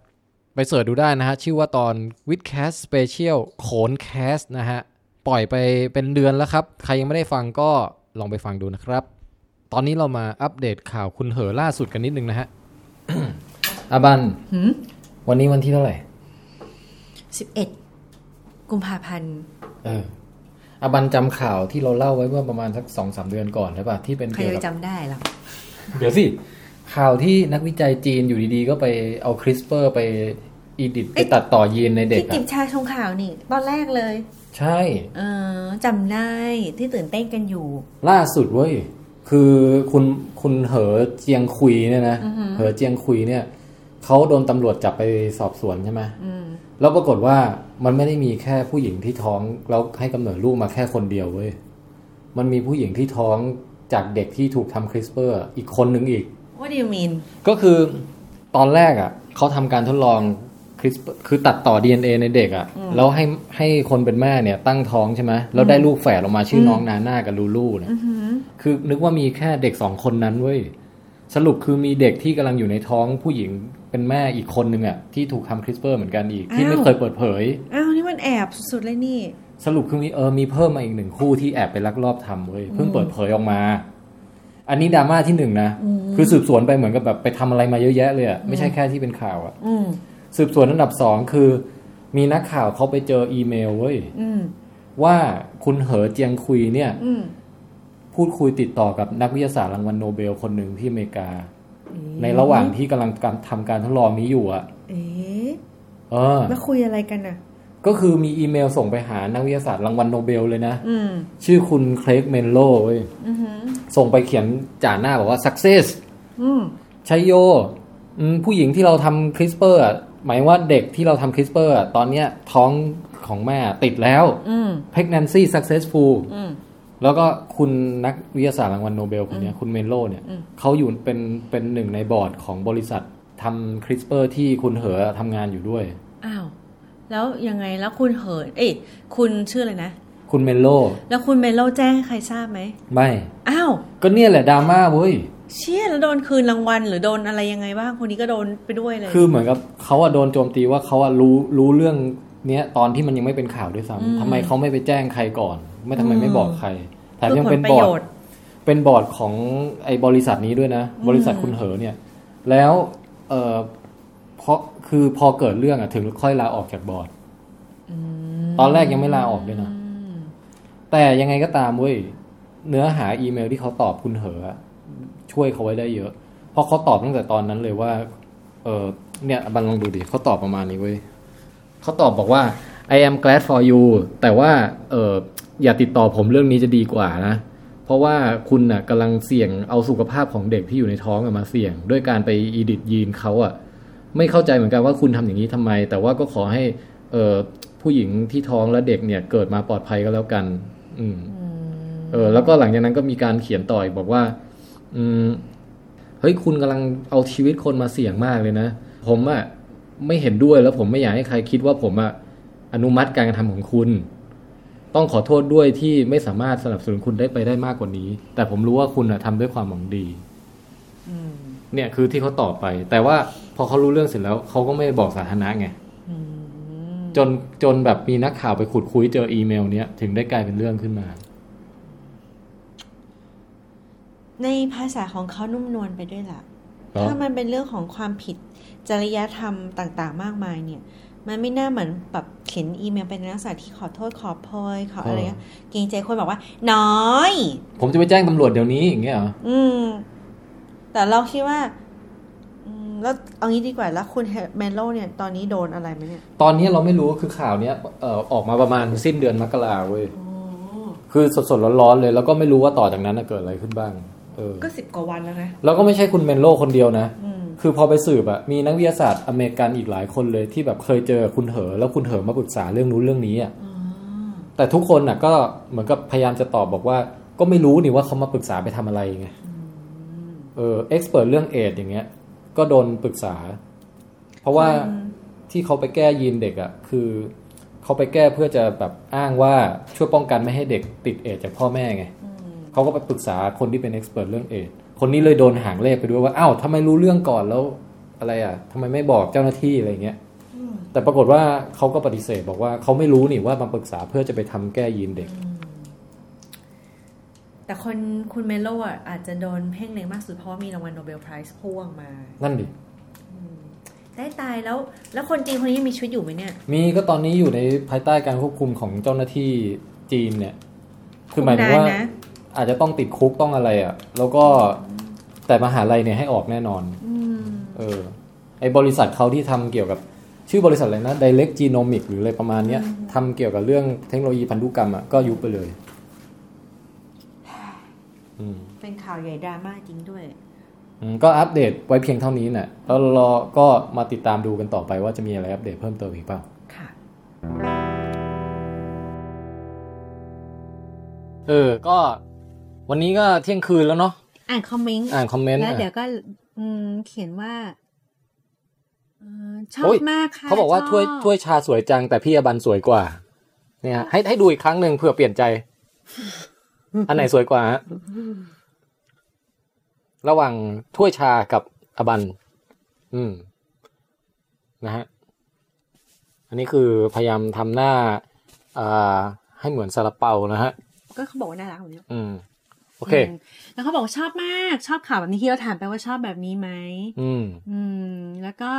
S3: ไปเสิร์ชดูได้นะฮะ ชื่อว่าตอน w i t h c a s t Special โขน Cast นะฮะ ปล่อยไปเป็นเดือนแล้วครับ ใครยังไม่ได้ฟังก็ลองไปฟังดูนะครับ ตอนนี้เรามาอัปเดตข่าวคุณเหอล่าสุดกันนิดนึงนะฮะ <coughs> อบัน
S4: หืม
S3: วันนี้วันที่เท่าไหร่
S4: สิบเอ็ดกุมภาพันธ์
S3: เอออบันจำข่าวที่เราเล่าไว้เมื่อประมาณสักสองสามเดือนก่อนใช่ป่ะที่เป็น
S4: ใคร
S3: เกี่ยว
S4: จะ
S3: กับ
S4: จำได้ล่ะ
S3: เดี๋ยวสิ ข่าวที่นักวิจัยจีนอยู่ดีๆ ก็ไปเอาคริสเปอร์ไปอีดิตไป
S4: เอ๊ะ
S3: ตัดต่อยีนในเด็ก
S4: ที่กิ
S3: อ่ะ
S4: บชาชงข่าวนี่ ตอนแรกเลย
S3: ใช่
S4: เออจำได้ที่ตื่นเต้นกันอยู่
S3: ล่าสุดเว้ย คือคุณคุณเหอเจียงคุยเนี่ยนะ เหอเจียงคุยเนี่ย เขาโดนตำรวจจับไปสอบสวนใช่ไหม
S4: อืม
S3: แล้วปรากฏว่ามันไม่ได้มีแค่ผู้หญิงที่ท้อง แล้วให้กำเนิดลูกมาแค่คนเดียวเว้ย มันมีผู้หญิงที่ท้องจากเด็กที่ถูกทำคริสเปอร์อีกคนหนึ่งอีก
S4: What do you mean
S3: ก็คือตอนแรกอ่ะเขาทำการทดลองคริสคือตัดต่อ DNA ในเด็กอ่ะแล้วให้ให้คนเป็นแม่เนี่ยตั้งท้องใช่ไหมแล้วได้ลูกแฝดออกมาชื่ออน้องนาน่ากับลูลูเนี่ยคือนึกว่ามีแค่เด็กสองคนนั้นเว้ยสรุปคือมีเด็กที่กำลังอยู่ในท้องผู้หญิงเป็นแม่อีกคนนึงอ่ะที่ถูกทำคริสเปอร์เหมือนกันอีก ที่ไม่
S4: อ้าว
S3: เคยเปิดเผย
S4: อ้าว นี่มันแอบสุดๆเลยนี่
S3: สรุปคือมีเออมีเพิ่มมาอีกหนึ่งคู่ที่แอบไปลักลอบทำเว้ยเพิ่งเปิดเผยออกมา อันนี้ดราม่าที่หนึ่งนะ คือสืบสวนไปเหมือนกับแบบไปทำอะไรมาเยอะแยะเลยอะไม่ใช่แค่ที่เป็นข่าวอะ
S4: อืม
S3: สืบสวนอันดับสองคือ มีนักข่าวเขาไปเจออีเมลเว้ย
S4: อืม
S3: ว่าคุณเหอเจียงคุยเนี่ย
S4: อืม
S3: พูดคุยติดต่อกับนักวิทยาศาสตร์รางวัลโนเบลคนหนึ่งที่อเมริกา ในระหว่างที่กำลังทำการทดลองนี้อยู่อะ
S4: เอ๊ะ
S3: เออ
S4: มาคุยอะไรกันอ่ะ
S3: ก็คือมีอีเมลส่งไปหานักวิทยาศาสตร์รางวัลโนเบลเลยนะ
S4: อืม
S3: ชื่อคุณเคลกเมนโลเว้ย
S4: อือหือ
S3: ส่งไปเขียนจ่าหน้าบอกว่า success
S4: อืม
S3: ชัยโยอืมผู้หญิงที่เราทำคริสเปอร์ หมายว่าเด็กที่เราทำคริสเปอร์ตอนเนี้ยท้องของแม่ติดแล้ว
S4: อืม
S3: pregnancy successful
S4: อืม
S3: แล้วก็คุณนักวิทยาศาสตร์รางวัลโนเบลคนเนี้ยคุณเมโลเนี่ย
S4: อืม
S3: เขาอยู่เป็นเป็นหนึ่งในบอร์ดของบริษัททำคริสเปอร์ที่คุณเหอทำงานอยู่ด้วย
S4: อ้าว แล้วยังไงแล้วคุณเหิน เอ้ยคุณชื่ออะไรนะ
S3: คุณเมโล
S4: แล้วคุณเมโลแจ้งให้ใครทราบไหม
S3: ไม่
S4: อ้าว
S3: ก็เนี่ยแหละดราม่าเว้ย
S4: เชี่ยแล้วโดนคืนรางวัลหรือโดนอะไรยังไงบ้างคนนี้ก็โดนไปด้วยเลย
S3: คือเหมือนกับเขาอะโดนโจมตีว่าเขาอะรู้รู้เรื่องเนี้ยตอนที่มันยังไม่เป็นข่าวด้วย
S4: อืม
S3: ซ้ำทำไมเขาไม่ไปแจ้งใครก่อน ไม่ทำไม
S4: อืม
S3: ไม่บอกใครแถม
S4: เพื่
S3: ยัง
S4: อผ
S3: เป็
S4: ล
S3: น
S4: ประ
S3: บอ
S4: โย
S3: ร์ด
S4: ชน์
S3: เป็นบอร์ดของไอ้บริษัทนี้ด้วยนะ
S4: อืม
S3: บริษัทคุณเหอเนี่ย แล้วเออเพราะคือพอเกิดเรื่องอะถึงค่อยลาออกจากบอร์ด ตอนแรกยังไม่ลาออกด้วยนะ
S4: อืม
S3: แต่ยังไงก็ตามเว้ยเนื้อหาอีเมลที่เขาตอบคุณเหออะช่วยเขาไว้ได้เยอะ เพราะเขาตอบตั้งแต่ตอนนั้นเลยว่า เออเนี่ยบันลองดูดิเขาตอบประมาณนี้เว้ยเขาตอบบอกว่า I am glad for you แต่ว่าเอออย่าติดต่อผมเรื่องนี้จะดีกว่านะ เพราะว่าคุณน่ะกำลังเสี่ยงเอาสุขภาพของเด็กที่อยู่ในท้องอะมาเสี่ยง ด้วยการไปอีดิทยีนเขาอะไม่เข้าใจเหมือนกันว่าคุณทำอย่างนี้ทำไม แต่ว่าก็ขอให้ เออผู้หญิงที่ท้องและเด็กเนี่ยเกิดมาปลอดภัยก็แล้วกัน อืม เออ แล้วก็หลังจากนั้นก็มีการเขียนต่ออีกบอกว่า อืม เฮ้ยคุณกำลังเอาชีวิตคนมาเสี่ยงมากเลยนะ ผมอะไม่เห็นด้วยแล้วผมไม่อยากให้ใครคิดว่าผมอะอนุมัติการกระทำของคุณ ต้องขอโทษด้วยที่ไม่สามารถสนับสนุนคุณได้ไปได้มากกว่านี้ แต่ผมรู้ว่าคุณอะทำด้วยความหวังดี เนี่ยคือที่เขาตอบไป แต่ว่าพอเขารู้เรื่องเสร็จแล้วเขาก็ไม่บอกสาธารณะไง จนจนแบบมีนักข่าวไปขุดคุยเจออีเมลเนี้ยถึงได้กลายเป็นเรื่องขึ้นมา
S4: ในภาษาของเขานุ่มนวลไปด้วยล่ะ
S3: เหรอ
S4: ถ้ามันเป็นเรื่องของความผิดจริยธรรมต่างๆ มากมายเนี่ย มันไม่น่าเหมือนแบบเขียนอีเมลเป็นลักษณะที่ขอโทษขอโพยขออะไรเงี้ยเกรงใจคนบอกว่า น้อย
S3: ผมจะไปแจ้งตำรวจเดี๋ยวนี้อย่างเงี้ยเหรอ
S4: อืม แต่เราคิดว่า อืม แล้วเอางี้ดีกว่าแล้วคุณเมโลเนี่ย ตอนนี้โดนอะไรไหมเนี่ย
S3: ตอนนี้เราไม่รู้คือข่าวเนี้ยเอ่อออกมาประมาณสิ้นเดือนมกราเว้ยคือสดสดๆร้อนๆเลย แล้วก็ไม่รู้ว่าต่อจากนั้นน่ะเกิดอะไรขึ้นบ้าง เออ
S4: ก็สิบกว่าวันแล้วนะ
S3: แล้วก็ไม่ใช่คุณเมนโลคนเดียวนะ
S4: อืม
S3: คือพอไปสืบอะมีนักวิทยาศาสตร์อเมริกันอีกหลายคนเลยที่แบบเคยเจอคุณเหอ แล้วคุณเหอมาปรึกษาเรื่องนู้นเรื่องนี้อะ
S4: อ๋อ
S3: แต่ทุกคนน่ะก็เหมือนกับพยายามจะตอบบอกว่า ก็ไม่รู้นี่ว่าเขามาปรึกษาไปทำอะไรไง เออเอ็กซ์เเรื่องเอดส์อย่างเงี้ย ก็โดนปรึกษา เพราะว่า
S4: อืม
S3: ที่เขาไปแก้ยีนเด็กอะ่ะ คือเขาไปแก้เพื่อจะแบบอ้างว่าช่วยป้องกันไม่ให้เด็กติดเอดส์จากพ่อแม่ไงเขาก็ไปปรึกษาคนที่เป็นเอ็กซ์เเรื่องเอดส์คนนี้เลยโดนหางเลขไปด้วยว่าอ้าวทำไมรู้เรื่องก่อนแล้วอะไรอะ่ะทำไมไม่บอกเจ้าหน้าที่อะไรเงี้ยแต่ปรากฏว่าเขาก็ปฏิเสธบอกว่าเขาไม่รู้นี่ว่ามาปรึกษาเพื่อจะไปทำแก้ยีนเด็ก
S4: แต่คนคุณเมโลอ่ะอาจจะโดนเพ่งเล็งมากสุดเพราะว่ามีรางวัลโนเบลไพรส์พ่วงมา
S3: นั่นดิ
S4: ได้ตายแล้ว แล้วคนจีนคนนี้ยังมีชีวิตอยู่ไหมเนี่ย
S3: มีก็ตอนนี้อยู่ในภายใต้การควบคุมของเจ้าหน้าที่จีนเนี่ย คือหมายถึงว่า
S4: คุมนานนะ
S3: อาจจะต้องติดคุกต้องอะไรอะ่ะ แล้วก็แต่มหาลัยเนี่ยให้ออกแน่นอน
S4: อืม
S3: เออ ไอบริษัทเขาที่ทำเกี่ยวกับชื่อบริษัทอะไรนะ Direct Genomic หรืออะไรประมาณเนี้ยทำเกี่ยวกับเรื่องเทคโนโลยีพันธุกรรมอะ่ะก็ยุบไปเลย อืม
S4: เป็นข่าวใหญ่ดราม่าจริงด้วย
S3: อืมก็อัปเดตไว้เพียงเท่านี้น่ะแล้วรอก็มาติดตามดูกันต่อไปว่าจะมีอะไรอัปเดตเพิ่มเติมอีกเปล่า
S4: ค่ะ
S3: เออ ก็วันนี้ก็เที่ยงคืนแล้วเนาะ
S5: อ่านคอมเมนต์
S3: อ่านคอมเมนต์
S5: แล้ว
S3: อ่ะ
S5: เดี๋ยวก็อืมเขียนว่าเอ่อชอ
S3: โอ้
S5: บ
S3: ย
S5: มากค่ะ
S3: เขาบอกว่า
S5: ช
S3: ถ้วยถ้วยชาสวยจังแต่พี่อบันสวยกว่า เนี่ยฮะให้ให้ดูอีกครั้งหนึ่งเผื่อเปลี่ยนใจ อันไหนสวยกว่าฮะระหว่างถ้วยชากับอบัน อืม นะฮะอันนี้คือพยายามทำหน้าอ่าให้เหมือนซาลาเปานะฮะ
S5: ก็เขาบอกว่าน่ารักเหมือนกัน
S3: อืม โอเค
S5: มแล้วเขาบอกว่าชอบมาก ชอบข่าวแบบนี้ที่เราถามไปว่าชอบแบบนี้ไหม
S3: อืม
S5: อืม แล้วก็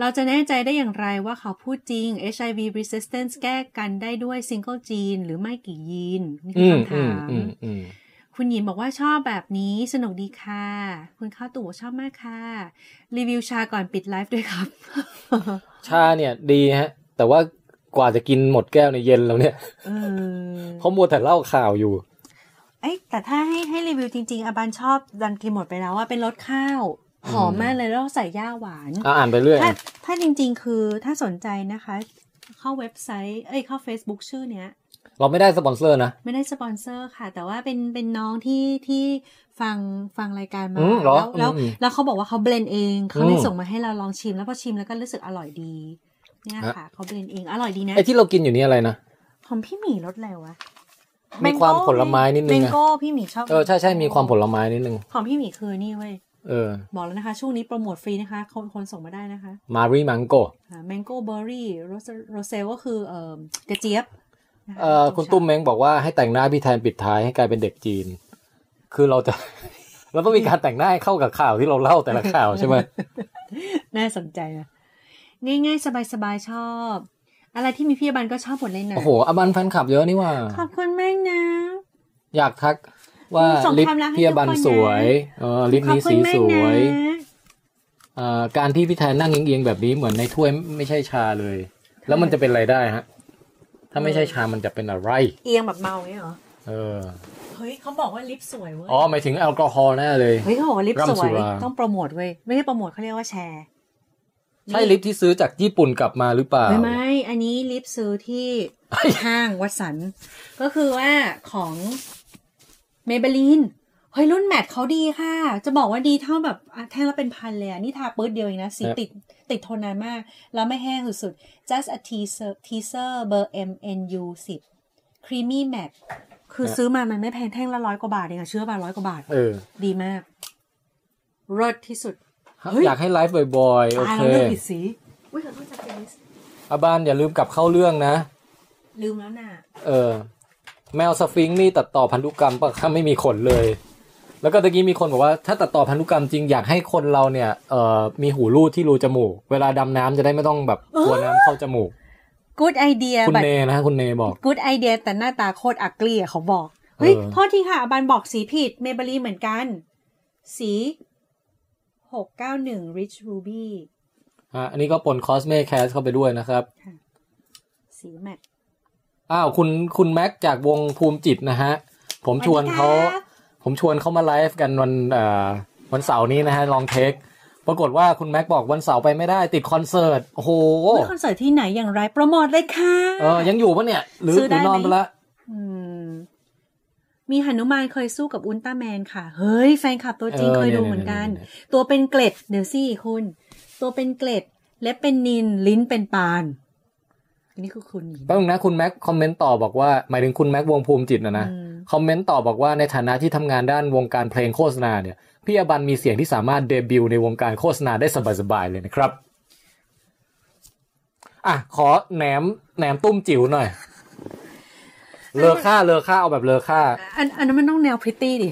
S5: เราจะแน่ใจได้อย่างไรว่าเขาพูดจริง HIV resistance แก้กันได้ด้วย single gene หรือไม่กี่ยีนนี่คื
S3: อื
S5: อ
S3: ม
S5: คำ
S3: อื
S5: ถาม ม
S3: อืมอืม
S5: คุณหญิงบอกว่าชอบแบบนี้สนุกดีค่ะ คุณข้าวตู่บอกชอบมากค่ะ รีวิวชาก่อนปิดไลฟ์ด้วยครับ
S4: <laughs>
S3: ชาเนี่ย ดีฮะ แต่ว่ากว่าจะกินหมดแก้วในยเย็นแล้วเนี่ย
S5: เออ
S3: เพราะมัวแต่เล่าข่าวอยู่
S5: เอ้ยแต่ถ้าให้ให้รีวิวจริง ๆอาบันชอบดันกินหมดไปแล้วว่าเป็นรสข้าว
S4: หอมมากเลยแล้วใส่ย่าหวาน
S3: อ่ะอ่านไปเรื่อย
S4: ถ้าถ้าจริงๆ คือถ้าสนใจนะคะ เข้าเว็บไซต์ เอ้ยเข้า Facebook ชื่อเนี้ย
S3: เราไม่ได้สปอนเซอร์นะ
S4: ไม่ได้สปอนเซอร์ค่ะ แต่ว่าเป็นเป็นน้องที่ที่ฟังฟังรายการมา
S3: อืมเหรอ
S4: แล้วแล้ว
S3: อืม
S4: แล้วเขาบอกว่าเขาเบลนเองเขาเลย
S3: อืม
S4: ส่งมาให้เราลองชิม แล้วพอชิมแล้วก็รู้สึกอร่อยดีเนี่ยค่ะเขาเบลนเองอร่อยดีนะ
S3: ไอ้ที่เรากินอยู่นี่อะไรนะ
S4: ของพี่หมีรสอะไรวะ
S3: มีความผลไม้นิดนึง
S4: แม
S3: นะ
S4: งโก้พี่หมีชอบ
S3: เออใช่ใช่มีความผลไม้นิดนึง
S4: ของพี่หมีคือนี่เว้ย
S3: เออ
S4: บอกแล้วนะคะ ช่วงนี้โปรโมทฟรีนะคะ คนคนส่งมาได้นะคะ
S3: มารีมังโก
S4: แมงโก้เบอร์รี่โรเซลก็คือเอ่อกระเจี๊ยบนะคะ
S3: เอ่อคุณตุ้มเม้งบอกว่าให้แต่งหน้าพี่แทนปิดท้ายให้กลายเป็นเด็กจีน คือเราจะ <laughs> เราต้องมีการแต่งหน้าให้เข้ากับข่าวที่เราเล่าแต่ละข่าวใช่ไหม
S4: น่าสนใจนะง่ายๆสบายๆชอบ อะไรที่มีพี่อบันก็ชอบหมดเลยนะ
S3: โอ้โหอาบันแฟนคลับเยอะนี่ว่า
S4: ขอบคุณมากนะ
S3: อยากทักว่า
S4: ส่ง
S3: ลิป
S4: ความรักให้
S3: เพียบัน
S4: ทุกคนนะ
S3: สวยเออลิป
S4: ขอบ
S3: นี้
S4: คุณ
S3: สี
S4: มา
S3: ส
S4: ก
S3: ว
S4: นะ
S3: ยเอ่อการที่พี่แทนนั่งเอียงๆแบบนี้เหมือนในถ้วยไม่ใช่ชาเลย แล้วมันจะเป็นอะไรได้ฮะ ถ้าไม่ใช่ชามันจะเป็นอะไร
S4: เอียงแบบเมาอย่างเงี้ยเหรอ
S3: เออ
S4: เฮ้ยเขาบอกว่าลิปสวยเว้ย
S3: อ๋อหมายถึงแอลกอฮอล์แน่เลย
S4: เฮ้ยเขาบอกว่าลิปส
S3: ร่ำ
S4: ว
S3: สุ
S4: ย
S3: รา
S4: ต้องโปรโมทเว้ยไม่ใช่โปรโมทเขาเรียกว่าแชร์
S3: ใช่ลิปที่ซื้อจากญี่ปุ่นกลับมาหรือเปล่า
S4: ไม่ไม่อันนี้ลิปซื้อที่
S3: เฮ้ย
S4: ห้างวัดสัน <laughs> ก็คือว่าของเมเบลินเฮ้ยรุ่นแมทเขาดีค่ะ จะบอกว่าดีเท่าแบบอ่ะแท่งละเป็นพันเลยอ่ะนี่ทาปื๊ดเดียวเองนะสีติดติดทนนานมาก แล้วไม่แห้งสุดๆ just a teaser teaser เบอร์ M N U 10 creamy matte คือซื้อมามันไม่แพงแท่งละร้อยกว่าบาทเองอะเชื่อป่ะร้อยกว่าบาท
S3: เออ
S4: ดีมากรสที่สุด เฮ้ย
S3: อยากให้ไลฟ์บ่อยๆ โอ
S4: ตาย
S3: เค
S4: เราเลือกผิดสีอุ้ยขอโทษจากเจนิส
S3: อาบานอย่าลืมกลับเข้าเรื่องนะ
S4: ลืมแล้วน่ะ
S3: เออ แมวสฟิงค์นี่ตัดต่อพันธุกรรมปะครับไม่มีขนเลย แล้วก็ตะกี้มีคนบอกว่า ถ้าตัดต่อพันธุกรรมจริงอยากให้คนเราเนี่ยเอ่อมีหูรูดที่รูจมูก เวลาดำน้ำจะได้ไม่ต้องแบบกลัวน้ำเข้าจมูก
S4: good idea
S3: คุณ
S4: บัด
S3: เนนะฮะคุณเนบอก
S4: good idea แต่หน้าตาโคตรอักลีอะเขาบอก เฮ้ย
S3: เออ
S4: โทษทีค่ะอาบันบอกสีผิดเมเบลีเหมือนกัน สีหกเก้าหนึ่ง rich ruby
S3: อ่ะอันนี้ก็ปนคอสเมแคสเข้าไปด้วยนะครับ
S4: สีแมท
S3: อ้าวคุณคุณแม็กจากวงภูมิจิตนะฮะ ผมชวนเขา
S4: สวัสดีครับ
S3: ผมชวนเขามาไลฟ์กันวันเอ่อวันเสาร์นี้นะฮะลองเทค ปรากฏว่าคุณแม็กบอกวันเสาร์ไปไม่ได้ติดคอนเสิร์ต โอ้โห
S4: เมื่อคอนเสิร์ตที่ไหนอย่างไรโปรโมทเลยค่ะ
S3: เออยังอยู่ปะเนี่ย หรือ
S4: ซื้อ
S3: ห
S4: ได้
S3: รือนอน
S4: ไหม
S3: ไปละ
S4: อืมมีหนุมานเคยสู้กับอุลตร้าแมนค่ะ เฮ้ย แฟนคลับตัวจริงเคยดูเหมือนกัน ตัวเป็นเกล็ด เดี๋ยวสิคุณ ตัวเป็นเกล็ด เล็บเป็นนิน ลิ้นเป็นปาน อันนี้คือคุณหญิง
S3: แป๊บนึงนะคุณแม็กคอมเมนต์ต่อบอกว่า หมายถึงคุณแม็กวงภูมิจิตนะนะ
S4: อืม
S3: คอมเมนต์ต่อบอกว่าในฐานะที่ทำงานด้านวงการเพลงโฆษณาเนี่ย พี่อบันมีเสียงที่สามารถเดบิวต์ในวงการโฆษณาได้สบายๆเลยนะครับ อ่ะ ขอแหนมแหนมตุ้มจิ๋วหน่อย เลอค่าเลอค่าเอาแบบเลอค่า
S4: อันอันนั้นมันต้องแนวพริตตี้ดิ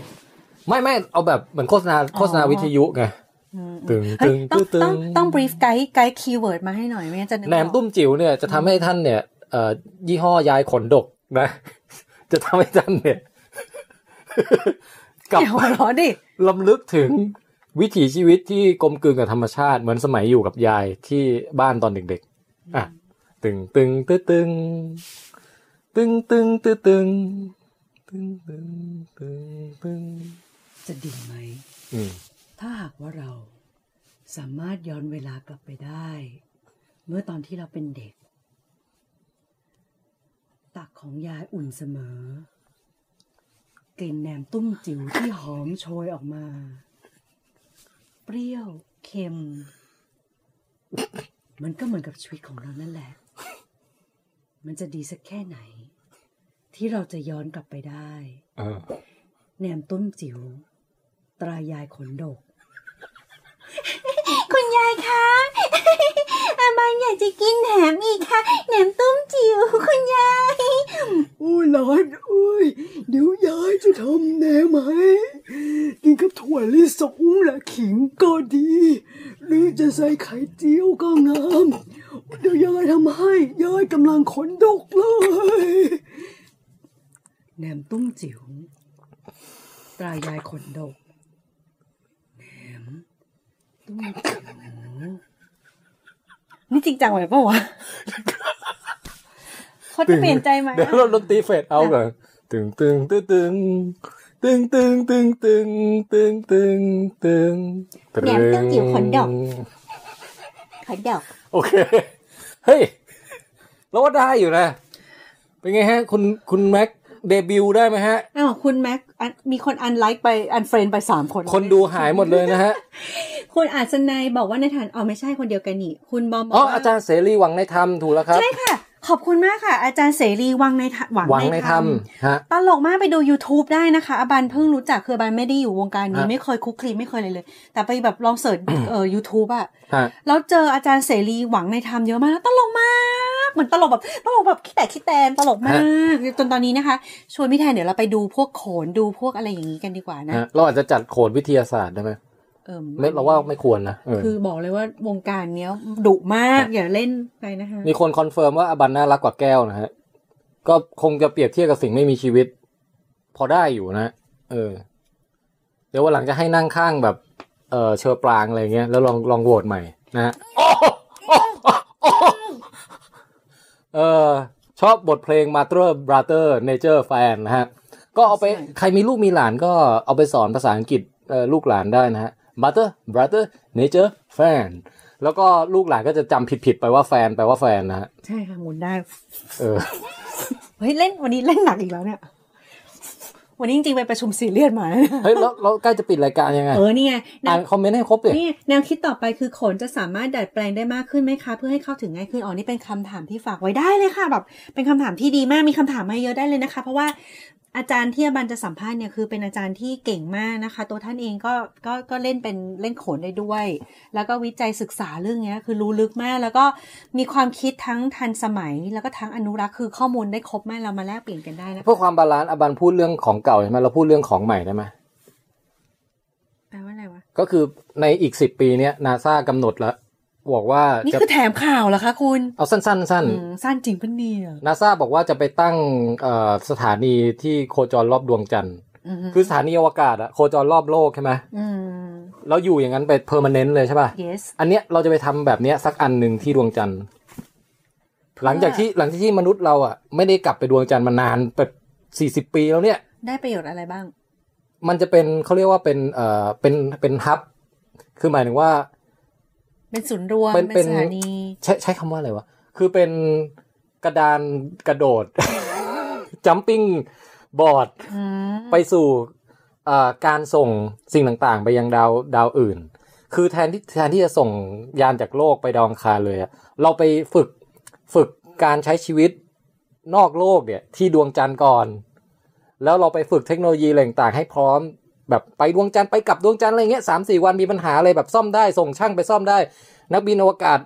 S3: ไม่ไม่เอาแบบเหมือนโฆษณาโฆษณาวิทยุไงตึง
S4: เฮ้
S3: ตึ
S4: ย
S3: ง
S4: ต้อง
S3: ตึ
S4: ต้อง งต้อง brief ไกด์ไกด์คีย์เวิร์ดมาให้หน่อยไม่งั้นจะนึก
S3: แหนมตุ้มจิ๋วเนี่ยจะทำให้ท่านเนี่ยเอ่อยี่ห้อยายขนดกนะ จะทำให้ท่านเนี่ย กลับ
S4: อย่าหัวเร้อดิ
S3: ลำลึกถึงวิถีชีวิตที่กลมกลืนกับธรรมชาติเหมือนสมัยอยู่กับยายที่บ้านตอนเด็กๆอ่ะตึงตึงตึงตึงตึงตึงตึงตึงตึงตึงตึงตึง
S7: จะดีไหม
S3: อืม
S7: ถ้าหากว่าเราสามารถย้อนเวลากลับไปได้ เมื่อตอนที่เราเป็นเด็ก ตักของยายอุ่นเสมอ กลิ่นแหนมตุ้มจิ๋วที่หอมโชยออกมา เปรี้ยวเค็ม มันก็เหมือนกับชีวิตของเรานั่นแหละ มันจะดีสักแค่ไหน ที่เราจะย้อนกลับไปได้
S3: เออ
S7: แหนมต้มจิ๋วตรายายขนดก
S4: คุณยายคะ <laughs> อาบานอยากจะกินแหนมอีกค่ะแหนมต้มจิ๋วคุณยาย
S7: อุ้ยหลานอุ้ยเดี๋ยวยายจะทำแหนมให้กินกับถั่วลิสงและขิงก็ดี หรือจะใส่ไข่เจียวก็งามเดี๋ยวยายทำให้ยายกำลังขนดกเลยแหนมต้มจิ๋วตรายายขนดกแหนมต้มจิ๋ว
S4: นี่จริงจังไหวปะวะเขาจะเปลี่ยนใจไหม
S3: เดี๋ยวเราดนตรีเฟดเอาท์ก่อนตึงตึงตึงตึง ตึงตึงตึงตึงตึงตึงตึง
S5: แหนมตึ้งจิ๋วขนดอก ขอดอก
S3: โอเค เฮ้ยเราว่าได้อยู่นะ เป็นไงฮะ คุณคุณแม็กเดบิวต์ได้ไหมฮะ
S4: อ้าวคุณแม็กอันมีคนอันไลค์ไปอันเฟรนไปสามคน
S3: คนดูหายหมดเลยนะฮะ
S4: คุณอาจนายบอกว่าในฐานอ๋อไม่ใช่คนเดียวกันนี่คุณบอมบก
S3: อ๋อ
S4: ว่
S3: อาจารย์เสรีหวังในธรรมถูกแล้วครับ
S4: ใช่ค่ะ ขอบคุณมากค่ะ อาจารย์เสรีวังในธรรม
S3: หวังในธรรมฮะ
S4: ตลกมากไปดู YouTube ได้นะคะอาบันเพิ่งรู้จักคืออาบันไม่ได้อยู่วงการนี้
S3: ฮะ
S4: ไม่เคยคุกคลีไม่เคยเลยเลย แต่ไปแบบลองเสิร์ชเอ่อ YouTube อะ
S3: ฮะ
S4: แล้วเจออาจารย์เสรีหวังในธรรมเยอะมากแล้วตลกมากเหมือนตลกแบบตลกแบบขี้แต่ขี้แตนตลกมากจนตอนนี้นะคะ ชวนพี่แทนเดี๋ยวเราไปดูพวกโขนดูพวกอะไรอย่างนี้กันดีกว่านะ
S3: ฮะ เราอาจจะจัดโขนวิทยาศาสตร์ได้ไหม
S4: เออ
S3: ไม่เราว่าไม่ควรนะเออ
S4: คือบอกเลยว่าวงการเนี้ยดุมากอย่าเล่นไปนะคะ
S3: มีคนคอนเฟิร์มว่าอบันน่ารักกว่าแก้วนะฮะ ก็คงจะเปรียบเทียบกับสิ่งไม่มีชีวิต พอได้อยู่นะ เออ เดี๋ยววันหลังจะให้นั่งข้างแบบ เออเชอปรางอะไรเงี้ย แล้วลองลองโหวตใหม่นะฮะโอ้โหโอ้โหโอ้โหเออชอบบทเพลง Mother Brother Nature Fan นะฮะ ก็เอาไปใครมีลูกมีหลานก็เอาไปสอนภาษาอังกฤษเอ่อลูกหลานได้นะฮะ Mother Brother Nature Fan แล้วก็ลูกหลานก็จะจำผิดๆไปว่าแฟนแปลว่าแฟนนะฮะ
S4: ใช่ค่ะหมุนได้
S3: เออ <laughs>
S4: เฮ้ยเล่นวันนี้เล่นหนักอีกแล้วเนี่ย วันนี้จริงๆไปประชุมซีเรียสมาแล้วเนี่ย
S3: เฮ้ยแล้วแล้วใกล้จะปิดรายการยังไง
S4: เออนี่ไงแน
S3: อ่า
S4: วน
S3: คอมเมนต์ให้ครบเลย
S4: นี่แนวคิดต่อไปคือโขนจะสามารถดัดแปลงได้มากขึ้นไหมคะ เพื่อให้เข้าถึงง่ายขึ้นอ๋อนี่เป็นคำถามที่ฝากไว้ได้เลยค่ะแบบ เป็นคำถามที่ดีมาก มีคำถามมาเยอะได้เลยนะคะ เพราะว่าอาจารย์ที่อาบันจะสัมภาษณ์เนี่ยคือเป็นอาจารย์ที่เก่งมากนะคะ ตัวท่านเองก็ก็ก็เล่นเป็นเล่นโขนได้ด้วย แล้วก็วิจัยศึกษาเรื่องเนี้ยคือรู้ลึกมาก แล้วก็มีความคิดทั้งทันสมัย แล้วก็ทั้งอนุรักษ์คือข้อมูลได้ครบมากเรามาแลกเปลี่ยนกันได้นะ
S3: เพื่อความบาลานซ์อบันพูดเรื่องของเก่าใช่ไหมเราพูดเรื่องของใหม่ได้ไหม
S4: แปลว่าอะไรวะ
S3: ก็คือในอีกสิบปีเนี้ยนาซากำหนดแล้ว บอกว่า
S4: นี่
S3: จะ
S4: คือแถมข่าวเหรอคะคุณ
S3: เอาสั้นๆสั้น
S4: อืมสั้นจริงปะเนี่ย
S3: นาซาบอกว่าจะไปตั้งเอ่อสถานีที่โคจรรอบดวงจันทร์
S4: อืม
S3: คือสถานีอวกาศอะโคจรรอบโลกใช่ไหม
S4: อืม
S3: เราอยู่อย่างนั้นไปเพอร์มานเนนต์เลยใช่ป่ะ
S4: yes
S3: อันเนี้ยเราจะไปทำแบบเนี้ยสักอันหนึ่งที่ดวงจันทร์ หลังจากที่หลังจากที่มนุษย์เราอะไม่ได้กลับไปดวงจันทร์มานานแบบสี่สิบปีแล้วเนี่ย
S4: ได้ประโยชน์อะไรบ้าง
S3: มันจะเป็นเขาเรียกว่าเป็นเอ่อเป็นเป็นฮับ คือหมายถึงว่า
S4: เป็นศูนย์รวม
S3: เป็น
S4: เป็นส
S3: เป็น
S4: ถานี
S3: ใช้ใช้คำว่าอะไรวะ คือเป็นกระดานกระโดด <laughs> jumping board
S4: อืม
S3: ไปสู่เอ่อการส่งสิ่งต่างๆ ไปยังดาวดาวอื่น คือแทนที่แทนที่จะส่งยานจากโลกไปดาวอังคารเลยอะเราไปฝึกฝึกการใช้ชีวิตนอกโลกเนี่ยที่ดวงจันทร์ก่อน แล้วเราไปฝึกเทคโนโลยีอะไรต่างๆให้พร้อม แบบไปดวงจันทร์ไปกลับดวงจันทร์อะไรเงี้ยสามสี่วันมีปัญหาอะไรแบบซ่อมได้ส่งช่างไปซ่อมได้ นักบินอวกาศ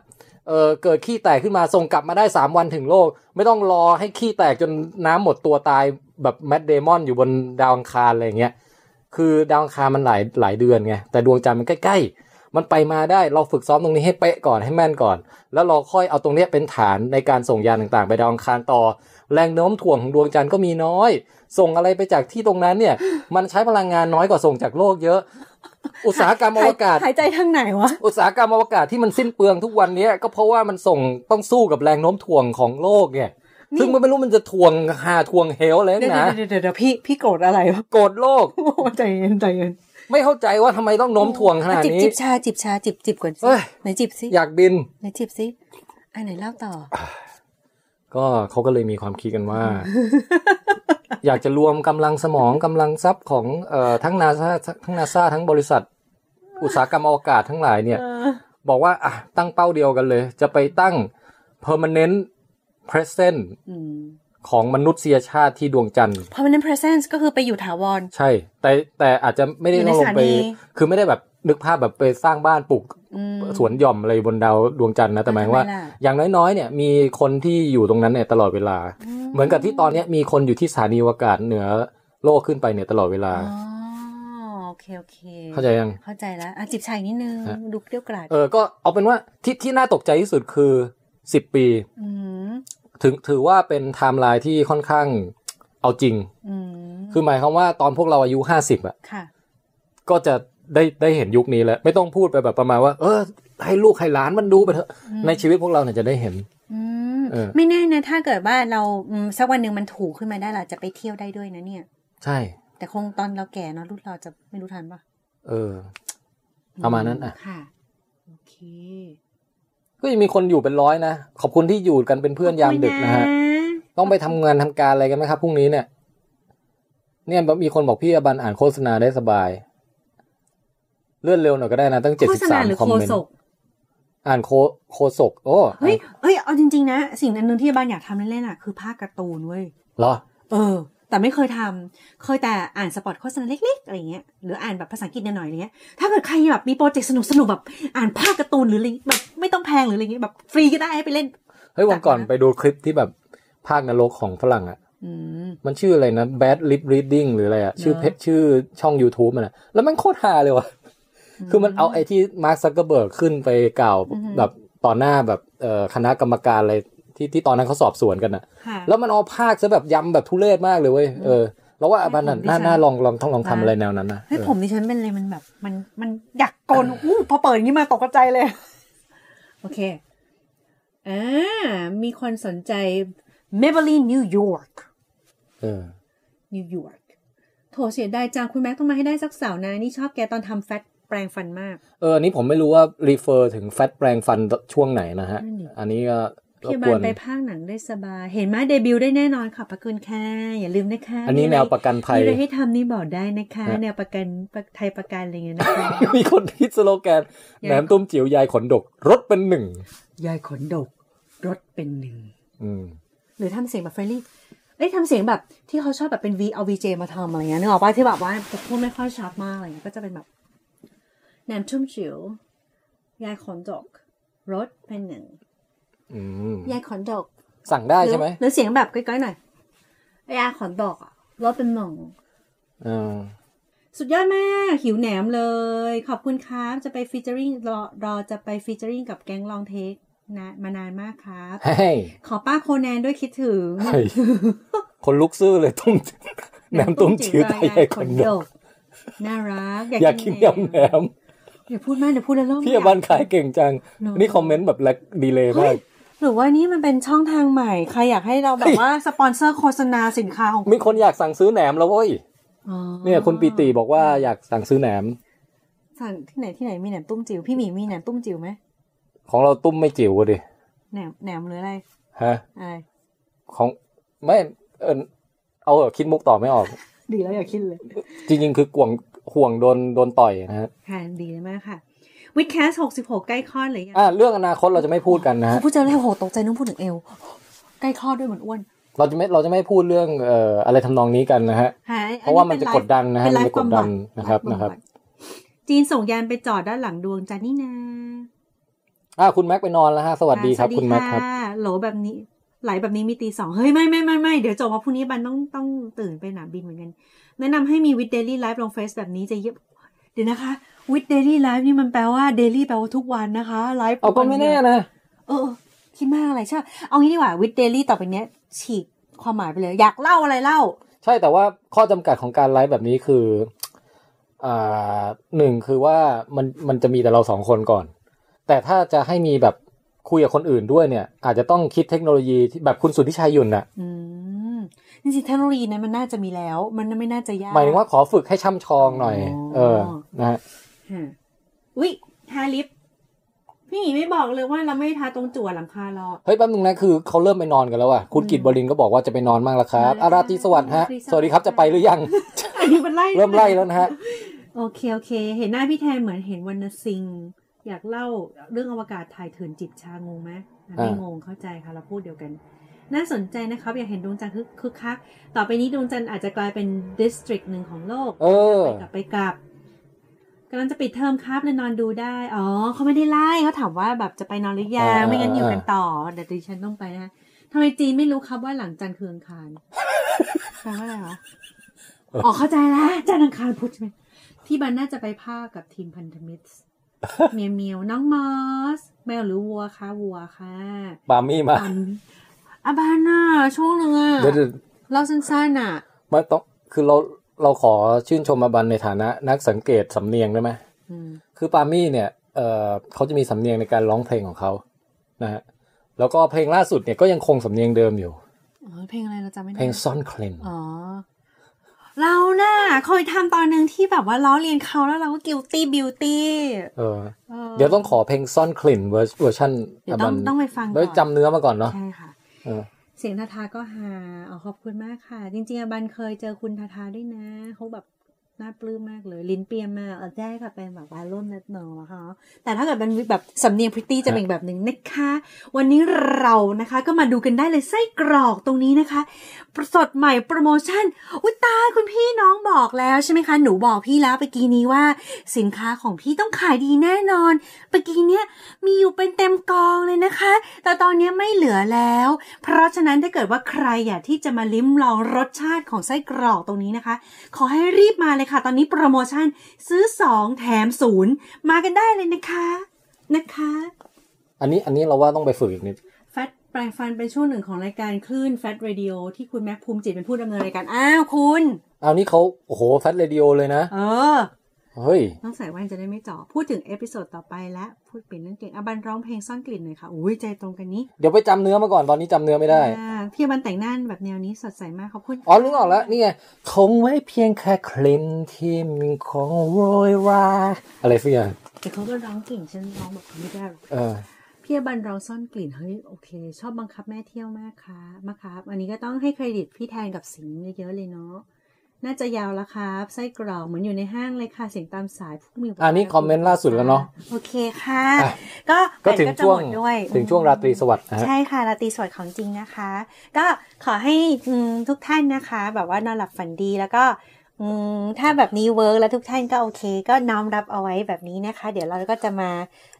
S3: เอ่อเกิดขี้แตกขึ้นมาส่งกลับมาได้ 3 วันถึงโลก ไม่ต้องรอให้ขี้แตกจนน้ำหมดตัวตายแบบแมดเดมอนอยู่บนดาวอังคารอะไรอย่างเงี้ยคือดาวอังคารมันหลายหลายเดือนไงแต่ดวงจันทร์มันใกล้ๆ มันไปมาได้เราฝึกซ้อมตรงนี้ให้เป๊ะก่อนให้แม่นก่อน แล้วเราค่อยเอาตรงเนี้ยเป็นฐานในการส่งยานต่างๆ ไปดาวอังคารต่อ แรงโน้มถ่วงของดวงจันทร์ก็มีน้อย ส่งอะไรไปจากที่ตรงนั้นเนี่ยมันใช้พลังงานน้อยกว่าส่งจากโลกเยอะ อุตสาหกรรมอวกาศ
S4: หายใจทางไหนวะ
S3: อุตสาหกรรมอวกาศที่มันสิ้นเปลืองทุกวันเนี้ยก็เพราะว่ามันส่งต้องสู้กับแรงโน้มถ่วงของโลกเนี่ย ซึ่งมันไม่รู้มันจะถ่วงหาถ่วงเหวอะไรนั
S4: เดี๋ย
S3: ก
S4: ว
S3: หนะ
S4: เดี๋ยวเดี๋ยวเดี๋ยวพี่พี่โกรธอะไรวะ <laughs>
S3: โกรธโลก
S4: ใจเย็นใจเย็น
S3: ไม่เข้าใจว่าทำไมต้องโน้มถ่วงขนาด
S4: จิบ
S3: นี้
S4: จิบชาจิบชาจิบจิบก่อนสิ
S3: เอ้ย
S4: ไหนจิบสิ
S3: อยากบิน
S4: ไหนจิบสิอันไหนเล่าต่อ
S3: ก็เขาก็เลยมีความคิดกันว่า <laughs> อยากจะรวมกำลังสมองกำลังทรัพย์ของเอ่อทั้งนาซาทั้งนาซาทั้งบริษัท อุตสาหกรรมอวกาศทั้งหลายเนี่ย บอกว่าอ่ะตั้งเป้าเดียวกันเลย จะไปตั้ง permanent present
S4: อืม
S3: ของมนุษยชาติที่ดวงจันทร์
S4: เพราะมันนั้น presence ก็คือไปอยู่ถาวร
S3: ใช่ แต่แต่อาจจะไม่ได้
S4: อยู่
S3: ต้
S4: ใน
S3: องลง
S4: สถา
S3: ไป
S4: นี
S3: คือไม่ได้แบบนึกภาพแบบไปสร้างบ้านปลูก
S4: อืม
S3: สวนหย่อมอะไรบนดาวดวงจันทร์นะแต่หมายว่า
S4: ทำไมล่ะ
S3: อย่างน้อยๆ เนี่ยมีคนที่อยู่ตรงนั้นเนี่ยตลอดเวลา เหมือนกับที่ตอนเนี้ยมีคนอยู่ที่สถานีอวกาศเหนือโลกขึ้นไปเนี่ยตลอดเวลา
S4: อ๋อโอเคโอเค
S3: เข้าใจยัง
S4: เข้าใจแล้วอ่ะจิบชาอีกนิดนึง
S3: ฮะ
S4: ดูเกรี้ยวกราด
S3: เออก็เอาเป็นว่าที่ที่น่าตกใจที่สุดคือ 10 ปี
S4: อืม
S3: ถึงถือว่าเป็นไทม์ไลน์ที่ค่อนข้างเอาจริง
S4: อืม
S3: คือหมายความว่าตอนพวกเราอายุ 50อะ
S4: ค่ะ
S3: ก็จะได้ได้เห็นยุคนี้แล้ว ไม่ต้องพูดไปแบบประมาณว่า เออ ให้ลูกให้หลานมันดูไปเถอะ
S4: อืม
S3: ในชีวิตพวกเราเนี่ยจะได้เห็น
S4: อืม
S3: เออ
S4: ไม่แน่นะถ้าเกิดว่าเราอืมสักวันหนึ่งมันถูกขึ้นมาได้เราจะไปเที่ยวได้ด้วยนะเนี่ย
S3: ใช่ พ
S4: แต่คงตอนเราแก่เนาะรุ่นเราจะไม่รู้ทันปะ
S3: เออ ประมาณนั้นอ่ะ
S4: ค่ะ โอเค
S3: ก็ยังมีคนอยู่เป็นร้อยนะ ขอบคุณที่อยู่กันเป็นเพื่อนยามดึกนะ
S4: ข
S3: ฮะ
S4: อบคุณน
S3: ต้องไปทำงานทำการอะไรกันไหมครับพรุ่งนี้เนี่ย เนี่ยมีคนบอกพี่อบันอ่านโฆษณาได้สบาย เลื่อนเร็วหน่อยก็ได้นะ ตั้งเจ็ด
S4: โฆ
S3: สิบ
S4: ษ
S3: สา
S4: ณาม หรือ
S3: คอม
S4: โค
S3: เมน
S4: ศ
S3: ต์
S4: ก
S3: อ่านโคโคศกโอ้
S4: เฮ้ยเฮ้ย เอาจริงๆนะ สิ่งอันหนึงที่บ้านอยากทำเล่นๆอ่ะ คือภาคการ์ตูนเว้ย
S3: เหรอ
S4: เออ แต่ไม่เคยทำเคยแต่อ่านสปอตโฆษณาเล็กๆ อะไรเงี้ย หรืออ่านแบบภาษาอังกฤษหน่อยๆอะไรเงี้ย ถ้าเกิดใครแบบมีโปรเจกต์สนุกๆ แบบอ่านภาคการ์ตูนหรืออะไรแบบไม่ต้องแพงหรืออะไรเงี้ยแบบฟรีก็ได้ให้ไปเล่น
S3: เฮ้ยวันก่อน
S4: จัดนะ
S3: ไปดูคลิปที่แบบภาคนรกของฝรั่งอะ่ะ
S4: อืม
S3: มันชื่ออะไรนะ bad lip reading หรืออะไรอะ่ะ ชื่อเพจชื่อช่อง YouTube มันอะแล้วมันโคตรฮาเลยวะ่ะ คือมันเอาไอ้ที่มาร์คซักเกอร์เบิร์กขึ้นไปกล่าว
S4: อือฮึ
S3: แบบต่อหน้าแบบเอ่อคณะกรรมการอะไรที่ที่ตอนนั้นเขาสอบสวนกันอ่ะ
S4: ค่ะ
S3: แล้วมันเอาภาคซะแบบย้ำแบบทุเรศมากเลยเว้ย เออ แล้วว่าอบันนั้น
S4: ผมดิฉั
S3: น่าน น่าลองลองต้องลองทำอะไรแนวนั้นนะ
S4: เฮ้ย
S3: เออ
S4: ผมดิฉันเป็นอะไรมันแบบมันมันอยากโกนอู้พอเปิดอย่างนี้มาตกใจายเลย โอเคอ่ามีคนสนใจ Maybelline New York
S3: เออ
S4: นิวยอร์กโถเสียดายจังคุณแม็กต้องมาให้ได้สักเสาวนะ นี่ชอบแกตอนทำแฟตแปลงฟันมาก
S3: เอออันนี้ผมไม่รู้ว่ารีเฟอร์ถึงแฟตแปลงฟันช่วงไหนนะฮะ
S4: นั่นดิ
S3: อันนี้ก็รบบ
S4: พี่าก
S3: วน น
S4: ไปภาคหนังได้สบาย เห็นไหมเดบิวต์ได้แน่นอนค่ะประกุนค่ะ อย่าลืมนะคะ
S3: อันนี้แนวประกันภัย
S4: มีอะไรให้ทำนี่บอกได้นะคะ
S3: ฮะ
S4: แนวประกันประไทยประกันอะไรเงี้ยนะคะ
S3: มีคน <laughs> คิดสโลแกน
S4: ยัง
S3: แหนมต้มจิ๋วยายขนดกรถเป็นหนึ่ง
S7: ยายขนดกรถเป็นหนึ่ง
S3: อืม
S4: หรือทำเสียงแบบเฟรนลี่เอ้ยทำเสียงแบบที่เขาชอบแบบเป็น V เอา VJ มาทำอะไรเงี้ยนึกออกป่ะที่แบบว่าพูดไม่ค่อยชัดมากอะไรเงี้ยก็จะเป็นแบบแหนมชุ่มจิ๋วยายขนดกรถเป็นหนึ่ง
S3: อืม
S4: ยายขนดก
S3: สั่งได้ใช่ไหม
S4: รือรือเสียงแบบก้อยๆหน่อยยาขอนดอกอะรถเป็นหมอง
S3: เออ
S4: สุดยอดมาก หิวแหนมเลย ขอบคุณครับ จะไปฟีเจอริงรอรอจะไปฟีเจอริงกับแก๊งลองเทคนะมานานมากครับ
S3: ให้
S4: ขอป้าโคแนนด้วยคิดถึง
S3: เฮ้ย คนลุกซื่อเลยต้มแหนมต้มจิ๋วตายายขนดก
S4: น่ารัก
S3: อยากกินยำแหนม
S4: อย่าพูดมากอย่าพูดแล้วล่ม
S3: พี่อบั
S4: อ
S3: น
S4: ยาก
S3: ขายเก่งจัง
S4: เนอะ
S3: นี่คอมเมนต์แบบแลกดีเลยมาก
S4: หรือว่านี่มันเป็นช่องทางใหม่ ใครอยากให้เราแบบ
S3: <laughs>
S4: ว่าสปอนเซอร์โฆษณาสินค้าของ
S3: มีคนอยากสั่งซื้อแหนมแล้วเว้ย
S4: อ๋อ
S3: เนี่ยคุณปีติบอกว่าอยากสั่งซื้อแหนม
S4: สั่งที่ไหนที่ไหนมีแหนมตุ้มจิ๋วพี่หมีมีแหนมตุ้มจิ๋วไหม
S3: ของเราตุ้มไม่จิ๋วอะดิ
S4: แหนมแหนมหรืออะไร
S3: ฮะ
S4: อะไร
S3: ของไม่เออเอาเหอะคิดมุกต่อไม่ออก
S4: ดีแล้วอย่าคิดเลย
S3: จริง ๆ คือกวงห่วงโดนโดนต่อยนะฮะ
S4: ค่ะ ดีเลยมากค่ะ วิดแคสหกสิบหกใกล้คลอดหรือยัง
S3: อ่ะเรื่องอนาคตเราจะไม่พูดกันนะฮะ
S4: เขาพูดเจอแล้วโหตกใจนึกพูดถึงเอว <gasps> ใกล้คลอดด้วยเหมือนอ้วน
S3: เราจะไม่เราจะไม่พูดเรื่องเอ่ออะไรทำนองนี้กันนะฮะ
S4: ค่
S3: เพราะว่ามันจะกดดันนะฮะ
S4: เป็
S3: มัน
S4: ไล
S3: จะ
S4: ฟ์
S3: ก
S4: ก
S3: ด
S4: ด
S3: ดั
S4: ดั
S3: น
S4: น
S3: นะครับนะครับ
S4: จีนส่งยานไปจอดด้านหลังดวงจันทร์นี่นะ
S3: อ่ะคุณแม็กไปนอนแล้วฮะ สวัสดีครับ
S4: ะ
S3: คุณแม็กครับ
S4: ะโหลแบบนี้ ไหลแบบนี้มีตีสองเฮ้ย ไม่ไม่ไม่ไม่เดี๋ยวจบว่าพรุ่งนี้บันต้องต้องตื่นไปสนามบินเหมือนกัน แนะนำให้มีวิดเดลี่ไลฟ์ลงเฟซแบบนี้จะเยี่ยมเดี๋ยวนะคะวิดเดลี่ไลฟ์นี่มันแปลว่าเดลี่แปลว่าทุกวันนะคะไลฟ์
S3: เอาก็ไม่แน่นะ
S4: เออคิดมากอะไรใช่ปะเอางี้ดีกว่าวิดเดลี่ต่อไปเนี้ย ฉีกความหมายไปเลย อยากเล่าอะไรเล่า
S3: ใช่แต่ว่าข้อจำกัดของการไลฟ์แบบนี้คืออ่าหนึ่งคือว่ามันมันจะมีแต่เราสองคนก่อน แต่ถ้าจะให้มีแบบคุยกับคนอื่นด้วยเนี่ย อาจจะต้องคิดเทคโนโลยีที่แบบคุณสุทธิชัยหยุ่นน่ะ
S4: อืมจริงๆเทคโนโลยีนั้นมันน่าจะมีแล้ว มันไม่น่าจะยาก
S3: หมายถึงว่าขอฝึกให้ช่ำชองหน่อย
S4: อ๋อ
S3: เออนะฮะ
S4: ฮะอุ๊ยทาลิป พี่หมีไม่บอกเลยว่าเราไม่ทาตรงจั่วหลังคาเรา
S3: เฮ้ยแป๊บนึงนะคือเขาเริ่มไปนอนกันแล้วอ่ะคุณกิตบรินทร์ก็บอกว่าจะไปนอนบ้างละครับอาราตรีสวัสดิ์ฮะสวัสดีครับจะไปหรือยัง
S4: อันนี้มันไล่
S3: เริ่มไล่แล้วนะฮะ
S4: โอเคโอเค เห็นหน้าพี่แทนเหมือนเห็นวรรณสิงห์อยากเล่าเรื่องอวกาศถ่ายเถินจิบชางงไหมอ่ะไม่
S3: อ่าง
S4: งงเข้าใจค่ะเราพูดเดียวกัน น่าสนใจนะครับ อยากเห็นดวงจันทร์คึกคึกคัก ต่อไปนี้ดวงจันทร์อาจจะกลายเป็นดิสตริกหนึ่งของโลก
S3: เออ
S4: ไปกลับไปกลับกำลังจะปิดเทอมครับเลยนอนดูได้ อ๋อเขาไม่ได้ไล่เขาถามว่าแบบจะไปนอนหรือยัง
S3: อ่า
S4: ไม่งั้นอยู่กันต่อเดี๋ยวดิฉันต้องไปนะทำไมจีนไม่รู้ครับว่าหลังจันทร์คืออังคารแปลว่าอะไรวะอ๋อเข้าใจละจันทร์อังคารพุธใช่ไหมพี่บันน่าจะไปภาคกับทีมพันธมิตรเมียวเมียวน้องมอส แมวหรือวัวคะวัวค่ะ
S3: ปามี่มา
S4: อันอาบาน่าช่วงหนึงอะ
S3: เดี๋ยวเดี๋ยว
S4: เล่าสั้นๆอะ
S3: มาต้องคือเราเราขอชื่นชมอาบันในฐานะนักสังเกตสำเนียงได้ไหม
S4: อืม
S3: คือปามี่เนี่ย เออเขาจะมีสำเนียงในการร้องเพลงของเขานะฮะ แล้วก็เพลงล่าสุดเนี่ยก็ยังคงสำเนียงเดิมอยู่
S4: อ๋อเพลงอะไรเราจำไม่ได้
S3: เพลงซ่อนเคลน
S4: อ๋อ เราน่ะเคยทำตอนหนึ่งที่แบบว่าล้อเลียนเขาแล้วเราก็ guilty beauty
S3: เออ
S4: ออ
S3: เดี๋ยวต้องขอเพลงซ่อนกลิ่นเวอร์เวอร์ชัน
S4: เดี๋ยวต้องต้องไปฟังก่
S3: ไว้
S4: อน
S3: จำเนื้อมาก่อนเนาะ
S4: ใช่ค่ะ
S3: เออ
S4: เสียงทาทาก็หาอ๋อขอบคุณมากค่ะ จริงๆอะบันเคยเจอคุณทาทาด้วยนะเขาแบบน่าปลื้มมากเลย ลิ้นเปรียมมากเออได้ค่ะเป็นแบบว่าร่วมนัดหนอค่ะแต่ถ้าเกิดมันแบบสำเนียงพริตตี้จะเป็นแบบหนึ่งนะคะ วันนี้เรานะคะก็มาดูกันได้เลยไส้กรอกตรงนี้นะคะ สดใหม่โปรโมชั่น อุ้ยตายคุณพี่น้องบอกแล้วใช่ไหมคะ หนูบอกพี่แล้วไปกี้นี้ว่า สินค้าของพี่ต้องขายดีแน่นอนไปกี้เนี้ยมีอยู่เป็นเต็มกองเลยนะคะ แต่ตอนเนี้ยไม่เหลือแล้ว เพราะฉะนั้นถ้าเกิดว่าใครอยากที่จะมาลิ้มลองรสชาติของไส้กรอกตรงนี้นะคะ ขอให้รีบมาเลยค่ะ ตอนนี้โปรโมชั่นซื้อ 2 แถมศูนย์มากันได้เลยนะคะนะคะ
S3: อันนี้อันนี้เราว่าต้องไปฝึกอีกนิด
S4: แฟตแปลงฟันเป็นช่วงหนึ่งของรายการคลื่นแฟตเรดิโอที่คุณแม็กภูมิจิตเป็นผู้ดำเนินรายการอ้าวคุณ
S3: เอานี่เขาโอ้โหแฟตเรดิโอเลยนะ
S4: เออ
S3: เฮ้ย
S4: ต้องใส่แว่นจะได้ไม่เจาะพูดถึงเอพิโซดต่อไปแล้ว พูดเปลี่ยนเรื่องเก่งอะบันร้องเพลงซ่อนกลิ่นหน่อยค่ะอุ้ยใจตรงกันนี้
S3: เดี๋ยวไปจำเนื้อมาก่อนตอนนี้จำเนื้อไม่ได้
S4: อ่าพี่อบันแต่งหน้าแบบแนวนี้สดใสมากขอบคุณ
S3: อ๋อนึกออกแล้วนี่ไงคงไว้เพียงแค่คลินที่มีของโรยราอะไรสักอย่าง
S4: แต่เขาก็ร้องเก่งฉันร้องแบบไม่ได้หรอก
S3: เออ
S4: พี่อบันร้องซ่อนกลิ่นเฮ้ยโอเค ชอบบังคับแม่เที่ยวมากค่ะมาครับอันนี้ก็ต้องให้เครดิตพี่แทนกับสิงห์เยอะๆเลยเนาะน่าจะยาวละครับไส้กรอกเหมือนอยู่ในห้างเลยค่ะเสียงตามสายผู้มีบทบาท
S3: อันนี้คอมเมนต์ล่าสุดแล้วเนอะ
S4: โอเคค่ะ
S3: อ่ะ
S4: ก็
S3: ก็ถึง
S4: แปดจะ
S3: ช่ว
S4: ห
S3: ง
S4: มดด้วย
S3: ถึงช่วงราตรีสวัสดิ์นะฮะ
S4: ใช่ค่ะราตรีสวัสดิ์ของจริงนะคะ ก็ขอให้อืมทุกท่านนะคะ แบบว่านอนหลับฝันดีแล้วก็อืมถ้าแบบนี้เวิร์กแล้วทุกท่านก็โอเค ก็น้อมรับเอาไว้แบบนี้นะคะ เดี๋ยวเราก็จะมา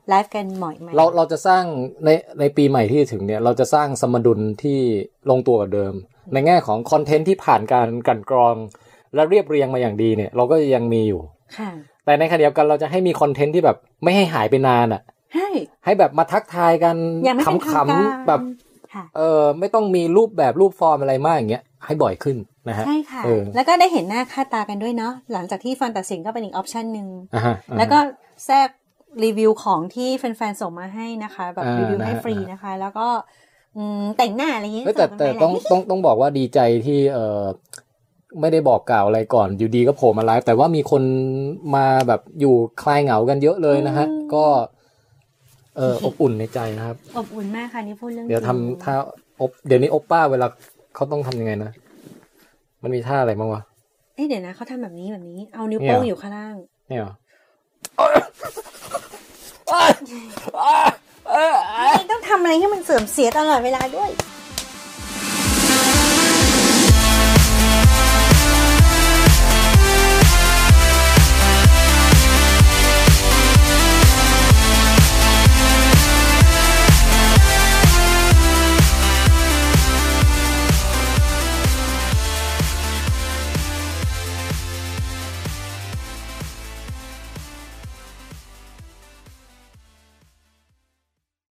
S4: ไลฟ์กันหม่อยไหม
S3: เราเราจะสร้างในในปีใหม่ที่จะถึงเนี่ย เราจะสร้างสมดุลที่ลงตัวกว่าเดิม ในแง่ของคอนเทนต์ที่ผ่านการกลั่นกรอง และเรียบเรียงมาอย่างดีเนี่ย เราก็ยังมีอยู่
S4: ค่ะ
S3: แต่ในขณะเดียวกันเราจะให้มีคอนเทนต์ที่แบบไม่ให้หายไปนานอ่ะ
S4: ใช่
S3: ให้แบบมาทักทายกัน
S4: ยังไม่เป็นทาง
S3: ข
S4: การ
S3: ำๆแบบ
S4: ค่ะ
S3: เออไม่ต้องมีรูปแบบรูปฟอร์มอะไรมากอย่างเงี้ยให้บ่อยขึ้นนะฮะ
S4: ใช่ค่ะ
S3: เออ
S4: แล้วก็ได้เห็นหน้าค่าตากันด้วยเนาะหลังจากที่ฟังตัดสินก็เป็นอีกออปชันหนึ่ง
S3: อ่าฮะอ่าฮะ
S4: แล้วก็แทรกรีวิวของที่แฟนๆส่งมาให้นะคะ แบบ
S3: อ่า
S4: รีวิวให้
S3: นะฮะ
S4: ฟรีนะคะ แล้วก็อืมแต่งหน้าอะไรอย่างเงี้ย
S3: เอ้ยแต่
S4: ส่งกัน
S3: แต่
S4: ไปแหละ
S3: ต้องต้องต้องบอกว่าดีใจที่เออไม่ได้บอกกล่าวอะไรก่อนอยู่ดีก็โผล่มาไลฟ์แต่ว่ามีคนมาแบบอยู่คลายเหงากันเยอะเลยนะฮะ
S4: อืม
S3: ก็ เอออบอุ่นในใจนะครับ
S4: อบอุ่นมากค่ะนี่พูดเรื่อง
S3: เดี๋ยว
S4: จ
S3: ทำ
S4: ริง
S3: ท่าอบเดี๋ยวนี้อบป้าเวลาเขาต้องทำยังไงนะมันมีท่าอะไรบ้างวะ
S4: เอ้ยเดี๋ยวนะเขาทำแบบนี้แบบนี้เอานิ้ว
S3: เนี่ย
S4: โป้งอยู่ข้างล่าง
S3: เนี่ยเหรอ
S4: ไม่ต้องทำอะไรให้มันเสื่อมเสียตลอดเวลาด้วย